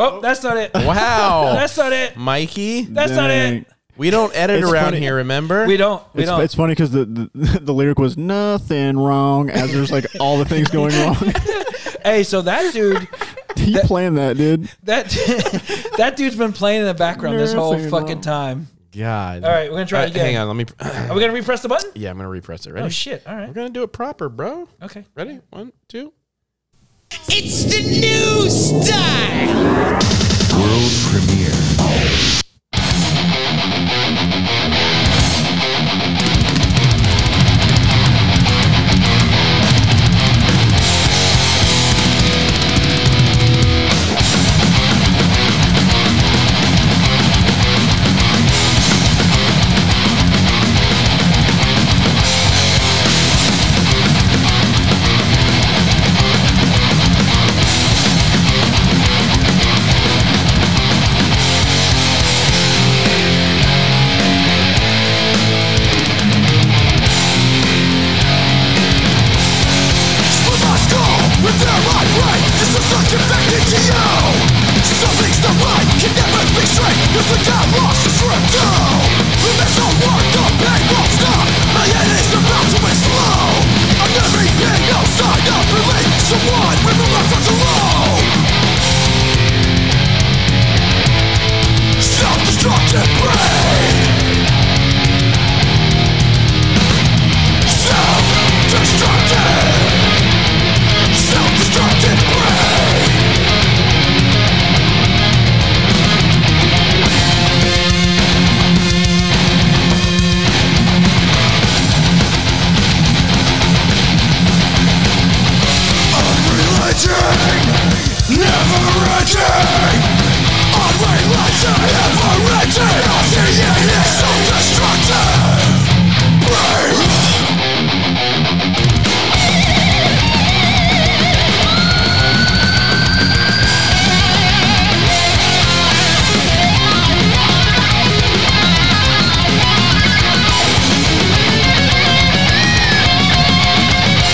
Speaker 1: Oh, that's not it.
Speaker 3: Wow.
Speaker 1: That's not it.
Speaker 3: Mikey,
Speaker 1: That's not it.
Speaker 3: we don't edit
Speaker 2: It's
Speaker 3: around
Speaker 2: funny.
Speaker 3: here, remember?
Speaker 1: We don't. We
Speaker 2: It's,
Speaker 1: don't.
Speaker 2: it's funny because the, the the lyric was nothing wrong as there's like all the things going wrong.
Speaker 1: hey, so that dude,
Speaker 2: you playing that, dude?
Speaker 1: that that dude's been playing in the background this whole
Speaker 2: Nursing
Speaker 1: fucking
Speaker 2: home.
Speaker 1: time.
Speaker 3: God.
Speaker 1: All right, we're gonna try
Speaker 3: Alright,
Speaker 1: again.
Speaker 3: Hang on, let me.
Speaker 1: Are we gonna repress the button?
Speaker 3: yeah, I'm gonna repress it. Ready?
Speaker 1: Oh shit! All right.
Speaker 3: We're gonna do it proper, bro.
Speaker 1: Okay.
Speaker 3: Ready? One, two.
Speaker 4: It's the new style.
Speaker 8: Split my skull with their right brain. This is like infected to you. Something's not right, can never be straight. Cause the god lost is ripped out. The mental work, the pain won't stop. My head is about to explode. I'm never being no sign of relief. Someone with the reference alone. Self-destructive brain. Self-destructive. Self-destructed brain Unrelenting Never ending Unrelenting Never ending I'll see it is Self-destructive Brain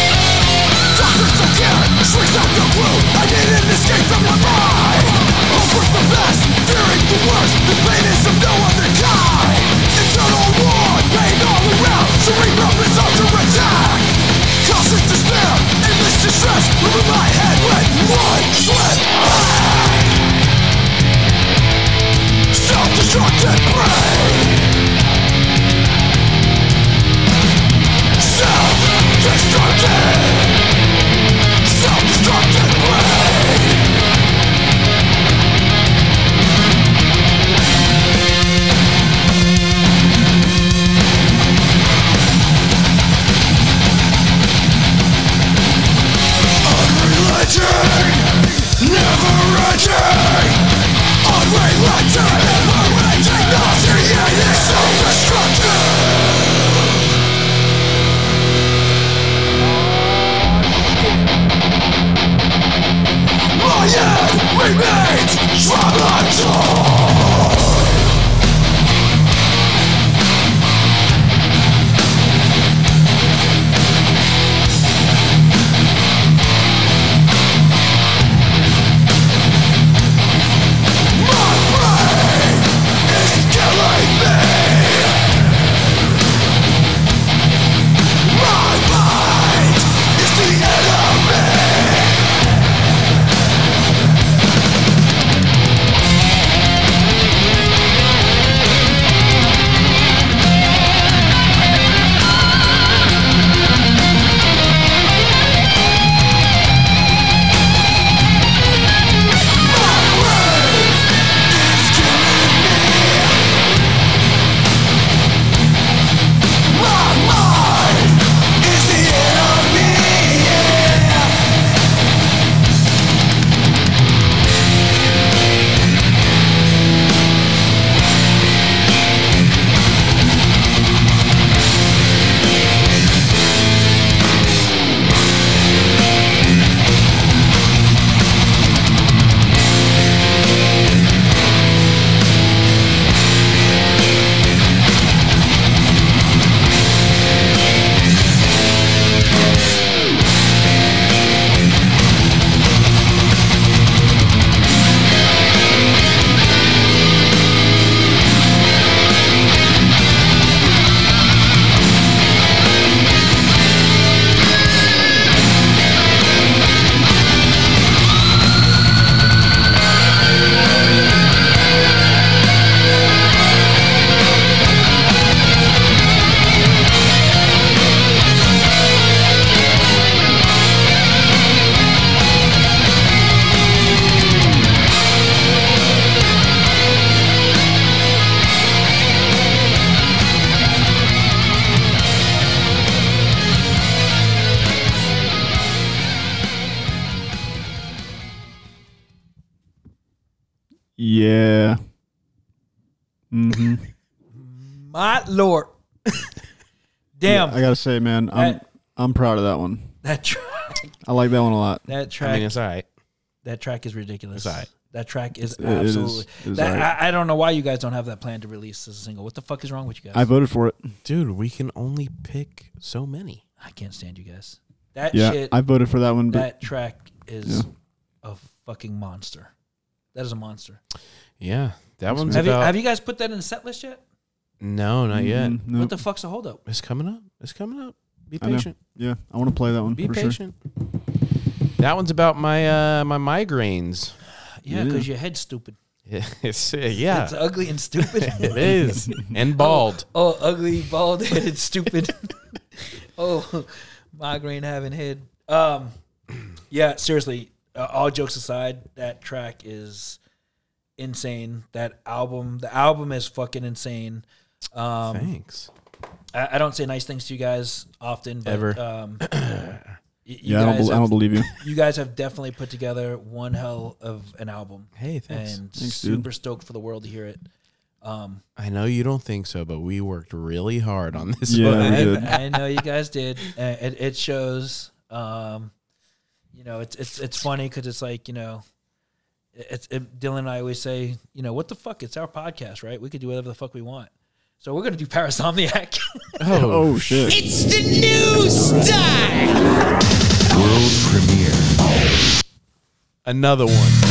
Speaker 8: Doctors don't care, shrinks out the blue I need an escape from my mind Hope the best, fearing the worst This pain is of no other kind Internal war, pain all around Cerebral is under attack Constant despair, endless stress over my head with one slip Self-destructed brain Self-destructed Self-destructed brain Unrelenting, never-ending Unrelenting, never-ending Nauseating, self-destructive My end remains traumatized My brain is killing me My mind is the enemy is killing me My mind is the enemy
Speaker 2: Yeah.
Speaker 1: My lord. Damn.
Speaker 2: I gotta say, man, I'm
Speaker 1: That-
Speaker 2: I'm proud of that one.
Speaker 1: that track.
Speaker 2: I like that one a lot.
Speaker 1: That track.
Speaker 3: I mean, it's all right.
Speaker 1: that track is ridiculous.
Speaker 3: It's all right.
Speaker 1: That track is
Speaker 2: it is-
Speaker 1: absolutely.
Speaker 2: it is
Speaker 1: that,
Speaker 2: all right.
Speaker 1: I, I don't know why you guys don't have that plan to release as a single. What the fuck is wrong with you guys?
Speaker 2: I voted for it.
Speaker 3: Dude, we can only pick so many.
Speaker 1: I can't stand you guys. That
Speaker 2: Yeah,
Speaker 1: shit.
Speaker 2: I voted for that one. But
Speaker 1: that track is
Speaker 2: Yeah.
Speaker 1: a fucking monster. That is a monster.
Speaker 3: Yeah. That one's
Speaker 1: Have you,
Speaker 3: about
Speaker 1: have you Mm-hmm. guys put that in the set list yet?
Speaker 3: No, not yet.
Speaker 2: Mm, no,
Speaker 1: What the fuck's a holdup?
Speaker 3: It's coming up. It's coming up. Be
Speaker 2: I know.
Speaker 3: patient.
Speaker 2: Yeah, I want to play that one
Speaker 3: Be
Speaker 2: for sure.
Speaker 3: patient. That one's about my uh my migraines.
Speaker 1: Yeah, because your head's stupid.
Speaker 3: it's uh, yeah.
Speaker 1: It's ugly and stupid.
Speaker 3: it is. And bald.
Speaker 1: oh, ugly, bald headed, stupid. oh, migraine having head. Um, yeah, seriously. Uh, all jokes aside, that track is insane. That album, the album is fucking insane. Um,
Speaker 3: Thanks.
Speaker 1: I, I don't say nice things to you guys often, but,
Speaker 3: Ever.
Speaker 1: Um, y- you
Speaker 2: Yeah, I don't,
Speaker 1: guys
Speaker 2: bel I don't
Speaker 1: have-
Speaker 2: believe you.
Speaker 1: you guys have definitely put together one hell of an album.
Speaker 3: Hey, thanks.
Speaker 1: And
Speaker 2: Thanks, dude.
Speaker 1: super stoked for the world to hear it. Um,
Speaker 3: I know you don't think so, but we worked really hard on this
Speaker 2: Yeah,
Speaker 3: one.
Speaker 2: we did.
Speaker 1: and I know you guys did. And it, it shows. Um, you know, it's it's it's funny because it's like you know, it- it's it, Dylan and I always say, you know, what the fuck? It's our podcast, right? We could do whatever the fuck we want. So we're gonna do Parasomniac.
Speaker 3: Oh,
Speaker 2: Oh shit!
Speaker 4: It's the new style.
Speaker 3: another one.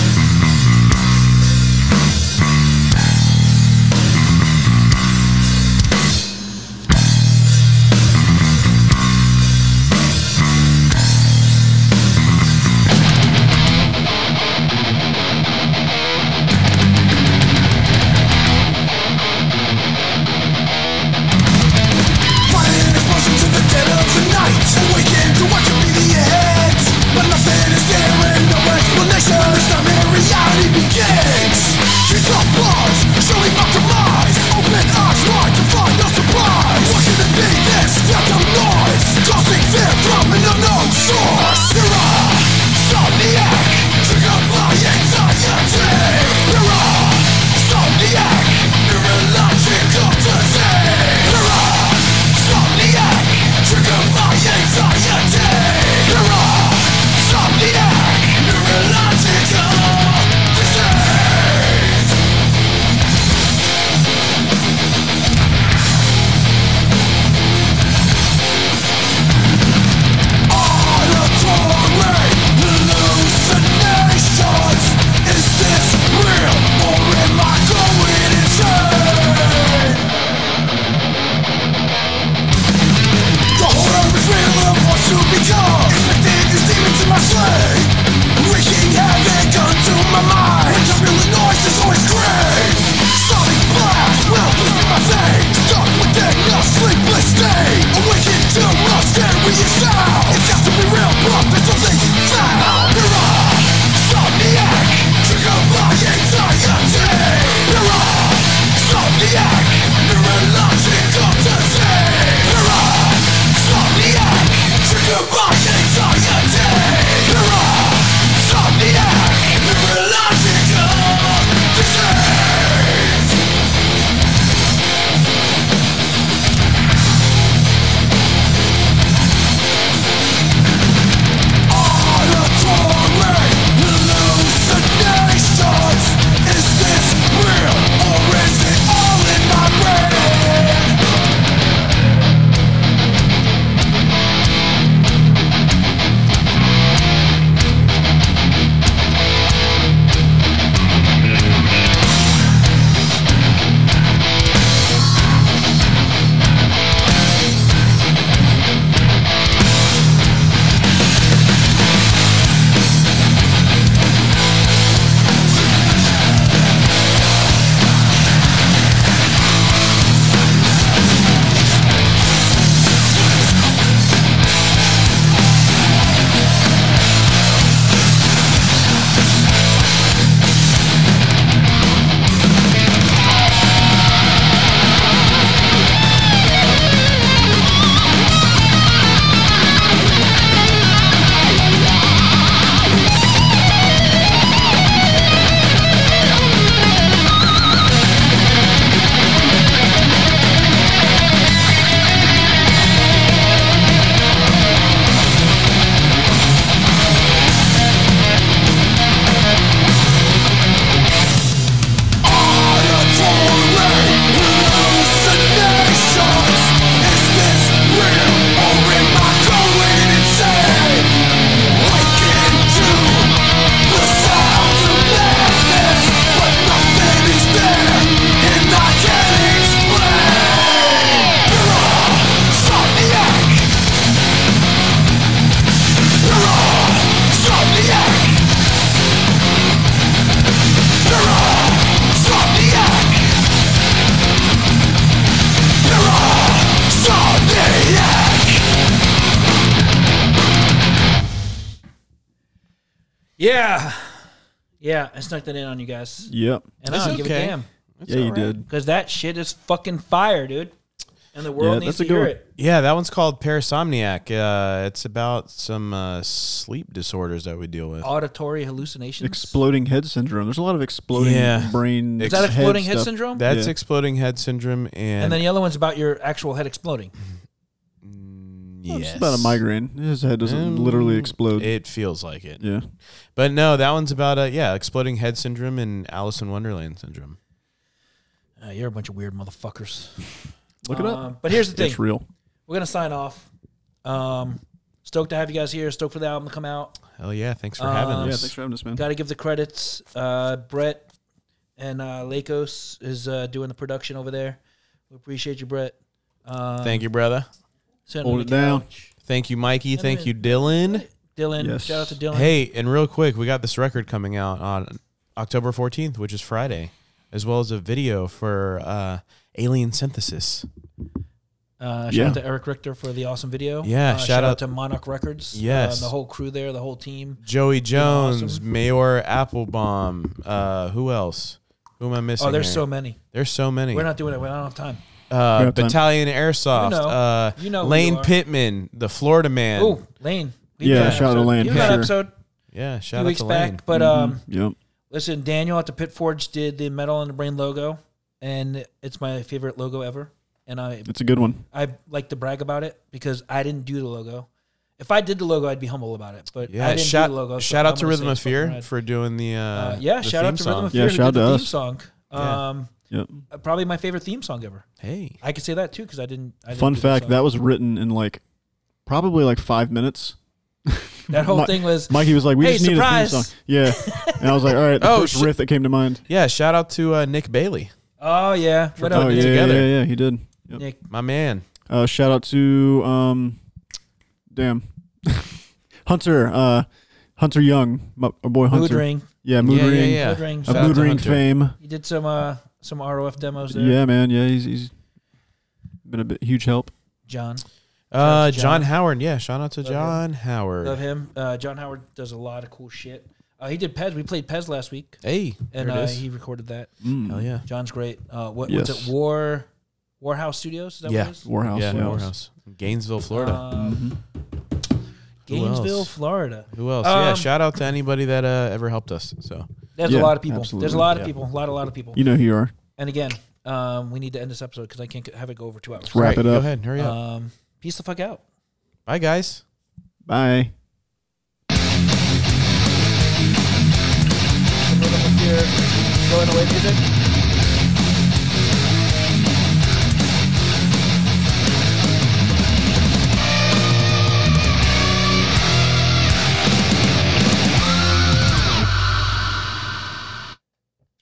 Speaker 1: Yeah. Yeah, I snuck that in on you guys.
Speaker 2: Yep.
Speaker 1: And I
Speaker 3: It's
Speaker 1: don't give a
Speaker 3: okay.
Speaker 1: damn.
Speaker 2: yeah, you did.
Speaker 1: Because that shit is fucking fire, dude. And the world
Speaker 2: Yeah,
Speaker 1: needs
Speaker 2: that's a
Speaker 1: to hear
Speaker 2: good
Speaker 1: it.
Speaker 3: Yeah, that one's called Parasomniac. Uh, it's about some uh, sleep disorders that we deal with.
Speaker 1: Auditory hallucinations.
Speaker 2: Exploding head syndrome. There's a lot of exploding
Speaker 3: Yeah.
Speaker 2: brain.
Speaker 3: Is
Speaker 1: is that
Speaker 2: head
Speaker 1: exploding head,
Speaker 2: stuff.
Speaker 1: syndrome?
Speaker 3: That's
Speaker 2: Yeah.
Speaker 3: exploding head syndrome, and,
Speaker 1: and then the other one's about your actual head exploding.
Speaker 2: Well,
Speaker 3: yes,
Speaker 2: It's about a migraine. His head doesn't
Speaker 3: Um,
Speaker 2: literally explode.
Speaker 3: It feels like it,
Speaker 2: yeah.
Speaker 3: but no, that one's about uh, yeah, exploding head syndrome and Alice in Wonderland syndrome.
Speaker 1: Uh, you're a bunch of weird motherfuckers.
Speaker 2: Look it up.
Speaker 1: Um, but here's the thing.
Speaker 2: It's real.
Speaker 1: We're gonna sign off. Um, stoked to have you guys here. Stoked for the album to come out.
Speaker 3: Hell yeah, thanks for having
Speaker 1: Um,
Speaker 3: us.
Speaker 2: Yeah, thanks for having us, man.
Speaker 1: Got to give the credits. Uh, Brett and uh, Lakos is uh, doing the production over there. We appreciate you, Brett. Uh,
Speaker 3: Thank you, brother.
Speaker 1: sitting
Speaker 2: Hold
Speaker 1: on
Speaker 2: it
Speaker 1: the
Speaker 2: down.
Speaker 1: couch.
Speaker 3: Thank you, Mikey. Thank
Speaker 1: then-
Speaker 3: you, Dylan.
Speaker 1: Dylan.
Speaker 2: Yes.
Speaker 1: Shout out to Dylan.
Speaker 3: Hey, and real quick, we got this record coming out on October 14th, which is Friday, as well as a video for uh, Alien Synthesis.
Speaker 1: Uh, shout
Speaker 2: Yeah.
Speaker 1: out to Eric Richter for the awesome video.
Speaker 3: Yeah,
Speaker 1: Uh,
Speaker 3: shout
Speaker 1: shout,
Speaker 3: out-
Speaker 1: out, to Monarch Records.
Speaker 3: Yes.
Speaker 1: Uh, the whole crew there, the whole team.
Speaker 3: Joey Jones,
Speaker 1: awesome.
Speaker 3: Mayor Applebaum. Uh, who else? Who am I missing?
Speaker 1: Oh, there's
Speaker 3: here?
Speaker 1: so many.
Speaker 3: there's so many.
Speaker 1: We're not doing it. We don't have time.
Speaker 3: uh,
Speaker 2: We're out of time.
Speaker 3: Battalion Airsoft.
Speaker 1: You know.
Speaker 3: uh,
Speaker 1: You know who
Speaker 3: Lane
Speaker 1: you are.
Speaker 3: Pittman, the Florida man.
Speaker 1: Oh, Lane. We
Speaker 2: Yeah,
Speaker 1: did an
Speaker 2: shout out to
Speaker 1: episode.
Speaker 2: Lane,
Speaker 1: You
Speaker 2: for
Speaker 1: got an
Speaker 2: sure.
Speaker 1: episode
Speaker 3: Yeah,
Speaker 1: a
Speaker 3: shout
Speaker 1: few
Speaker 3: out
Speaker 1: weeks
Speaker 3: to
Speaker 1: back,
Speaker 3: Lane. Mm-hmm.
Speaker 1: but um,
Speaker 2: Mm-hmm. Yep.
Speaker 1: Listen, Daniel at the Pit Forge did the Metal and the Brain logo, and it's my favorite logo ever. And I
Speaker 2: It's a good one.
Speaker 1: I like to brag about it because I didn't do the logo. If I did the logo, I'd be humble about it. But I
Speaker 3: yeah,
Speaker 1: didn't
Speaker 3: shout,
Speaker 1: do the logo. so
Speaker 3: shout out
Speaker 1: I'm
Speaker 3: to
Speaker 1: gonna
Speaker 3: Rhythm
Speaker 1: say
Speaker 3: of
Speaker 1: it's fucking
Speaker 3: Fear
Speaker 1: rad.
Speaker 3: for doing the. Uh,
Speaker 1: Uh, yeah,
Speaker 3: the
Speaker 1: shout out
Speaker 3: theme
Speaker 1: to Rhythm of
Speaker 3: song.
Speaker 1: Fear.
Speaker 2: Yeah,
Speaker 1: who
Speaker 2: shout
Speaker 1: did
Speaker 2: out
Speaker 1: the
Speaker 2: to
Speaker 1: Theme
Speaker 2: us.
Speaker 1: song.
Speaker 3: Yeah.
Speaker 1: Um,
Speaker 2: Yep.
Speaker 1: probably my favorite theme song ever.
Speaker 3: Hey,
Speaker 1: I could say that too because I didn't. I didn't
Speaker 2: Fun
Speaker 1: do the
Speaker 2: fact:
Speaker 1: song.
Speaker 2: that was written in like probably like five minutes.
Speaker 1: that whole
Speaker 2: Mi-
Speaker 1: thing was
Speaker 2: Mikey was like, "We
Speaker 1: Hey,
Speaker 2: just need
Speaker 1: surprise.
Speaker 2: a theme song." Yeah, and I was like, "All right." The
Speaker 3: Oh,
Speaker 2: first
Speaker 3: shit.
Speaker 2: riff that came to mind.
Speaker 3: yeah, shout out to uh, Nick Bailey,
Speaker 1: oh yeah, what
Speaker 2: oh
Speaker 1: up,
Speaker 2: yeah,
Speaker 1: dude?
Speaker 3: together.
Speaker 2: yeah, yeah, he did. Yep.
Speaker 1: Nick,
Speaker 3: my man.
Speaker 2: Uh, shout out to um, damn, Hunter, uh, Hunter Young, my, our boy Hunter.
Speaker 1: Mood Ring,
Speaker 2: Yeah, Mood
Speaker 3: yeah,
Speaker 2: Ring,
Speaker 3: yeah,
Speaker 1: Mood
Speaker 3: yeah.
Speaker 1: Ring.
Speaker 2: of
Speaker 1: Shout
Speaker 2: Mood Ring
Speaker 3: Hunter.
Speaker 2: fame.
Speaker 1: you did some uh some ROF demos there,
Speaker 2: Yeah, man. Yeah, he's he's been a bit huge help.
Speaker 1: John.
Speaker 3: Uh,
Speaker 1: Shout out to
Speaker 3: John
Speaker 1: John.
Speaker 3: Howard. Yeah, shout out to
Speaker 1: Love him.
Speaker 3: John Howard.
Speaker 1: Love him. Uh, John Howard does a lot of cool shit. Uh, he did Pez. We played Pez last week,
Speaker 3: Hey,
Speaker 1: and
Speaker 3: there it
Speaker 1: uh,
Speaker 3: is.
Speaker 1: he recorded that.
Speaker 2: Mm.
Speaker 3: Hell yeah.
Speaker 1: John's great. Uh, what
Speaker 2: Yes.
Speaker 1: was it? War Warhouse Studios. Is that
Speaker 3: Yeah.
Speaker 1: what it is?
Speaker 2: Warhouse.
Speaker 3: yeah,
Speaker 2: yeah.
Speaker 3: Morehouse. Gainesville, Florida.
Speaker 1: Um, Mm-hmm.
Speaker 3: Who else?
Speaker 1: Gainesville, Florida.
Speaker 3: Who else? yeah,
Speaker 1: um,
Speaker 3: shout out to anybody that uh, ever helped us. So
Speaker 1: There's
Speaker 2: Yeah,
Speaker 1: a lot of people. There's
Speaker 2: absolutely.
Speaker 1: a lot of
Speaker 3: Yeah.
Speaker 1: people. A lot, a lot of people.
Speaker 2: You know who you are.
Speaker 1: And again, um, we need to end this episode because I can't have it go over two hours.
Speaker 2: Wrap it
Speaker 3: Go
Speaker 2: up.
Speaker 3: ahead, hurry up.
Speaker 1: Um, peace the fuck out.
Speaker 3: Bye, guys.
Speaker 2: Bye.
Speaker 1: Going away music.